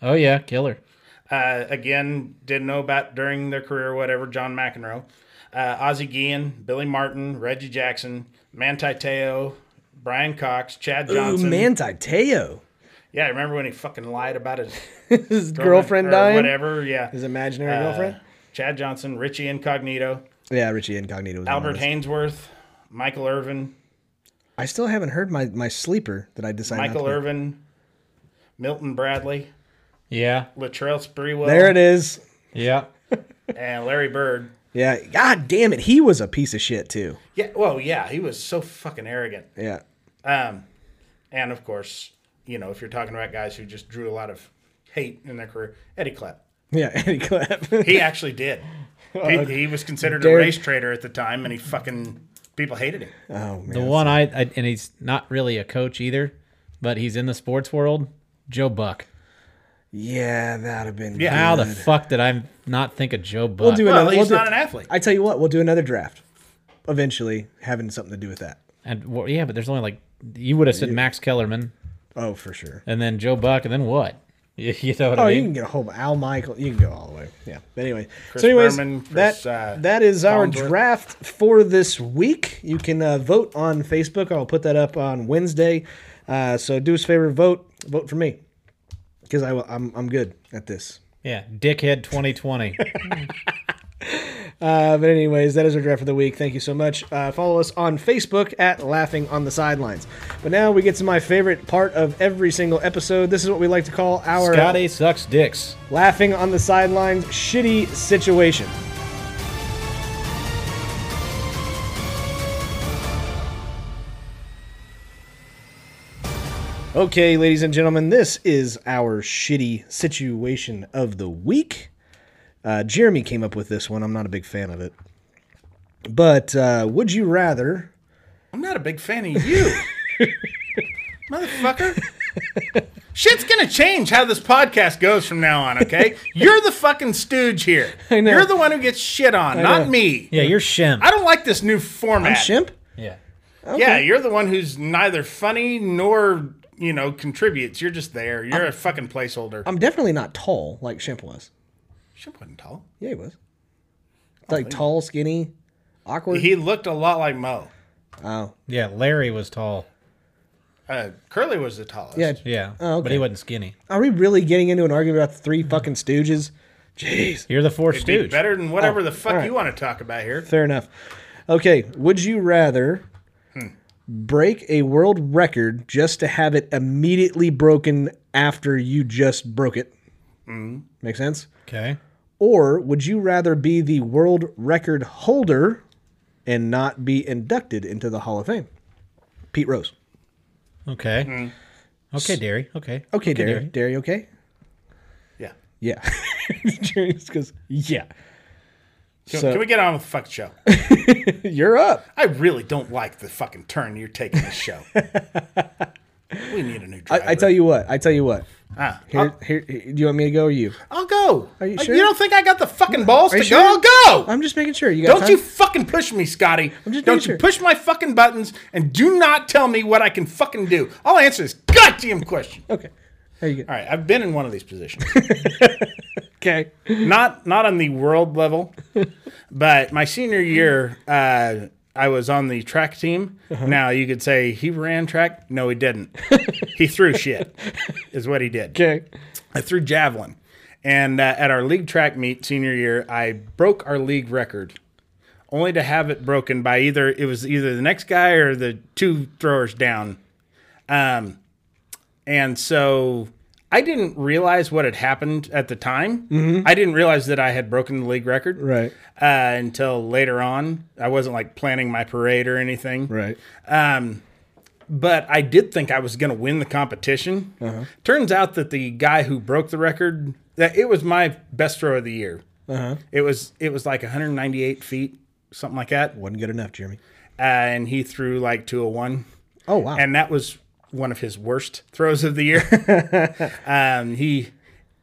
Speaker 3: oh, yeah, killer.
Speaker 2: Uh, again, didn't know about during their career, whatever. John McEnroe, uh, Ozzie Guillen, Billy Martin, Reggie Jackson, Manti Te'o, Brian Cox, Chad
Speaker 1: Ooh,
Speaker 2: Johnson.
Speaker 1: Manti Te'o.
Speaker 2: Yeah, I remember when he fucking lied about his
Speaker 1: His
Speaker 2: girlfriend
Speaker 1: girlfriend
Speaker 2: or
Speaker 1: dying.
Speaker 2: whatever. Yeah,
Speaker 1: His imaginary
Speaker 2: Uh,
Speaker 1: girlfriend.
Speaker 2: Chad Johnson, Richie Incognito,
Speaker 1: Yeah, Richie Incognito. Was on my
Speaker 2: Albert
Speaker 1: list.
Speaker 2: Hainsworth, Michael Irvin,
Speaker 1: I still haven't heard my, my sleeper that I decided. not
Speaker 2: Michael
Speaker 1: to pick.
Speaker 2: Irvin, Milton Bradley,
Speaker 3: Yeah,
Speaker 2: Latrell Sprewell,
Speaker 1: There it is.
Speaker 3: yeah.
Speaker 2: and Larry Bird.
Speaker 1: Yeah. God damn it. He was a piece of shit too.
Speaker 2: Yeah, well, yeah, he was so fucking arrogant.
Speaker 1: Yeah.
Speaker 2: Um, and of course, you know, if you're talking about guys who just drew a lot of hate in their career, Eddie Clapp.
Speaker 1: Yeah. Eddie Clapp.
Speaker 2: He actually did. He, he was considered a
Speaker 1: Derek-
Speaker 2: race traitor at the time, and he fucking people hated him.
Speaker 1: oh man.
Speaker 3: The one I, I and he's not really a coach either, but he's in the sports world. Joe Buck.
Speaker 1: Yeah, that'd have been.
Speaker 2: Yeah.
Speaker 3: How
Speaker 1: good.
Speaker 3: the fuck did I not think of Joe Buck?
Speaker 1: We'll do
Speaker 2: Well,
Speaker 1: another.
Speaker 2: he's
Speaker 1: we'll
Speaker 2: not
Speaker 1: do,
Speaker 2: an athlete.
Speaker 1: I tell you what, we'll do another draft. Eventually, having something to do with that.
Speaker 3: and well, yeah, but there's only like you would have said Max Kellerman
Speaker 1: Oh, for sure.
Speaker 3: and then Joe Buck and then what? You, you know what
Speaker 1: Oh,
Speaker 3: I
Speaker 1: you
Speaker 3: mean?
Speaker 1: can get a whole Al Michael. You can go all the way. Yeah. But anyway, so anyways,
Speaker 2: Berman, Chris,
Speaker 1: that
Speaker 2: uh,
Speaker 1: that is our
Speaker 2: Collinsworth.
Speaker 1: draft for this week. You can uh, vote on Facebook. I'll put that up on Wednesday. Uh, so do us a favor, vote vote for me because I will, I'm I'm good at this.
Speaker 3: yeah, dickhead 2020.
Speaker 1: Uh, but anyways, that is our draft for the week. Thank you so much. Uh, follow us on Facebook at Laughing on the Sidelines. But now we get to my favorite part of every single episode. This is what we like to call our
Speaker 3: Scotty sucks dicks.
Speaker 1: Laughing on the Sidelines shitty situation. Okay, ladies and gentlemen, this is our shitty situation of the week. Uh, Jeremy came up with this one. I'm not a big fan of it. But uh, would you rather?
Speaker 2: I'm not a big fan of you. Motherfucker. Shit's gonna change how this podcast goes from now on, okay? You're the fucking stooge here.
Speaker 1: I know.
Speaker 2: You're the one who gets shit on, not me.
Speaker 3: Yeah, you're shim.
Speaker 2: I don't like this new format.
Speaker 1: I'm Shimp?
Speaker 3: Yeah.
Speaker 2: Yeah, you're the one who's neither funny nor, you know, contributes. You're just there. You're a fucking placeholder.
Speaker 1: I'm definitely not tall like Shimp was.
Speaker 2: Shit wasn't tall.
Speaker 1: Yeah, he was. Like tall, skinny, awkward.
Speaker 2: He looked a lot like Mo.
Speaker 3: Yeah, Larry was tall.
Speaker 2: Uh, Curly was the tallest.
Speaker 1: Yeah.
Speaker 3: Yeah.
Speaker 1: Oh,
Speaker 3: But
Speaker 1: okay.
Speaker 3: he wasn't skinny.
Speaker 1: Are we really getting into an argument about the three fucking stooges? Jeez.
Speaker 3: You're the fourth
Speaker 2: It'd be
Speaker 3: stooge.
Speaker 2: better than whatever
Speaker 1: Oh,
Speaker 2: the fuck
Speaker 1: alright.
Speaker 2: you want to talk about here.
Speaker 1: Fair enough. Okay, would you rather Hmm. break a world record just to have it immediately broken after you just broke it? Make sense?
Speaker 3: Okay.
Speaker 1: Or would you rather be the world record holder and not be inducted into the Hall of Fame? Pete Rose.
Speaker 3: Okay. Okay, Derry. Okay.
Speaker 1: Mm. Okay, Derry. Derry, okay?
Speaker 2: Yeah.
Speaker 1: Yeah. Jerry's goes, yeah.
Speaker 2: Can,
Speaker 1: So-
Speaker 2: can we get on with the fucking show?
Speaker 1: You're up.
Speaker 2: I really don't like the fucking turn you're taking this show. we need a new driver.
Speaker 1: I, I tell you what. I tell you what.
Speaker 2: Ah,
Speaker 1: Here, here, here- do you want me to go or you?
Speaker 2: I'll, I'll go.
Speaker 1: Are you
Speaker 2: Uh,
Speaker 1: sure?
Speaker 2: You don't think I got the fucking balls
Speaker 1: Are
Speaker 2: to
Speaker 1: you
Speaker 2: go? I'll go.
Speaker 1: I'm just making sure. You got
Speaker 2: don't
Speaker 1: time?
Speaker 2: you fucking push me, Scotty.
Speaker 1: just making
Speaker 2: don't you
Speaker 1: sure.
Speaker 2: push my fucking buttons and do not tell me what I can fucking do. I'll answer this goddamn question.
Speaker 1: okay. There you go.
Speaker 2: All right, I've been in one of these positions.
Speaker 1: Okay.
Speaker 2: not not on the world level, but my senior year, uh, I was on the track team. Now you could say he ran track. No, he didn't. he threw shit, is what he did.
Speaker 1: Okay.
Speaker 2: I threw javelin, and uh, at our league track meet senior year, I broke our league record, only to have it broken by either it was either the next guy or the two throwers down. Um, and so I didn't realize what had happened at the time. I didn't realize that I had broken the league record
Speaker 1: Right.
Speaker 2: uh, until later on. I wasn't like planning my parade or anything.
Speaker 1: Right.
Speaker 2: Um, but I did think I was going to win the competition.
Speaker 1: Uh-huh.
Speaker 2: Turns out that the guy who broke the record, that it was my best throw of the year.
Speaker 1: Uh-huh.
Speaker 2: It was it was like 198 feet, something like that,
Speaker 1: Wasn't good enough, Jeremy.
Speaker 2: and he threw like 201
Speaker 1: Oh wow.
Speaker 2: and that was one of his worst throws of the year. um, he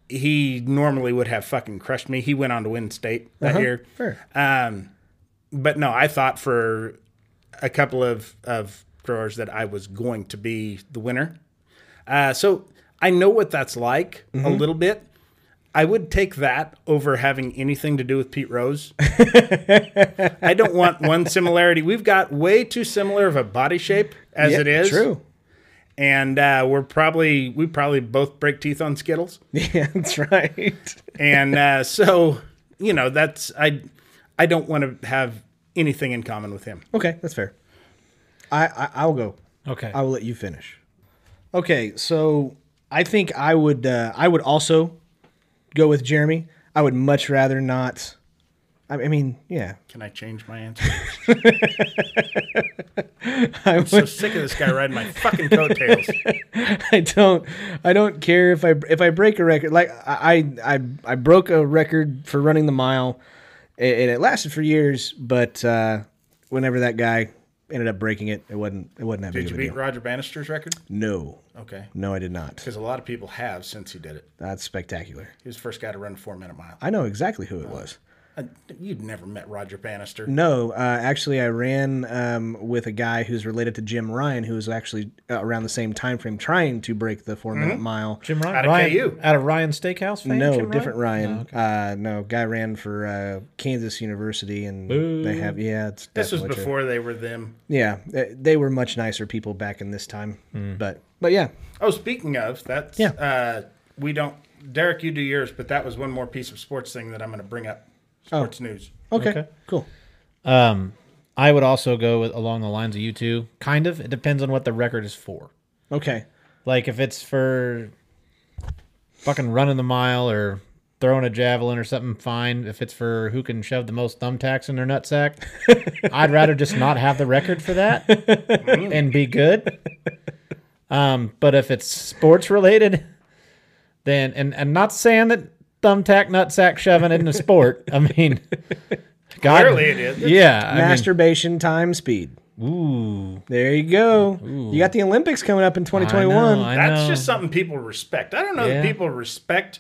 Speaker 2: he normally would have fucking crushed me. He went on to win state that year.
Speaker 1: Uh-huh. fair.
Speaker 2: Um, but no, I thought for a couple of of throwers that I was going to be the winner. Uh, so I know what that's like a
Speaker 1: Mm-hmm.
Speaker 2: little bit. I would take that over having anything to do with Pete Rose. I don't want one similarity. We've got way too similar of a body shape as
Speaker 1: Yeah,
Speaker 2: it is
Speaker 1: True.
Speaker 2: and uh, we're probably we probably both break teeth on Skittles,
Speaker 1: Yeah, that's right.
Speaker 2: and uh, so you know that's I I don't want to have anything in common with him.
Speaker 1: Okay, that's fair. I, I I'll go.
Speaker 3: Okay.
Speaker 1: I will let you finish. Okay, so I think I would uh, I would also go with Jeremy. I would much rather not. I I mean, yeah.
Speaker 2: Can I change my answer? I'm so sick of this guy riding my fucking coattails.
Speaker 1: I don't I don't care if I if I break a record like I I I, I broke a record for running the mile a- and it lasted for years but uh, whenever that guy ended up breaking it it wasn't it wasn't that
Speaker 2: Did
Speaker 1: big
Speaker 2: you
Speaker 1: of a
Speaker 2: beat
Speaker 1: deal.
Speaker 2: Roger Bannister's record?
Speaker 1: No.
Speaker 2: Okay,
Speaker 1: No, I did not.
Speaker 2: because a lot of people have since he did it.
Speaker 1: That's spectacular.
Speaker 2: He was the first guy to run a four minute mile.
Speaker 1: I know exactly who it was.
Speaker 2: I, you'd never met Roger Bannister.
Speaker 1: No, uh, actually, I ran um, with a guy who's related to Jim Ryan, who was actually uh, around the same time frame trying to break the 4
Speaker 2: Mm-hmm.
Speaker 1: minute mile.
Speaker 3: Jim Ryan.
Speaker 2: Out of
Speaker 3: Ryan,
Speaker 2: KU.
Speaker 3: Out of Ryan Steakhouse fame?
Speaker 1: No,
Speaker 3: Jim
Speaker 1: different Ryan. Uh, no, guy ran for uh, Kansas University, and they have yeah. It's
Speaker 2: This was
Speaker 1: definitely true.
Speaker 2: before they were them.
Speaker 1: Yeah, they, they were much nicer people back in this time,
Speaker 3: Hmm.
Speaker 1: but but yeah,
Speaker 2: Oh, speaking of, that's
Speaker 1: Yeah.
Speaker 2: uh we don't Derek, you do yours, but that was one more piece of sports thing that I'm gonna bring up
Speaker 1: Oh.
Speaker 2: Sports news.
Speaker 1: Okay, cool.
Speaker 3: Um, I would also go with, along the lines of you two. Kind of. It depends on what the record is for.
Speaker 1: Okay,
Speaker 3: Like if it's for fucking running the mile or throwing a javelin or something, fine. If it's for who can shove the most thumbtacks in their nutsack, I'd rather just not have the record for that and be good. Um, but if it's sports related, then and and not saying that thumbtack nutsack shoving in a sport. I mean, God,
Speaker 2: Clearly it is.
Speaker 3: Yeah, I mean-
Speaker 1: masturbation time speed.
Speaker 3: ooh,
Speaker 1: There you go. You got the Olympics coming up in
Speaker 3: I
Speaker 1: 2021. I,
Speaker 3: know, I
Speaker 2: That's
Speaker 3: know.
Speaker 2: just something people respect. I don't know
Speaker 3: Yeah.
Speaker 2: that people respect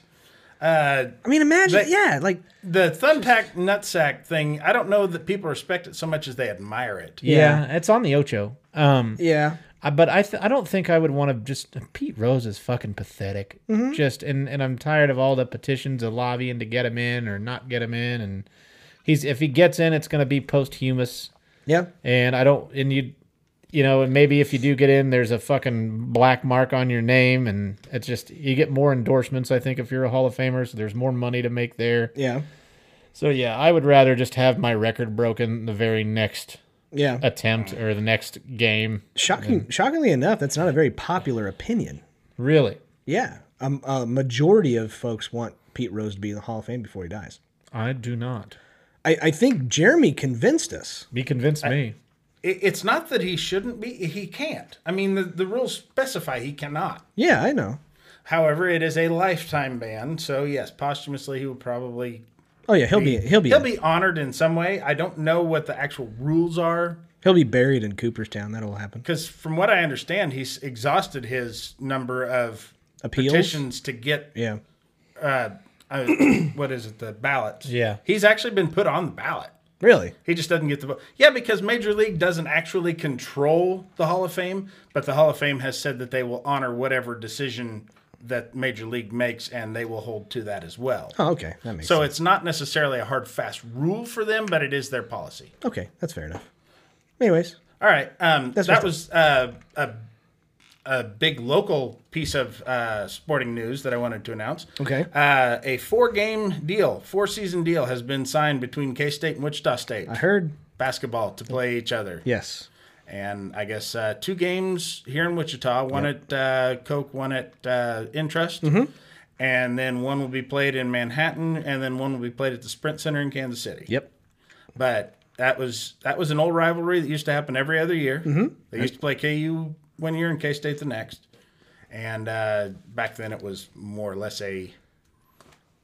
Speaker 2: uh,
Speaker 1: mean, imagine,
Speaker 2: But-
Speaker 1: yeah, like
Speaker 2: the thumbtack nutsack thing. I don't know that people respect it so much as they admire it.
Speaker 3: yeah, it's on the Ocho. Um,
Speaker 1: yeah.
Speaker 3: I, but I th- I don't think I would want to just Pete Rose is fucking pathetic.
Speaker 2: Mm-hmm.
Speaker 3: Just and and I'm tired of all the petitions of lobbying to get him in or not get him in and he's if he gets in it's going to be posthumous
Speaker 1: Yeah.
Speaker 3: and I don't and you you know and maybe if you do get in there's a fucking black mark on your name and it's just you get more endorsements I think if you're a Hall of Famer so there's more money to make there.
Speaker 1: Yeah.
Speaker 3: So yeah, I would rather just have my record broken the very next
Speaker 1: Yeah.
Speaker 3: attempt or the next game.
Speaker 1: Shocking, shockingly enough, that's not a very popular opinion.
Speaker 3: Really.
Speaker 1: Yeah. Um, a majority of folks want Pete Rose to be in the Hall of Fame before he dies.
Speaker 3: I do not.
Speaker 1: I, I think Jeremy convinced us.
Speaker 3: Be convinced me.
Speaker 2: It, it's not that he shouldn't be, he can't. I mean, the, the rules specify he cannot.
Speaker 1: Yeah, I know.
Speaker 2: However, it is a lifetime ban. So, yes, posthumously, he will probably
Speaker 1: Oh yeah, he'll be he'll be
Speaker 2: he'll be honored in some way. I don't know what the actual rules are
Speaker 1: he'll be buried in Cooperstown. That'll happen.
Speaker 2: because, from what I understand, he's exhausted his number of
Speaker 1: Appeals?
Speaker 2: petitions to get
Speaker 1: Yeah.
Speaker 2: uh, what is it the ballots.
Speaker 3: Yeah.
Speaker 2: he's actually been put on the ballot.
Speaker 1: Really?
Speaker 2: He just doesn't get the vote. Yeah, because Major League doesn't actually control the Hall of Fame, but the Hall of Fame has said that they will honor whatever decision that Major League makes, and they will hold to that as well.
Speaker 1: Oh, okay. That makes
Speaker 2: So
Speaker 1: sense.
Speaker 2: it's not necessarily a hard fast rule for them, but it is their policy.
Speaker 1: Okay, that's fair enough. Anyways,
Speaker 2: All right. Um,
Speaker 1: That's
Speaker 2: that
Speaker 1: what-
Speaker 2: was uh, a, a big local piece of uh, sporting news that I wanted to announce.
Speaker 1: Okay.
Speaker 2: Uh, a four game deal, four season deal has been signed between K State and Wichita State.
Speaker 1: I heard
Speaker 2: Basketball to play each other.
Speaker 1: yes.
Speaker 2: And I guess uh, two games here in Wichita one at uh, Coke, one at uh, Intrust.
Speaker 1: Mm-hmm.
Speaker 2: And then one will be played in Manhattan, and then one will be played at the Sprint Center in Kansas City
Speaker 1: Yep.
Speaker 2: but that was that was an old rivalry that used to happen every other year.
Speaker 1: Mm-hmm.
Speaker 2: They used to play KU one year and K State the next, and uh, back then it was more or less a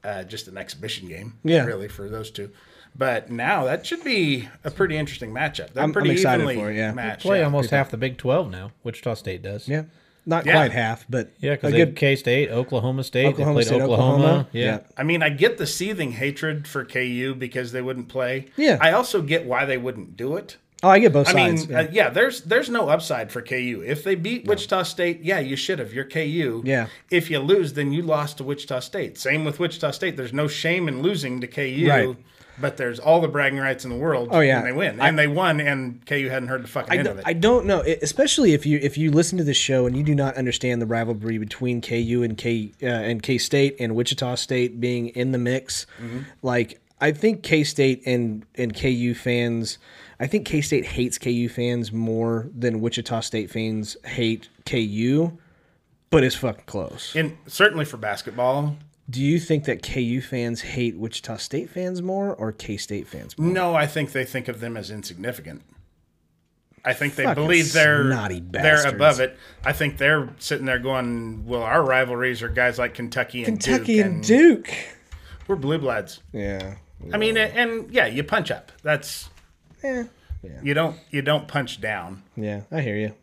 Speaker 2: uh, just an exhibition game,
Speaker 1: Yeah.
Speaker 2: really for those two. But now that should be a pretty interesting matchup. They're
Speaker 1: I'm- I'm
Speaker 2: pretty
Speaker 1: excited
Speaker 2: evenly
Speaker 1: for it, yeah.
Speaker 2: matched.
Speaker 3: Play
Speaker 2: yeah.
Speaker 3: almost half the Big 12 now. Wichita State does.
Speaker 1: Yeah. Not
Speaker 2: Yeah.
Speaker 1: quite half, but
Speaker 3: Yeah, because
Speaker 1: a
Speaker 3: they
Speaker 1: good
Speaker 3: had K State, Oklahoma State.
Speaker 1: Oklahoma
Speaker 3: they played
Speaker 1: State,
Speaker 3: Oklahoma.
Speaker 1: Oklahoma.
Speaker 3: Yeah.
Speaker 1: Yeah.
Speaker 2: I mean, I get the seething hatred for KU because they wouldn't play.
Speaker 1: Yeah.
Speaker 2: I also get why they wouldn't do it.
Speaker 1: Oh, I get both
Speaker 2: I
Speaker 1: sides.
Speaker 2: mean,
Speaker 1: yeah.
Speaker 2: yeah. Uh, yeah, there's there's no upside for KU. If they beat Wichita State, yeah, you should have. You're KU.
Speaker 1: Yeah.
Speaker 2: If you lose, then you lost to Wichita State. Same with Wichita State. There's no shame in losing to KU.
Speaker 1: Right.
Speaker 2: But there's all the bragging rights in the world.
Speaker 1: Oh, yeah.
Speaker 2: And they win.
Speaker 1: I-
Speaker 2: and they won, and KU hadn't heard the fucking
Speaker 1: I
Speaker 2: end of
Speaker 1: don't,
Speaker 2: it.
Speaker 1: I don't know, e- especially if you if you listen to this show and you do not understand the rivalry between KU and K uh, and K State and Wichita State being in the mix.
Speaker 2: Mm-hmm.
Speaker 1: Like I think K State and and KU fans, I think K State hates KU fans more than Wichita State fans hate KU, but it's fucking close.
Speaker 2: in, certainly for basketball.
Speaker 1: Do you think that KU fans hate Wichita State fans more or K State fans more?
Speaker 2: No, I think they think of them as insignificant. I think they
Speaker 1: Fucking
Speaker 2: believe they're
Speaker 1: snotty
Speaker 2: they're
Speaker 1: bastards.
Speaker 2: above it. I think they're sitting there going, "Well, our rivalries are guys like Kentucky and
Speaker 1: Kentucky
Speaker 2: Duke,
Speaker 1: and Duke.
Speaker 2: We're blue bloods."
Speaker 1: Yeah.
Speaker 2: I mean, a- and yeah, you punch up. That's
Speaker 1: Yeah.
Speaker 2: you don't you don't punch down.
Speaker 1: Yeah, I hear you.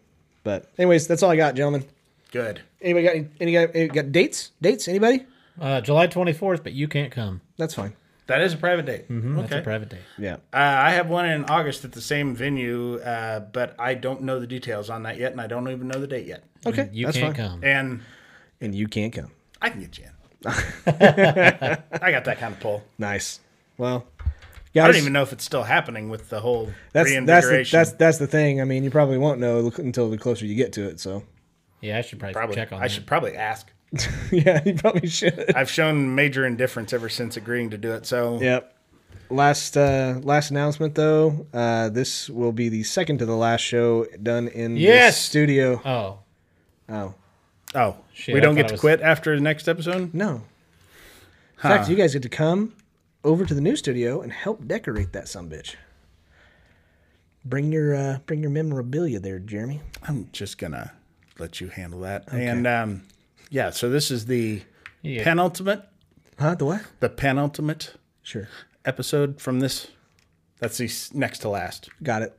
Speaker 1: But anyways, that's all I got, gentlemen.
Speaker 2: Good.
Speaker 1: Anybody got any, any, guy- any got dates? Dates? Anybody?
Speaker 3: Uh, July 24th, but you can't come.
Speaker 1: That's fine.
Speaker 2: That is a private date.
Speaker 3: Mm-hmm, That's
Speaker 2: Okay.
Speaker 3: a private day.
Speaker 1: Yeah.
Speaker 2: uh, I have one in August at the same venue, uh, but I don't know the details on that yet, and I don't even know the date yet.
Speaker 1: Okay.
Speaker 3: You
Speaker 1: that's
Speaker 3: can't
Speaker 1: fine.
Speaker 3: come.
Speaker 2: And
Speaker 1: And you can't come.
Speaker 2: I can get you in. I got that kind of pull.
Speaker 1: Nice. Well,
Speaker 2: I
Speaker 1: guys,
Speaker 2: don't even know if it's still happening with the whole
Speaker 1: that's that's the,
Speaker 2: reinvigoration.
Speaker 1: that's that's the thing. I mean, you probably won't know look- until the closer you get to it. So
Speaker 3: Yeah, I should probably,
Speaker 2: probably.
Speaker 3: check on
Speaker 2: I
Speaker 3: that.
Speaker 2: should probably ask.
Speaker 1: yeah, you probably should.
Speaker 2: I've shown major indifference ever since agreeing to do it. So
Speaker 1: yep. Last uh, last announcement though, uh, this will be the second to the last show done in
Speaker 3: Yes!
Speaker 1: this studio.
Speaker 3: Oh,
Speaker 1: Oh
Speaker 2: Oh,
Speaker 3: Shit,
Speaker 2: we
Speaker 3: I
Speaker 2: don't
Speaker 3: thought
Speaker 2: get
Speaker 3: I
Speaker 2: to
Speaker 3: was-
Speaker 2: quit after the next episode.
Speaker 1: no! In fact, you guys get to come over to the new studio and help decorate that some bitch. Bring your uh, bring your memorabilia there, Jeremy.
Speaker 2: I'm just gonna let you handle that. And um, yeah, so this is the
Speaker 3: Yeah.
Speaker 2: penultimate,
Speaker 1: Huh? The what?
Speaker 2: the penultimate
Speaker 1: Sure.
Speaker 2: episode from this. That's the s- next to last.
Speaker 1: Got it.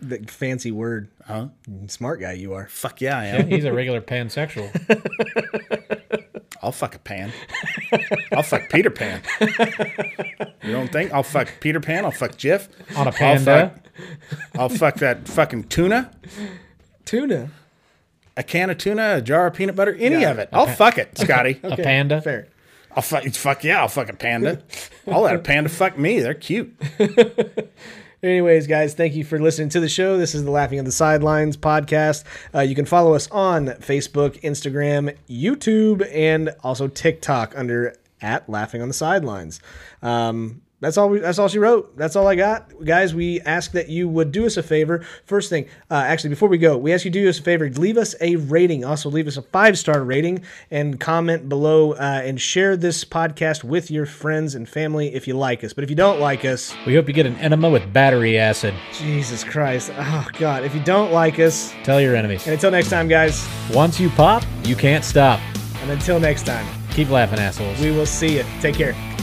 Speaker 1: The fancy word. Huh? Smart guy you are.
Speaker 2: Fuck yeah, I am.
Speaker 3: he's a regular pansexual.
Speaker 2: I'll fuck a pan. I'll fuck Peter Pan. You don't think? I'll fuck Peter Pan. I'll fuck Jif.
Speaker 3: On a
Speaker 2: I'll
Speaker 3: panda?
Speaker 2: fuck, I'll fuck that fucking tuna.
Speaker 1: Tuna.
Speaker 2: A can of tuna, a jar of peanut butter, any of it. I'll fuck it, Scotty.
Speaker 3: A panda.
Speaker 1: Fair.
Speaker 2: I'll fuck, fuck yeah, I'll fuck a panda. I'll let a panda fuck me. They're cute.
Speaker 1: Anyways, guys, thank you for listening to the show. This is the Laughing at the Sidelines podcast. Uh, you can follow us on Facebook, Instagram, YouTube, and also TikTok under at Laughing on the Sidelines. Um, that's all. We, that's all she wrote. That's all I got, guys. We ask that you would do us a favor. First thing, uh, actually, before we go, we ask you to do us a favor. Leave us a rating. Also, leave us a five star rating and comment below uh, and share this podcast with your friends and family if you like us. But if you don't like us,
Speaker 3: We hope you get an enema with battery acid.
Speaker 1: Jesus Christ. Oh, God. If you don't like us,
Speaker 3: Tell your enemies.
Speaker 1: and until next time, guys,
Speaker 3: Once you pop, you can't stop.
Speaker 1: and until next time,
Speaker 3: Keep laughing, assholes.
Speaker 1: we will see you. Take care.